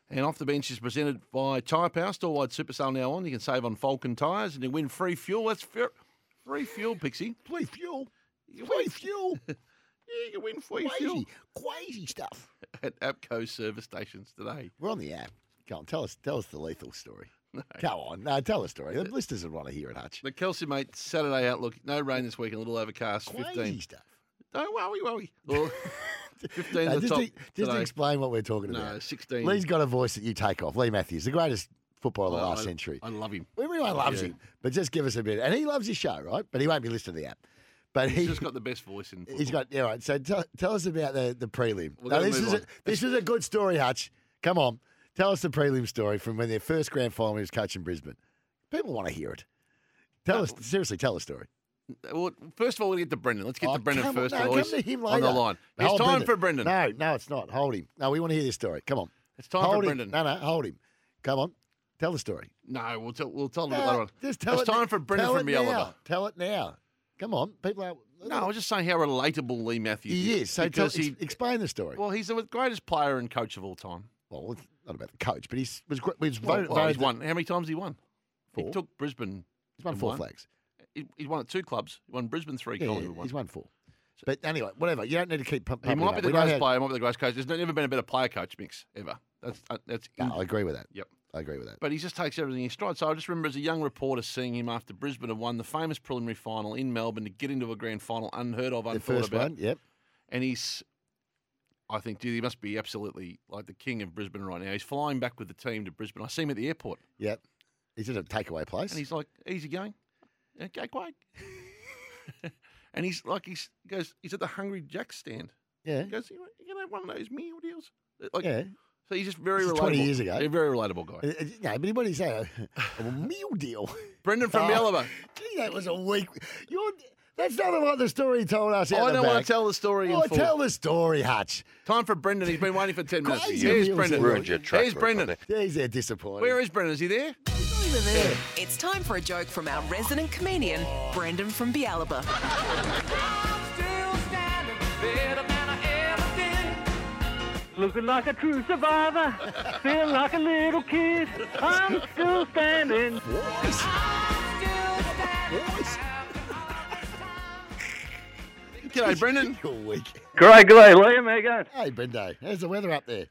And off the bench is presented by Tyre Power. Storewide super sale now on. You can save on Falcon tyres and you win free fuel. That's fair. free fuel, Pixie. Free fuel. Free fuel. yeah, you can win free fuel. Crazy, crazy stuff. at APCO service stations today. We're on the app. Go on, tell us tell us the lethal story. Go on, no, tell the story. The listeners would want to hear it, Hutch. The Kelsey mate Saturday outlook: no rain this week, a little overcast. Crazy Fifteen. stuff. Don't worry, worry. Well, Fifteen. No, the just top to, just to today. explain what we're talking No, about. 16. Lee's got a voice that you take off. Lee Matthews, the greatest footballer of the Oh, last I- century. I love him. Everyone loves Yeah. him, but just give us a bit. And he loves his show, right? But he won't be listening to the app. But he, He's just got the best voice in. he's got yeah. Right. So tell, tell us about the the prelim. We're Now, gonna this move is a, on. this is a good story, Hutch. Come on, tell us the prelim story from when their first grand final was coaching Brisbane. People want to hear it. Tell us seriously. Tell the story. Well, first of all, we will get to Brendan. Let's get Oh, to Brendan come on, first. no, boys, come to him on the later. line. No, It's hold time for Brendan. No, no, it's not. Hold him. No, we want to hear this story. Come on. It's time for hold him. Brendan. No, no, hold him. Come on. Tell the story. No, we'll tell. We'll tell him No, later on. Just tell it's it. time for Brendan tell from it now. Bialaba. Tell it now. Come on. People are. No, I was just saying how relatable Lee Matthews He is. is. So tell, because he, ex- explain the story. well, he's the greatest player and coach of all time. Well, it's not about the coach, but he's was gr- was Well, voted. well, he's voted- won. How many times he won? He Four. took Brisbane. He's won and four flags. He, he won at two clubs. He won Brisbane three. Yeah, Collingwood yeah, one. he's won four. But anyway, whatever. You don't need to keep. Pump, He pumping might him be up. the We know greatest how- player. He might be the greatest coach. There's never been a better player coach mix ever. That's uh, that's. No, I agree with that. Yep. I agree with that. But he just takes everything in stride. So I just remember as a young reporter seeing him after Brisbane had won the famous preliminary final in Melbourne to get into a grand final, unheard of, the unthought first about. one. Yep. And he's, I think, dude, he must be absolutely like the king of Brisbane right now. He's flying back with the team to Brisbane. I see him at the airport, Yep. He's at a takeaway place. and he's like, "Easy going, okay, great." and he's like, he's he goes, he's at the Hungry Jack stand. yeah. He goes, "You you gonna have one of those meal deals?" Like, yeah. So he's just very This relatable. is 20 years ago. He's a very relatable guy. Uh, uh, No, but what do you say? A, a meal deal. Brendan from Oh, Yellowbank. Gee, that was a weak. You're, that's nothing like the story he told us. Oh, I out the don't want back. to tell the story. Oh, in full. tell the story, Hutch. Time for Brendan. He's been waiting for ten minutes. Crazy Here's meals. Brendan. Ruined your track Here's record Brendan. Yeah, he's there disappointed. Where is Brendan? Is he there? It's time for a joke from our resident comedian, Brendan from Bialaba. Looking like a true survivor, feeling like a little kid. I'm still standing. G'day, Brendan. You're weak. G'day, g'day, Liam. How you going? Hey, Brendo. How's the weather up there?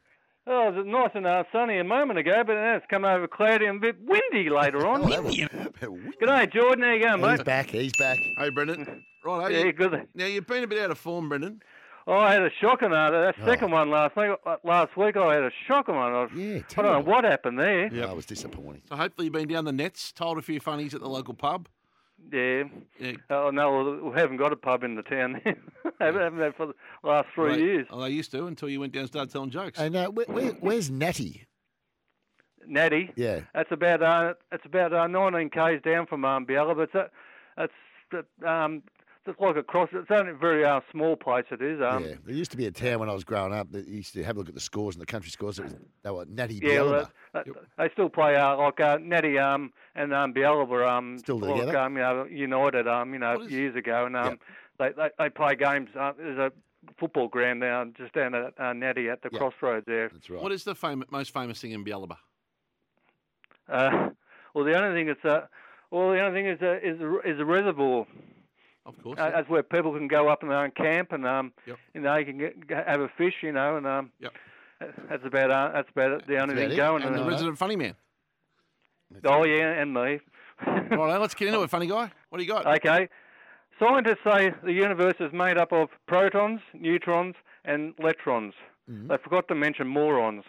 Oh, it was nice and uh, sunny a moment ago, but now it's come over cloudy and a bit windy later on. Windy. G'day, Jordan. How you going, mate? He's back. He's back. Hey, Brendan. Right, Yeah, good. Now you've been a bit out of form, Brendan. Oh. Oh, I had a shocking uh, that second one last night. uh, Last week, I had a shocking one. I, yeah, I don't know what happened there. Yeah, I was disappointed. So hopefully you've been down the nets, told a few funnies at the local pub. Yeah. Yeah. Oh no, we haven't got a pub in the town. haven't haven't had for the last three Right. years. Oh, they used to until you went down and started telling jokes. And uh, where, where, where's Natty? Natty. Yeah. That's about uh, it's about uh, 19 k's down from um, Biala, but it's a, it's uh, um, just like a cross. It's only a very uh, small place. It is. Um, yeah, there used to be a town when I was growing up that used to have a look at the scores and the country scores. It was they were Natty Yeah, well, Bialaba. that, that, they still play uh, like uh, Natty um, and um, Biella were um, Still like, together? um, you know, United um, you know years ago, and um, they, they they play games. Uh, there's a football ground now just down at uh, Natty at the Yeah. crossroads there. That's What is the fam- most famous thing in Bialaba? Uh, well, the only thing is uh, well, the only thing is uh, is the- is the reservoir. Of course. Uh, yeah. that's where people can go up in their own camp, and um, Yep. you know, you can get, g- have a fish, you know, and um, Yep. that's about uh, that's about it, the only That's thing about going. it. And the uh, resident funny man. Oh yeah, and me. All right, let's get into it, funny guy. What do you got? Okay. Scientists say the universe is made up of protons, neutrons, and electrons. Mm-hmm. They forgot to mention morons.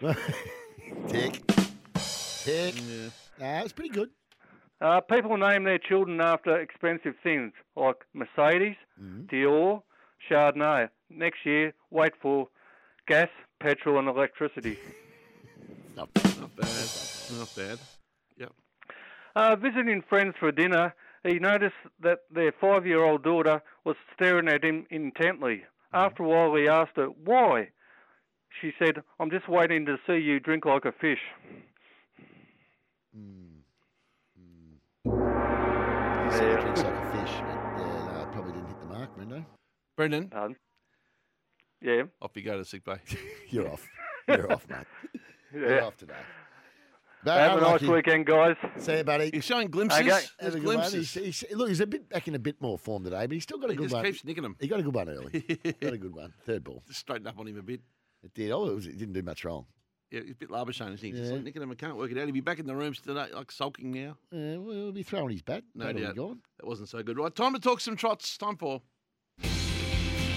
Tick. Tick. Nah, it's pretty good. Uh, people name their children after expensive things like Mercedes, Mm-hmm. Dior, Chardonnay. Next year, wait for gas, petrol, and electricity. Not bad. Not bad. Not bad. Yep. Uh, visiting friends for dinner, he noticed that their five year old daughter was staring at him intently. Mm-hmm. After a while, he asked her, Why? She said, I'm just waiting to see you drink like a fish. He said it drinks like a fish. But, yeah, no, it probably didn't hit the mark, Brendo. Brendan. Um, yeah. Off you go to sick bay. You're off. You're off, mate. You're Yeah. off today. Have a nice unlucky. weekend, guys. See you, buddy. He's showing glimpses. Okay. Have There's a good one. glimpses. He's, he's, look, he's a bit back in a bit more form today, but he's still got a He good just one. keeps nicking 'em. He got a good one early. got a good one. Third ball. Just straighten up on him a bit. It did. Oh, it, was, it didn't do much wrong. Yeah, he's a bit Labashane, isn't he? Just Yeah. like nicking him. I can't work it out. He'll be back in the rooms today, like sulking now. Uh, well, he'll be throwing his bat. No That'll be doubt. gone. That wasn't so good. Right, time to talk some trots. Time for.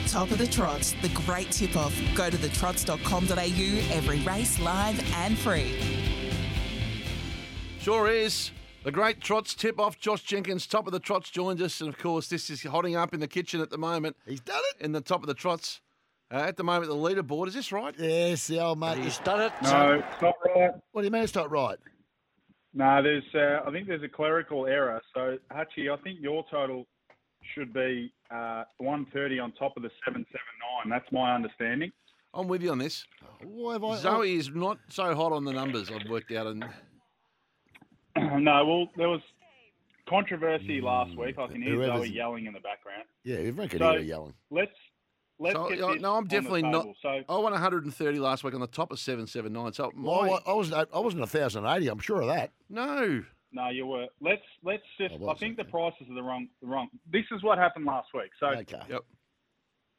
Top of the Trots, the great tip off. Go to thetrots.com.au, every race live and free. Sure is. The great trots tip off. Josh Jenkins, top of the trots, joins us. And of course, this is hotting up in the kitchen at the moment. He's done it. In the top of the trots. Uh, at the moment, the leaderboard. Is this right? Yes, the old mate. He's done it. No, it's not right. What do you mean it's not right? No, there's. Uh, I think there's a clerical error. So Hutchie, I think your total should be uh, 130 on top of the 779. That's my understanding. I'm with you on this. Why have I? Zoe is not so hot on the numbers I've worked out. And no, well, there was controversy last week. I can hear Whoever's- Zoe yelling in the background. Yeah, everyone could So- hear you yelling. Let's let's So, get Oh, yeah, this no, I'm on the definitely not. table. So I won 130 last week on the top of 779. So my, Well, I, I wasn't. I wasn't a thousand eighty. I'm sure of that. no. no, you were. Let's let's just. I, think the prices are the wrong the wrong. This is what happened last week. So Yep.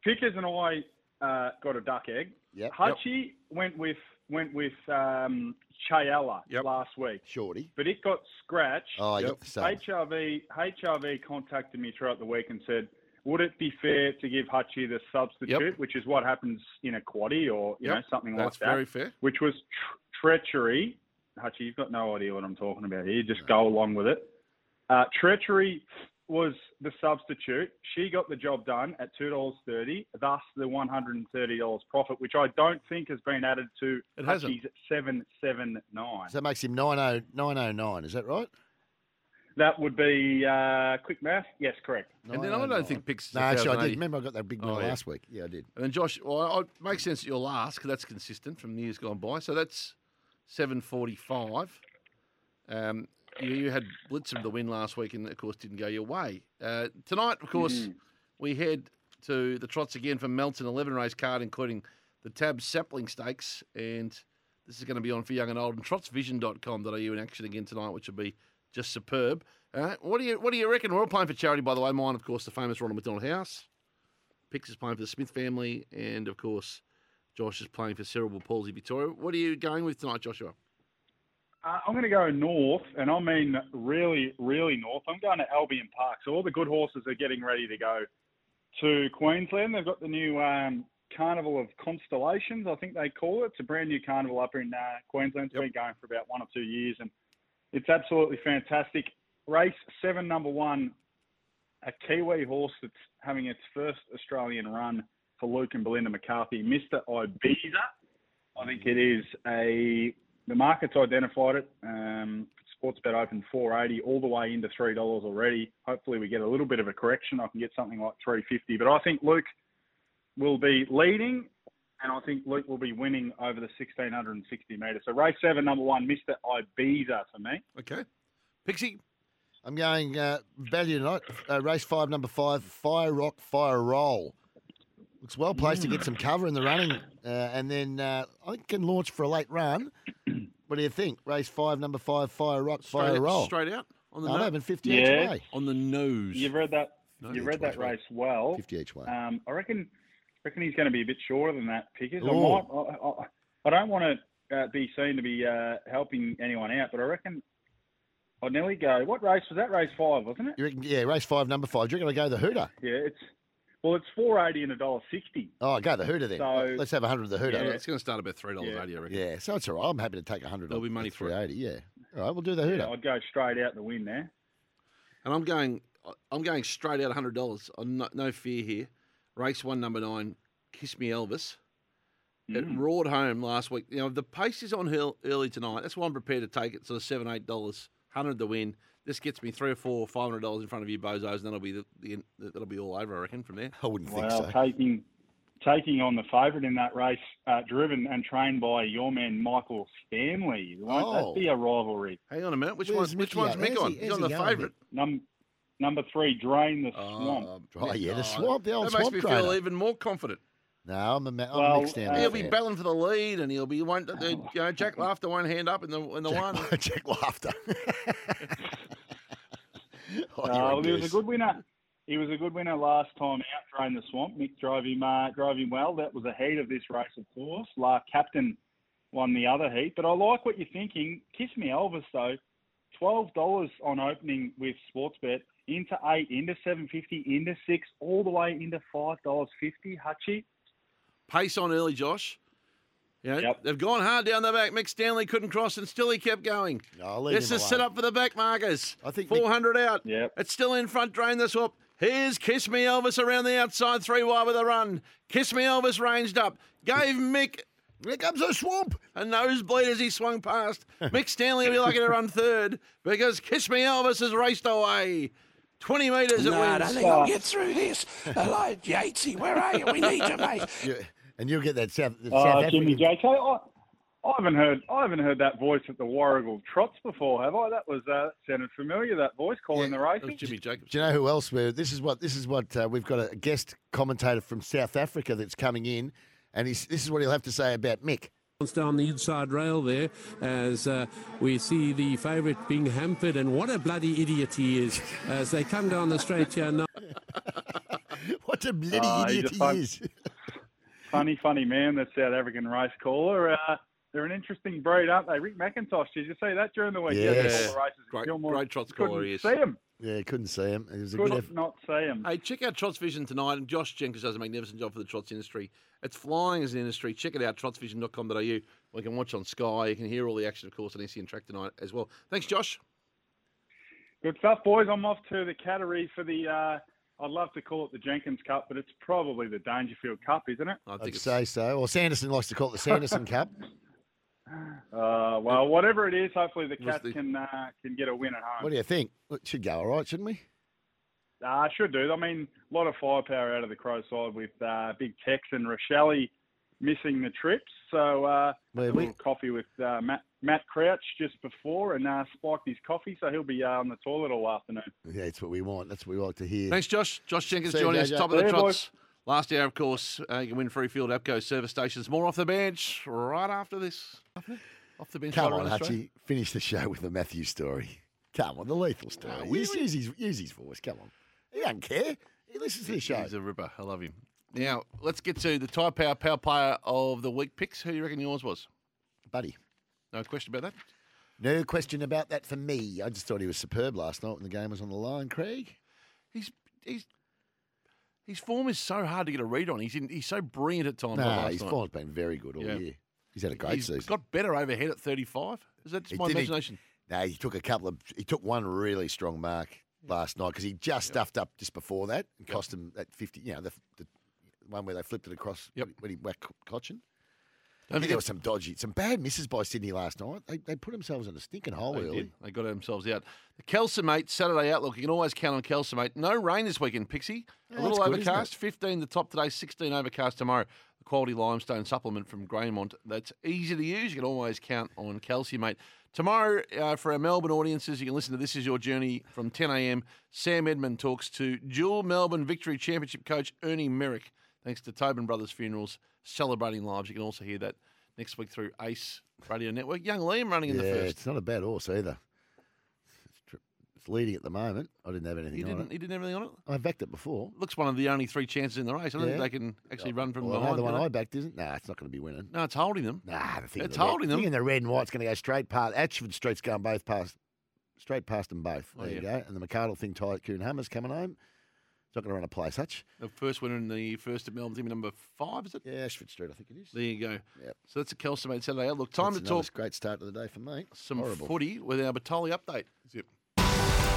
Pickers and I uh, got a duck egg. Yep. Hutchie went with went with um, Chayella last week. Shorty. But it got scratched. Oh, I get Yep. the same. HRV HRV contacted me throughout the week and said, "Would it be fair to give Hutchie the substitute, which is what happens in a quaddy or you know Yep. something That's like that?" very fair. Which was tr- treachery. Hutchie, you've got no idea what I'm talking about here. Just go along with it. Uh, treachery was the substitute. She got the job done at two dollars thirty, thus the one hundred and thirty dollars profit, which I don't think has been added to It hasn't. Hutchie's seven seven nine. So that makes him oh, 90 909, is that right? That would be uh, quick math. Yes, correct. And then I don't think picks. No, actually, I did. Remember, I got that big one Oh, yeah. last week. Yeah, I did. And then Josh, well, I- it makes sense that you'll ask. 'cause That's consistent from the years gone by. So that's seven forty-five. Um, you, you had Blitzham the win last week, and of course didn't go your way. Uh, tonight, of course, Mhm. we head to the trots again for Melton eleven race card, including the Tab Sapling Stakes, and this is going to be on for young and old. And trotsvision.com.au in action again tonight, which will be just superb. Uh, what do you what do you reckon? We're all playing for charity, by the way. Mine, of course, the famous Ronald McDonald House. Pix is playing for the Smith family, and of course, Josh is playing for Cerebral Palsy Victoria. What are you going with tonight, Joshua? Uh, I'm going to go north, and I mean really, really north. I'm going to Albion Park. So all the good horses are getting ready to go to Queensland. They've got the new um, Carnival of Constellations, I think they call it. It's a brand new carnival up in uh, Queensland. It's been going for about one or two years, and it's absolutely fantastic. Race seven, number one, a Kiwi horse that's having its first Australian run for Luke and Belinda McCarthy, Mr. Ibiza. I think it is a. The market's identified it. Um, Sportsbet opened 480 all the way into three dollars already. Hopefully, we get a little bit of a correction. I can get something like 350, but I think Luke will be leading, and I think Luke will be winning over the 1660 metres. So race seven, number one, Mr. Ibiza for me. Okay, Pixie. I'm going uh, value tonight. Uh, race five, number five, Fire Rock, Fire Roll. Looks well placed to Mm. get some cover in the running, uh, and then uh, I think can launch for a late run. What do you think? Race five, number five, Fire Rock, Fire Straight- Roll. Straight out on the I'm no- hoping 50 each Yeah. way. On the nose. You've read that. No, you've each read that way. race well. 50 each way. Um, I reckon. Reckon he's going to be a bit shorter than that, Pickers. I, Ooh. might, I, I, I don't want to uh, be seen to be uh, helping anyone out, but I reckon I'd nearly go. What race was that? Race five, wasn't it? You reckon, yeah, race five, number five. Do you reckon I go the Hooter? Yeah, it's well, it's four eighty and a dollar sixty. Oh, I go the Hooter then. So- Let's have a hundred of the Hooter. Yeah, it's going to start about three dollars eighty. I reckon. Yeah, so it's all right. I'm happy to take a hundred. There'll be money for three it. eighty. Yeah, all right, we'll do the Hooter. Yeah, I'd go straight out the win there. And I'm going, I'm going straight out hundred dollars. Oh, No, no fear here. Race one, number nine, Kiss Me Elvis. It Mm. roared home last week. You know if the pace is on hill early tonight. That's why I'm prepared to take it. So seven, eight dollars, hundred to win. This gets me three or four, five hundred dollars in front of you, bozos, and that'll be the, the that'll be all over. I reckon from there. I wouldn't Well, taking taking on the favourite in that race, uh, driven and trained by your man Michael Stanley. Won't Oh. that be a rivalry? Hang on a minute. Which one's which one's Mick on? He's on the favourite. Num- number three, drain the swamp. Oh, yeah, the swamp, the old Um, that makes swamp me trainer. feel even more confident. No, I'm a ma- I'm Well, Mick uh, Stanley. he'll be fan. battling for the lead, and he'll be won't, the- you know Jack Laughter won't hand up in the in the one. Jack Laughter. Uh, well, he was a good winner. He was a good winner last time out, drain the swamp. Mick drove him, uh, drove him well. That was the heat of this race, of course. La Captain won the other heat, but I like what you're thinking. Kiss me, Elvis, though. Twelve dollars on opening with Sportsbet into eight, into seven fifty, into six, all the way into five dollars fifty. Hutchie, Pace on early, Josh. Yeah, they've gone hard down the back. Mick Stanley couldn't cross, and still he kept going. leave this him is alone. set up for the back markers. I think four hundred out. Yeah, it's still in front. Drain this up. Here's Kiss Me Elvis around the outside, three wide with a run. Kiss Me Elvis ranged up, gave Mick. Here comes a swamp. A nosebleed as he swung past. Mick Stanley will be lucky to run third because Kiss Me Elvis has raced away. 20 metres it No, I wins. don't think I'll get through this. Hello, Yatesy, where are you? We need you, mate. You- and you'll get that South, the South uh, African. Jimmy JK. I, I haven't heard I haven't heard that voice at the Warrigal Trots before, have I? That was uh, sounded familiar. That voice calling the races. Jimmy Jacobs. Do you know who else? We're, this is what this is what uh, we've got a guest commentator from South Africa that's coming in, and he's, this is what he'll have to say about Mick. Bounce down the inside rail there as uh, we see the favourite being hampered and what a bloody idiot he is as they come down the straight here now. what a bloody Ah, he's a idiot he fun- is. funny, funny man, that South African race caller. Uh, they're an interesting breed, aren't they? Rick McIntosh, did you see that during the week? Yeah, Yes. all the races. Great, Gilmore, great trots couldn't caller he is. See him. Yeah, couldn't see him. It was a Could good effort. not see him. Hey, check out Trots Vision tonight. And Josh Jenkins does a magnificent job for the trots industry. It's flying as an industry. Check it out, trotsvision.com.au. We E can watch on Sky. You can hear all the action, of course, on ECN Track tonight as well. Thanks, Josh. Good stuff, boys. I'm off to the Cattery for the. Uh, I'd love to call it the Jenkins Cup, but it's probably the Dangerfield Cup, isn't it? I'd say so. Or Sanderson likes to call it the Sanderson Cup. Uh, well, whatever it is, hopefully the Cats the- can uh, can get a win at home. What do you think? It should go all right, shouldn't we? Uh, should do. I mean, a lot of firepower out of the Crow side with uh, Big Tex and Rochelle missing the trips. So uh, Where had a we- little coffee with uh, Matt Matt Crouch just before and uh, spiked his coffee, so he'll be uh, on the toilet all afternoon. Yeah, it's what we want. That's what we like to hear. Thanks, Josh. Josh Jenkins See you, joining us, JJ. top of the See you, trots. Last hour, of course, uh, you can win free field Apco service stations. More off the bench right after this. Off the bench. Come right on, around Australia. Hutchie. Finish the show with the Matthew story. Come on, the lethal story. use, use his, use his voice. Come on. He doesn't care. He listens to the show. He's a ripper. I love him. Now, let's get to the Thai Power Power Player of the Week picks. Who do you reckon yours was? Buddy. No question about that. No question about that for me. I just thought he was superb last night when the game was on the line, Craig. He's he's His form is so hard to get a read on. He's in, he's so brilliant at times. like no, last his night. form's been very good all Yeah. year. He's had a great He's season. got better overhead at 35. Is that just He my did, he- imagination? No, he took a couple of. He took one really strong mark Hmm. last night because he just stuffed up just before that and cost him that fifty. You know, the, the one where they flipped it across when he whacked Co- Cochin. I think forget- there was some dodgy, some bad misses by Sydney last night. They, they put themselves in a stinking hole They early. did. They got themselves out. The Kelsamate Saturday outlook. You can always count on Kelsamate. No rain this weekend, Pixie. Oh, A that's little good, isn't overcast. 15 the top today, 16 overcast tomorrow. The quality limestone supplement from Greymont. That's easy to use. You can always count on Kelsamate. Tomorrow, uh, for our Melbourne audiences, you can listen to This Is Your Journey from 10 a.m. Sam Edmund talks to dual Melbourne Victory Championship coach Ernie Merrick. Thanks to Tobin Brothers Funerals, celebrating lives. You can also hear that next week through Ace Radio Network. Young Liam running in yeah, the first. it's not a bad horse either. It's tr- It's leading at the moment. I didn't have anything He on didn't. it. He didn't have anything on it. I backed it before. Oh. Looks one of the only three chances in the race. I don't Yeah. think they can actually run from Well, I know behind. the one can I they? backed isn't. Nah, it's not going to be winning. No, it's holding them. Nah, the thing. in It's the red- holding them. Thing in the red and white's going to go straight past. Ashford Street's going both past, straight past them both. Oh, There you yeah. go. And the McArdle thing, Tycoon Hummer's coming home. It's not going to run a place, Hutch. The first winner in the first at Melbourne, team number five, is it? Yeah, Ashford Street, I think it is. There you go. Yep. So that's a Kelsamate Saturday outlook. Time That's to another talk Great start to the day for me. some Horrible. footy with our Batoli update. Zip.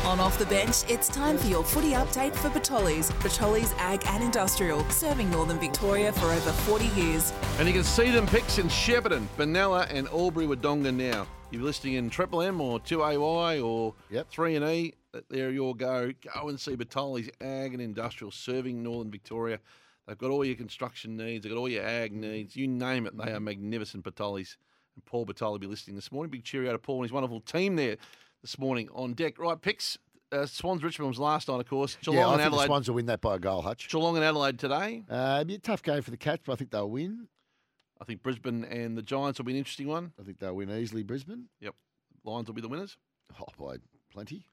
On Off the Bench, it's time for your footy update for Batoli's. Batoli's Ag and Industrial, serving Northern Victoria for over 40 years. And you can see them picks in Shepparton, Benalla, and Albury Wodonga now. You're listening in Triple M or 2AY or 3E. There you all go. Go and see Batoli's Ag and Industrial serving Northern Victoria. They've got all your construction needs, they've got all your ag needs, you name it. They are magnificent Batoli's. And Paul Batoli will be listening this morning. Big cheerio to Paul and his wonderful team there this morning on deck. Right, picks. Uh, Swans Richmond was last night, of course. Geelong yeah, I and think the Adelaide. Swans will win that by a goal, Hutch. Geelong and Adelaide today. Uh, it'd be a tough game for the Cats, but I think they'll win. I think Brisbane and the Giants will be an interesting one. I think they'll win easily, Brisbane. Yep. Lions will be the winners. Oh, by plenty.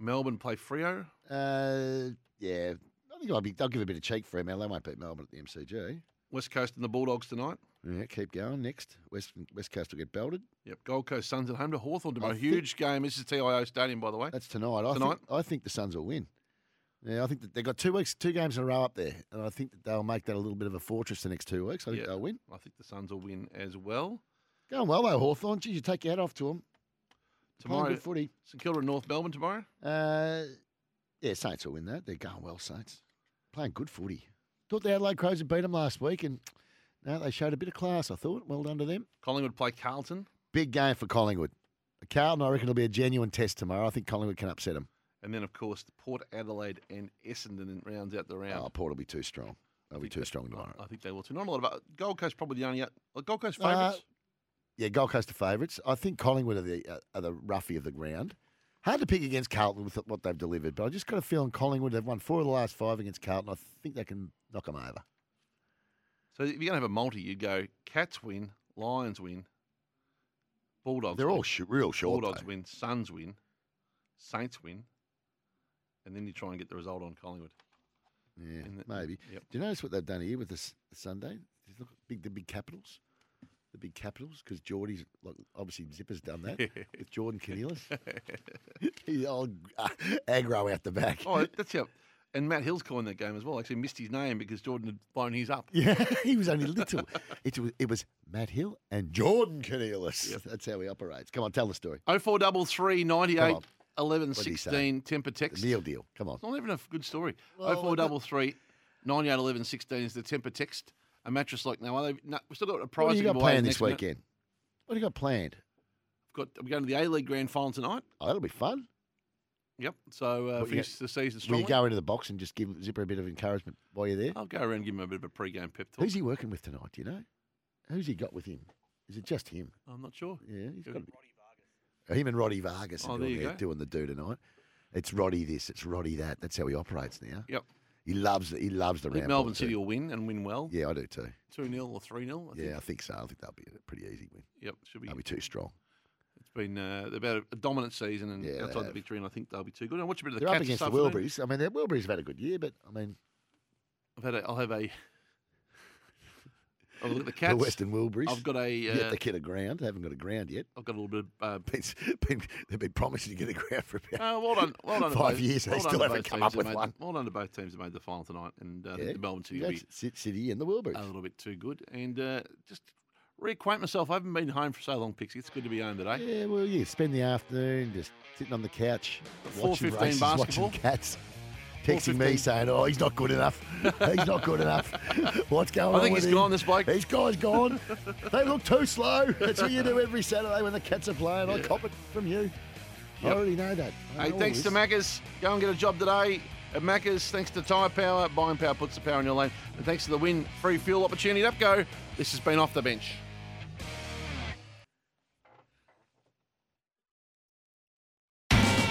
Melbourne play Frio. Uh, yeah, I think I'll be, they'll give a bit of cheek for ML. They won't beat Melbourne at the MCG. West Coast and the Bulldogs tonight. Yeah, keep going. Next, West West Coast will get belted. Yep. Gold Coast Suns at home to Hawthorn tomorrow. think- Huge game. This is TIO Stadium, by the way. That's tonight. I Tonight? Think, I think the Suns will win. Yeah, I think that they've got two weeks, two games in a row up there, and I think that they'll make that a little bit of a fortress the next two weeks. I think Yeah. they'll win. I think the Suns will win as well. Going well though, Hawthorn. Geez, you take your hat off to them. Tomorrow, good footy. St Kilda and North Melbourne tomorrow. Uh, yeah, Saints will win that. They're going well, Saints. Playing good footy. Thought the Adelaide Crows had beat them last week, and no, they showed a bit of class. I thought. Well done to them. Collingwood play Carlton. Big game for Collingwood. Carlton, I reckon, will be a genuine test tomorrow. I think Collingwood can upset them. And then, of course, the Port Adelaide and Essendon rounds out the round. Oh, Port will be too strong. They'll be too strong tomorrow. I think they will too. Not a lot of uh, Gold Coast probably the only out. well, Gold Coast Uh, favourites. Yeah, Gold Coast are favourites. I think Collingwood are the uh, are the roughie of the ground. Hard to pick against Carlton with what they've delivered, but I just got a feeling Collingwood have won four of the last five against Carlton. I think they can knock them over. so if you're going to have a multi, you go Cats win, Lions win, Bulldogs. They're all win, sh- real short. Bulldogs though. win, Suns win, Saints win, and then you try and get the result on Collingwood. Yeah, in the- maybe. yep. Do you notice what they've done here with this Sunday? Just look at big the big capitals, the big capitals, because Geordie's like obviously Zipper's done that with Jordan Canellis. the old uh, aggro out the back. Oh, that's yeah. And Matt Hill's coined that game as well. Actually, missed his name because Jordan had blown his up. Yeah, he was only little. It was, it was Matt Hill Oh and Jordan Cornelis. That's how he operates. Come on, tell the story. 0433 98 Come on. 11 What'd he say? 16 temper text. Neil deal. Come on. It's not even a f- good story. Well, Oh four double three, ninety eight eleven sixteen is the temper text. A mattress like no other. No, we've still got a prize. What do you to give got away planned next this minute. weekend? What do you got planned? We've got, we're going to the A League Grand Final tonight. Oh, that'll be fun. Yep. So uh, What, you finish got- the season Will strongly. you go into the box and just give Zipper a bit of encouragement while you're there? I'll go around and give him a bit of a pre-game pep talk. Who's he working with tonight? Do you know? Who's he got with him? Is it just him? I'm not sure. Yeah, he's got to be. Him and Roddy Vargas are Oh, there doing, you their- go. doing the do tonight. It's Roddy this, it's Roddy that. That's how he operates now. Yep. He loves it. He loves the I think round. Melbourne ball City too. will win and win well. Yeah, I do too. Two 0 or three 0 yeah, I think so. I think that'll be a pretty easy win. Yep. Should be. They'll be too strong. It's been uh, about a dominant season and Yeah, they outside the have. victory, and I think they'll be too good. I watch a bit of the They're up Cats this against the afternoon. Wilburys. I mean, the Wilburys have had a good year, but I mean, I've had a, I'll have a. I'll look at the the Cats. Western Wilburys. I've got a. Uh, get the kid a ground. They haven't got a ground yet. I've got a little bit of. Uh, Been, been, they've been promising to get a ground for about Oh, well done, well done to five both- years. They well done still to haven't both come teams up that with made- one. Well done to both teams that made the final tonight, and uh, I think Yeah. the Melbourne City will be That's Ci- City and the Wilburys. a little bit too good. And uh, just reacquaint myself. I haven't been home for so long, Pixie. It's good to be home today. Yeah, well, yeah. Spend the afternoon just sitting on the couch, watching 4:15 races, basketball. watching cats, texting me saying, "Oh, he's not good enough. he's not good enough. What's going on?" I think with he's him? gone, this bloke. This guy's gone. they look too slow. That's what you do every Saturday when the cats are playing. I Yeah. cop it from you. I Yep. already know that. I Hey, know all thanks to this. Maccas. Go and get a job today at Maccas. Thanks to Tyre Power. Buying Power puts the power in your lane. And thanks to the win free fuel opportunity at Upco. This has been Off the Bench.